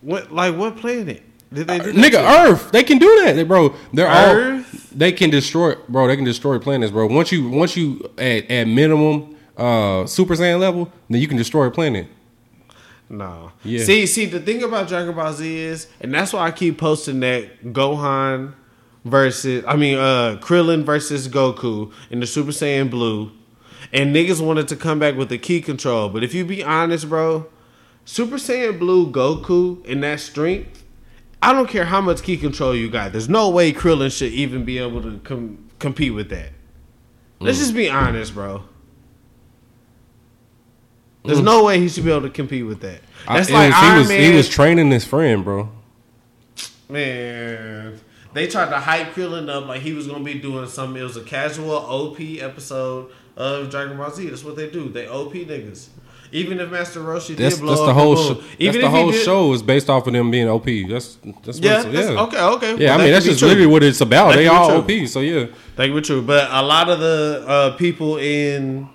Speaker 4: what like what planet did they do? that
Speaker 2: Nigga,
Speaker 4: to?
Speaker 2: Earth. They can do that, bro. They're
Speaker 4: Earth?
Speaker 2: all. They can destroy, bro. They can destroy planets, bro. Once you, once you at at minimum uh Super Saiyan level, then you can destroy a planet.
Speaker 4: No.
Speaker 2: Yeah.
Speaker 4: See, see, the thing about Dragon Ball Z is, and that's why I keep posting that Gohan versus, I mean, uh Krillin versus Goku in the Super Saiyan Blue, and niggas wanted to come back with the key control, but if you be honest, bro, Super Saiyan Blue Goku in that strength, I don't care how much key control you got. There's no way Krillin should even be able to com- compete with that. Let's
Speaker 2: Mm.
Speaker 4: just be honest, bro. There's no way he should be able to compete with that. That's
Speaker 2: Mm. I- it
Speaker 4: like
Speaker 2: was-
Speaker 4: Iron
Speaker 2: he was
Speaker 4: Man.
Speaker 2: he was training his friend, bro.
Speaker 4: Man, they tried to hype Krillin up like he was gonna be doing something. It was a casual OP episode of Dragon Ball Z. That's what they do. They OP niggas. Even if Master Roshi
Speaker 2: That's
Speaker 4: did blow
Speaker 2: that's
Speaker 4: up
Speaker 2: the whole
Speaker 4: moon,
Speaker 2: show. That's
Speaker 4: even
Speaker 2: the
Speaker 4: if he
Speaker 2: whole
Speaker 4: did-
Speaker 2: show is based off of them being OP. That's that's what
Speaker 4: Yeah,
Speaker 2: it's-
Speaker 4: that's-
Speaker 2: yeah.
Speaker 4: okay, okay.
Speaker 2: Yeah,
Speaker 4: Well,
Speaker 2: I
Speaker 4: that
Speaker 2: mean that's
Speaker 4: could be
Speaker 2: just
Speaker 4: true.
Speaker 2: literally what it's about.
Speaker 4: That
Speaker 2: they
Speaker 4: could be
Speaker 2: all
Speaker 4: true.
Speaker 2: OP, so yeah.
Speaker 4: That could be true, but a lot of the uh, people in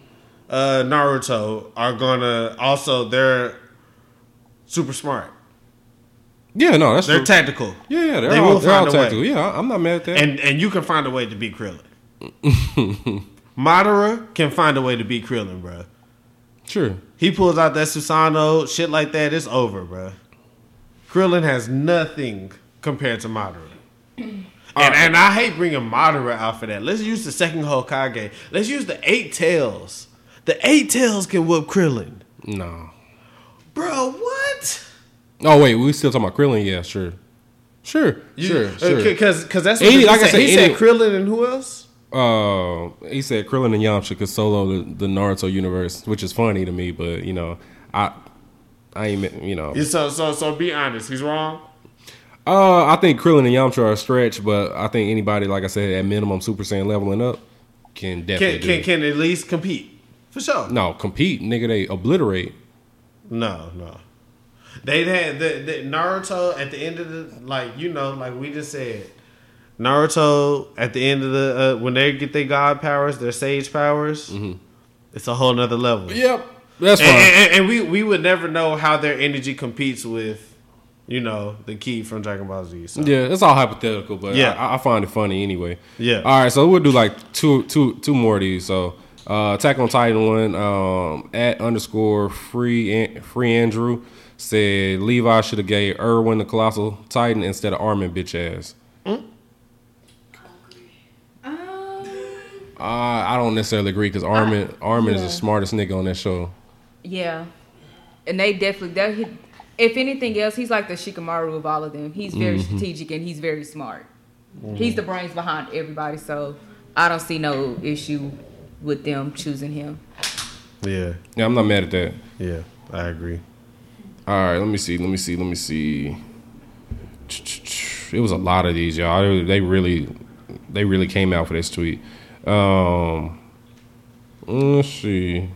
Speaker 4: uh, Naruto are gonna also they're super smart.
Speaker 2: Yeah, no, that's
Speaker 4: They're
Speaker 2: true.
Speaker 4: tactical.
Speaker 2: yeah, yeah, they're
Speaker 4: they
Speaker 2: all,
Speaker 4: will
Speaker 2: they're all
Speaker 4: find a way.
Speaker 2: tactical. Yeah, I- I'm not mad at that.
Speaker 4: and and you can find a way to beat
Speaker 2: (laughs)
Speaker 4: Krillin. Madara can find a way to beat Krillin, bruh.
Speaker 2: sure.
Speaker 4: He pulls out that Susano shit like that. It's over, bruh. Krillin has nothing compared to Madara. (clears throat) And, and I hate bringing Madara out for that. Let's use the second Hokage. Let's use the eight tails. The eight tails can whoop Krillin,
Speaker 2: No.
Speaker 4: bro. What?
Speaker 2: Oh wait, we still talking about Krillin? Yeah, sure, sure,
Speaker 4: uh,
Speaker 2: sure, sure.
Speaker 4: Because because that's what
Speaker 2: Any-
Speaker 4: he
Speaker 2: like I
Speaker 4: said.
Speaker 2: said,
Speaker 4: he said
Speaker 2: any-
Speaker 4: Krillin and who else?
Speaker 2: uh, he said Krillin and Yamcha could solo the, the Naruto universe, which is funny to me, but you know, I, I ain't, you know,
Speaker 4: So so so be honest. He's wrong.
Speaker 2: uh, I think Krillin and Yamcha are a stretch, but I think anybody, like I said, at minimum Super Saiyan leveling up can
Speaker 4: can
Speaker 2: definitely do
Speaker 4: can
Speaker 2: it.
Speaker 4: can at least compete for sure.
Speaker 2: no compete, nigga. They obliterate.
Speaker 4: No, no. They had the, the Naruto at the end of the like you know like we just said Naruto at the end of the uh, when they get their god powers their sage powers it's a whole nother level
Speaker 2: Yep, Mm-hmm. that's
Speaker 4: and,
Speaker 2: fine.
Speaker 4: and, and we we would never know how their energy competes with you know the key from Dragon Ball Z so.
Speaker 2: Yeah, it's all hypothetical, but
Speaker 4: Yeah.
Speaker 2: yeah, I, I find it funny anyway.
Speaker 4: Yeah.
Speaker 2: All right, so we'll do like two, two, two more of these. So, uh, Attack on Titan one um, at underscore free An- free Andrew said Levi should have gave Irwin the colossal Titan instead of Armin bitch ass.
Speaker 5: Um,
Speaker 2: Uh, I don't necessarily agree because Armin Armin is the smartest nigga on that show.
Speaker 5: Yeah, and they definitely that. he- If anything else, he's like the Shikamaru of all of them. He's very
Speaker 2: Mm-hmm.
Speaker 5: strategic and he's very smart. He's the brains behind everybody. So I don't see no issue with them choosing him.
Speaker 4: yeah
Speaker 2: Yeah, I'm not mad at that.
Speaker 4: yeah I agree
Speaker 2: All right, let me see, let me see, let me see. It was a lot of these, y'all. They- They really, they really came out for this tweet. Um, let's see.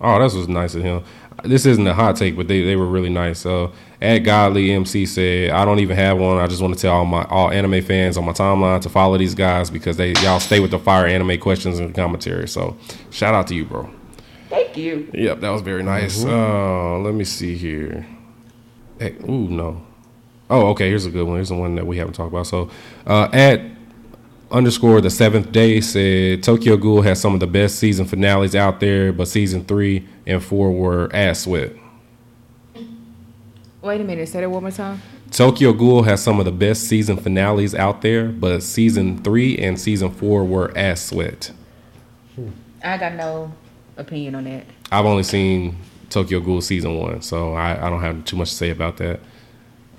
Speaker 2: Oh, this was nice of him. This isn't a hot take, but they, they were really nice. So, at Godly MC said, "I don't even have one. I just want to tell all my all anime fans on my timeline to follow these guys because they y'all stay with the fire anime questions and commentary. So, shout out to you, bro."
Speaker 5: Thank you.
Speaker 2: Yep, that was very nice. Uh, let me see here. Hey, ooh, no. Oh, okay. Here's a good one. Here's the one that we haven't talked about. So, uh, at underscore the seventh day said Tokyo Ghoul has some of the best season finales out there, but season three and four were ass wet.
Speaker 5: Wait a minute. Say that one more time.
Speaker 2: Tokyo Ghoul has some of the best season finales out there, but season three and season four were ass sweat.
Speaker 5: I got no opinion on that.
Speaker 2: I've only seen Tokyo Ghoul season one, so I, I don't have too much to say about that.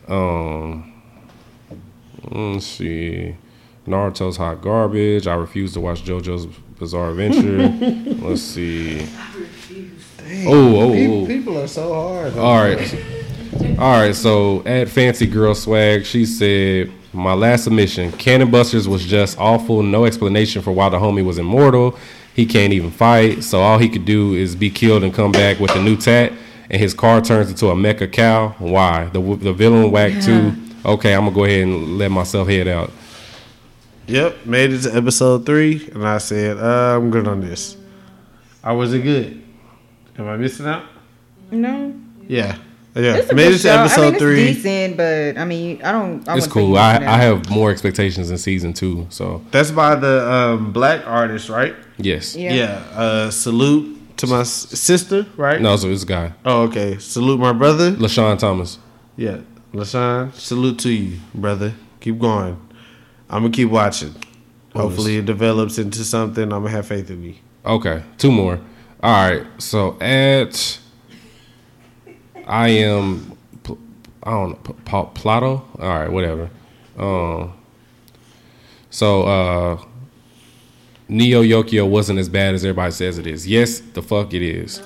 Speaker 2: Um, mm, let's see. Naruto's hot garbage. I refuse to watch JoJo's Bizarre Adventure. let's see. Oh, oh,
Speaker 6: Pe-
Speaker 2: oh.
Speaker 6: People are so hard.
Speaker 2: All right. All right, so at Fancy Girl Swag, she said, My last submission, Cannon Busters was just awful. No explanation for why the homie was immortal. He can't even fight, so all he could do is be killed and come back with a new tat, and his car turns into a mecha cow. Why? The, w- the villain whacked too. Okay, I'm going to go ahead and let myself head out.
Speaker 4: Yep, made it to episode three, and I said uh, I'm good on this. I wasn't good. Am I missing out?
Speaker 5: No.
Speaker 4: Yeah, yeah.
Speaker 5: It's a
Speaker 4: made
Speaker 5: good
Speaker 4: it to
Speaker 5: show.
Speaker 4: episode
Speaker 5: I mean,
Speaker 4: three.
Speaker 5: It's decent, but I mean, I don't. I
Speaker 2: It's
Speaker 5: wouldn't say
Speaker 2: cool.
Speaker 5: no
Speaker 2: I,
Speaker 5: for that.
Speaker 2: I have more expectations in season two, so
Speaker 4: That's by the um, black artist, right?
Speaker 2: yes.
Speaker 5: Yeah.
Speaker 4: Uh, salute to my s- sister, right?
Speaker 2: No, so it's a guy.
Speaker 4: Oh, okay. Salute my brother.
Speaker 2: LaShawn Thomas.
Speaker 4: Yeah, Lashawn. Salute to you, brother. Keep going. I'm gonna keep watching. Hopefully, it develops into something. I'm gonna have faith in (laughs) you.
Speaker 2: Okay, two more. All right. So at I am Pl- I don't know P- Pl- Plato. All right, whatever. Um. So uh, Neo Yokio wasn't as bad as everybody says it is. Yes, the fuck it is.
Speaker 4: (laughs)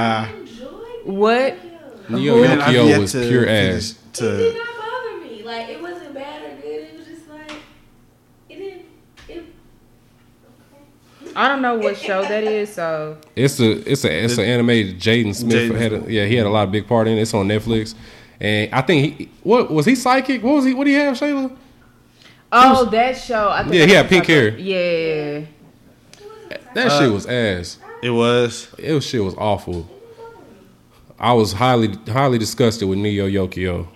Speaker 3: Enjoy.
Speaker 5: What?
Speaker 2: Neo
Speaker 5: Man,
Speaker 4: I've yet
Speaker 2: Yokio was
Speaker 4: to-
Speaker 2: pure
Speaker 4: to-
Speaker 2: ass.
Speaker 3: It did
Speaker 4: To
Speaker 3: not bother me. Like it wasn't bad or good. It was just like it didn't. It, okay.
Speaker 5: I don't know what show that is, so
Speaker 2: It's a it's a it's an anime. Jaden Smith
Speaker 4: Jaden
Speaker 2: had a, yeah he had a lot of big part in. it. It's on Netflix, and I think he what was he psychic? What was he? What do you have, Shayla?
Speaker 5: Oh, that show. I think
Speaker 2: Yeah, he
Speaker 5: I
Speaker 2: had pink
Speaker 5: talked
Speaker 2: hair.
Speaker 5: about- Yeah.
Speaker 2: That
Speaker 4: Uh,
Speaker 2: shit was ass.
Speaker 4: It was.
Speaker 2: It was, shit was awful. I was highly highly disgusted with Neo Yokio.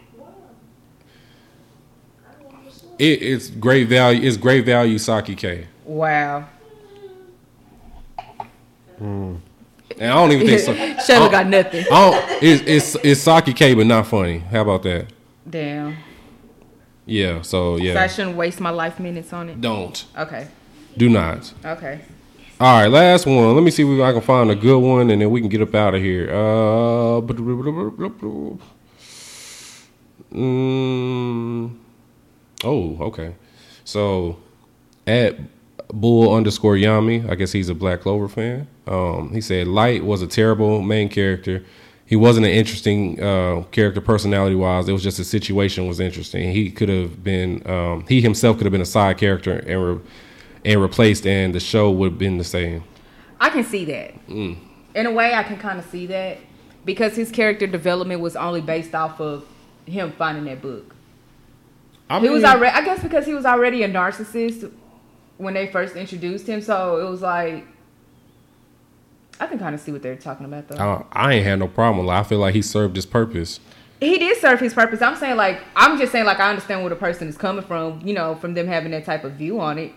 Speaker 2: It, it's great value. It's great value Saki K.
Speaker 5: Wow.
Speaker 2: And I don't even think so.
Speaker 5: (laughs)
Speaker 2: I
Speaker 5: Should've got nothing.
Speaker 2: don't, it's, it's it's Saki K, but not funny. How about that?
Speaker 5: Damn.
Speaker 2: Yeah. So
Speaker 5: So I
Speaker 2: yeah.
Speaker 5: shouldn't waste my life minutes on it.
Speaker 2: Don't
Speaker 5: Okay.
Speaker 2: do not.
Speaker 5: Okay.
Speaker 2: All right, last one. Let me see if I can find a good one, and then we can get up out of here. Uh, mm, oh, okay. So, at Bull underscore Yami, I guess he's a Black Clover fan. Um, he said Light was a terrible main character. He wasn't an interesting uh, character personality wise. It was just the situation was interesting. He could have been. Um, he himself could have been a side character and. Re- and replaced, and the show would have been the same.
Speaker 5: I can see that.
Speaker 2: Mm.
Speaker 5: In a way, I can kind of see that because his character development was only based off of him finding that book.
Speaker 2: I
Speaker 5: He was already, I guess, because he was already a narcissist when they first introduced him. So it was like, I can kind of see what they're talking about though.
Speaker 2: I, I ain't had no problem. Like, I feel like he served his purpose.
Speaker 5: he did serve his purpose. I'm saying like I'm just saying like I understand where the person is coming from, you know, from them having that type of view on it.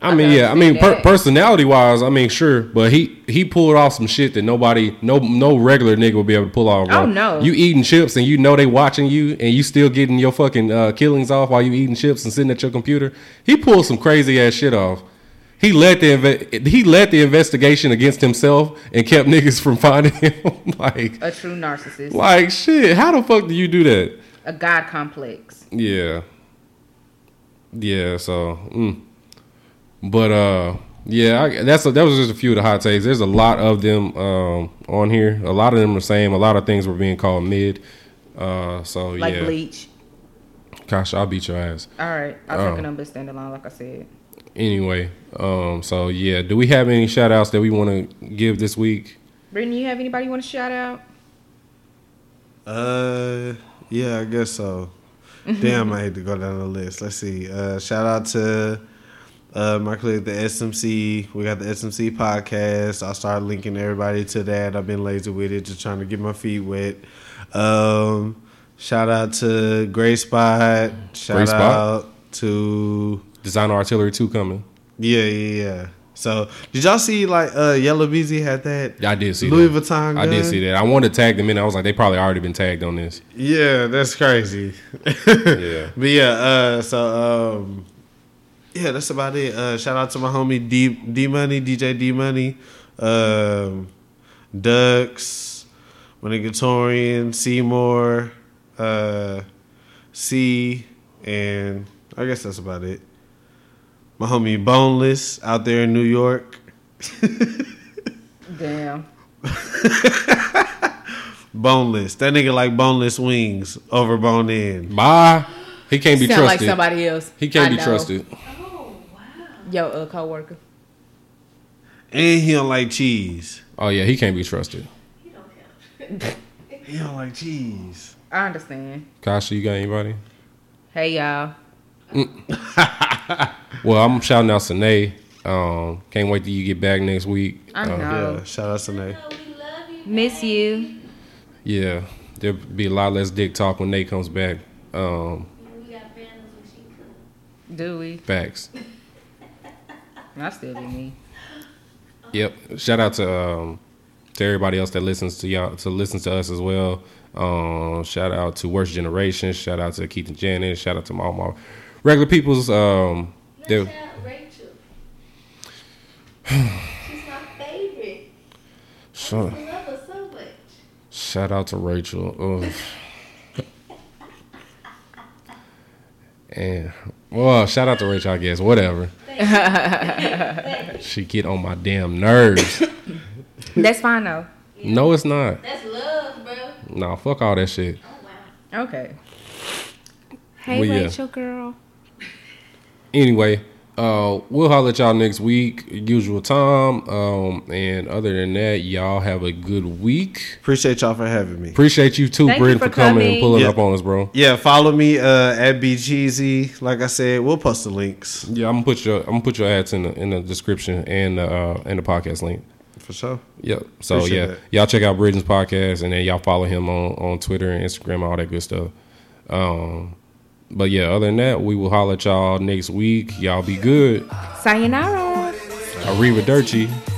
Speaker 2: I
Speaker 5: I
Speaker 2: mean,
Speaker 5: can
Speaker 2: yeah. I mean, per-
Speaker 5: understand that.
Speaker 2: personality wise, I mean, sure, but he he pulled off some shit that nobody, no no regular nigga would be able to pull off. bro.
Speaker 5: Oh, no.
Speaker 2: You eating chips and you know they watching you, and you still getting your fucking uh, killings off while you eating chips and sitting at your computer. He pulled some crazy ass shit off. He led the inve- he led the investigation against himself and kept (laughs) niggas from finding him. (laughs) like
Speaker 5: A true narcissist,
Speaker 2: like shit. How the fuck do you do that?
Speaker 5: a god complex.
Speaker 2: Yeah. Yeah, so mm. but uh yeah, I, that's a, that was just a few of the hot takes. There's a lot of them um on here. A lot of them are same. A lot of things were being called mid. Uh so
Speaker 5: Like
Speaker 2: yeah.
Speaker 5: bleach.
Speaker 2: Gosh, I'll beat your ass.
Speaker 5: All right. I'll take
Speaker 2: Oh.
Speaker 5: a number standalone like I said.
Speaker 2: Anyway, um so yeah, do we have any shout outs that we want to give this week?
Speaker 5: Brittany, you have anybody you want to shout out?
Speaker 4: Uh, yeah, I guess so. Damn, I hate to go down the list. Let's see. Uh, shout out to uh, my clique, the SMC. We got the SMC podcast. I started linking everybody to that. I've been lazy with it, just trying to get my feet wet. Um, shout out to Gray Spot. Shout
Speaker 2: Gray Spot?
Speaker 4: out to
Speaker 2: Designer Artillery 2 coming.
Speaker 4: yeah, yeah, yeah. So did y'all see like uh, Yellow Beezy had that?
Speaker 2: Yeah, I did see
Speaker 4: Louis
Speaker 2: that.
Speaker 4: Vuitton.
Speaker 2: I did
Speaker 4: gun?
Speaker 2: see that. I wanted to tag them in. I was like, they probably already been tagged on this.
Speaker 4: Yeah, that's crazy. yeah. (laughs) But yeah, uh so um yeah, that's about it. Uh shout out to my homie D D Money, DJ D Money, um Ducks, my nigga Torian, Seymour, uh C and I guess that's about it. My homie Boneless out there in New York. (laughs)
Speaker 5: Damn.
Speaker 4: Boneless. That nigga like boneless wings over bone in.
Speaker 2: Bye. He can't be
Speaker 5: Sound like
Speaker 2: trusted.
Speaker 5: somebody else.
Speaker 2: he can't
Speaker 5: I
Speaker 2: be
Speaker 5: know.
Speaker 2: trusted.
Speaker 3: Oh, wow.
Speaker 5: Yo, a coworker.
Speaker 4: And he don't like cheese.
Speaker 2: Oh yeah, he can't be trusted.
Speaker 3: He don't count.
Speaker 4: He don't like cheese.
Speaker 5: I understand.
Speaker 2: Kasha, you got anybody?
Speaker 5: Hey y'all.
Speaker 2: Well, I'm shouting out Sine. Um, can't wait till you get back next week.
Speaker 5: I
Speaker 2: Uh,
Speaker 5: know.
Speaker 4: Yeah, shout out to Nate.
Speaker 3: No, oh, we love you.
Speaker 5: Miss you.
Speaker 2: yeah, there'll be a lot less dick talk when Nate comes back. Um,
Speaker 3: We got banners when she cook.
Speaker 5: Do we?
Speaker 2: facts.
Speaker 5: I still be me.
Speaker 2: Yep. Shout out to um, to everybody else that listens to y'all to listens to us as well. Um, shout out to Worst Generation. Shout out to Keith and Janice. Shout out to all my regular people's. Um,
Speaker 3: Let's
Speaker 2: that-
Speaker 3: shout Rachel. (sighs) She's my favorite.
Speaker 2: shout,
Speaker 3: I love her so much.
Speaker 2: Shout out to Rachel. Ugh. and well, shout out to Rachel, I guess. Whatever. she get on my damn nerves.
Speaker 5: (laughs) That's fine though.
Speaker 2: no, it's not.
Speaker 3: That's love, bro.
Speaker 2: Nah, fuck all that shit.
Speaker 3: Oh, wow.
Speaker 5: Okay. Hey
Speaker 2: Well, yeah.
Speaker 5: Rachel girl.
Speaker 2: Anyway, Uh, we'll holler at y'all next week, usual time. Um, and other than that, y'all have a good week.
Speaker 4: Appreciate y'all for having me.
Speaker 2: Appreciate you too,
Speaker 5: Thank you
Speaker 2: Brent,
Speaker 5: for
Speaker 2: for coming and
Speaker 5: coming.
Speaker 2: pulling
Speaker 4: Yeah.
Speaker 2: up on us, bro.
Speaker 4: Yeah, follow me uh, at Be Cheesy. Like I said, we'll post the links
Speaker 2: Yeah, I'm gonna put your I'm gonna put your ads in the in the description and uh and the podcast link.
Speaker 4: for sure.
Speaker 2: Yep. So
Speaker 4: Appreciate
Speaker 2: yeah,
Speaker 4: that.
Speaker 2: y'all check out Bridges podcast, and then y'all follow him on on Twitter and Instagram, and all that good stuff. Um, but yeah, other than that, we will holler at y'all next week. Y'all be good.
Speaker 5: Sayonara.
Speaker 2: Arriva Dirty.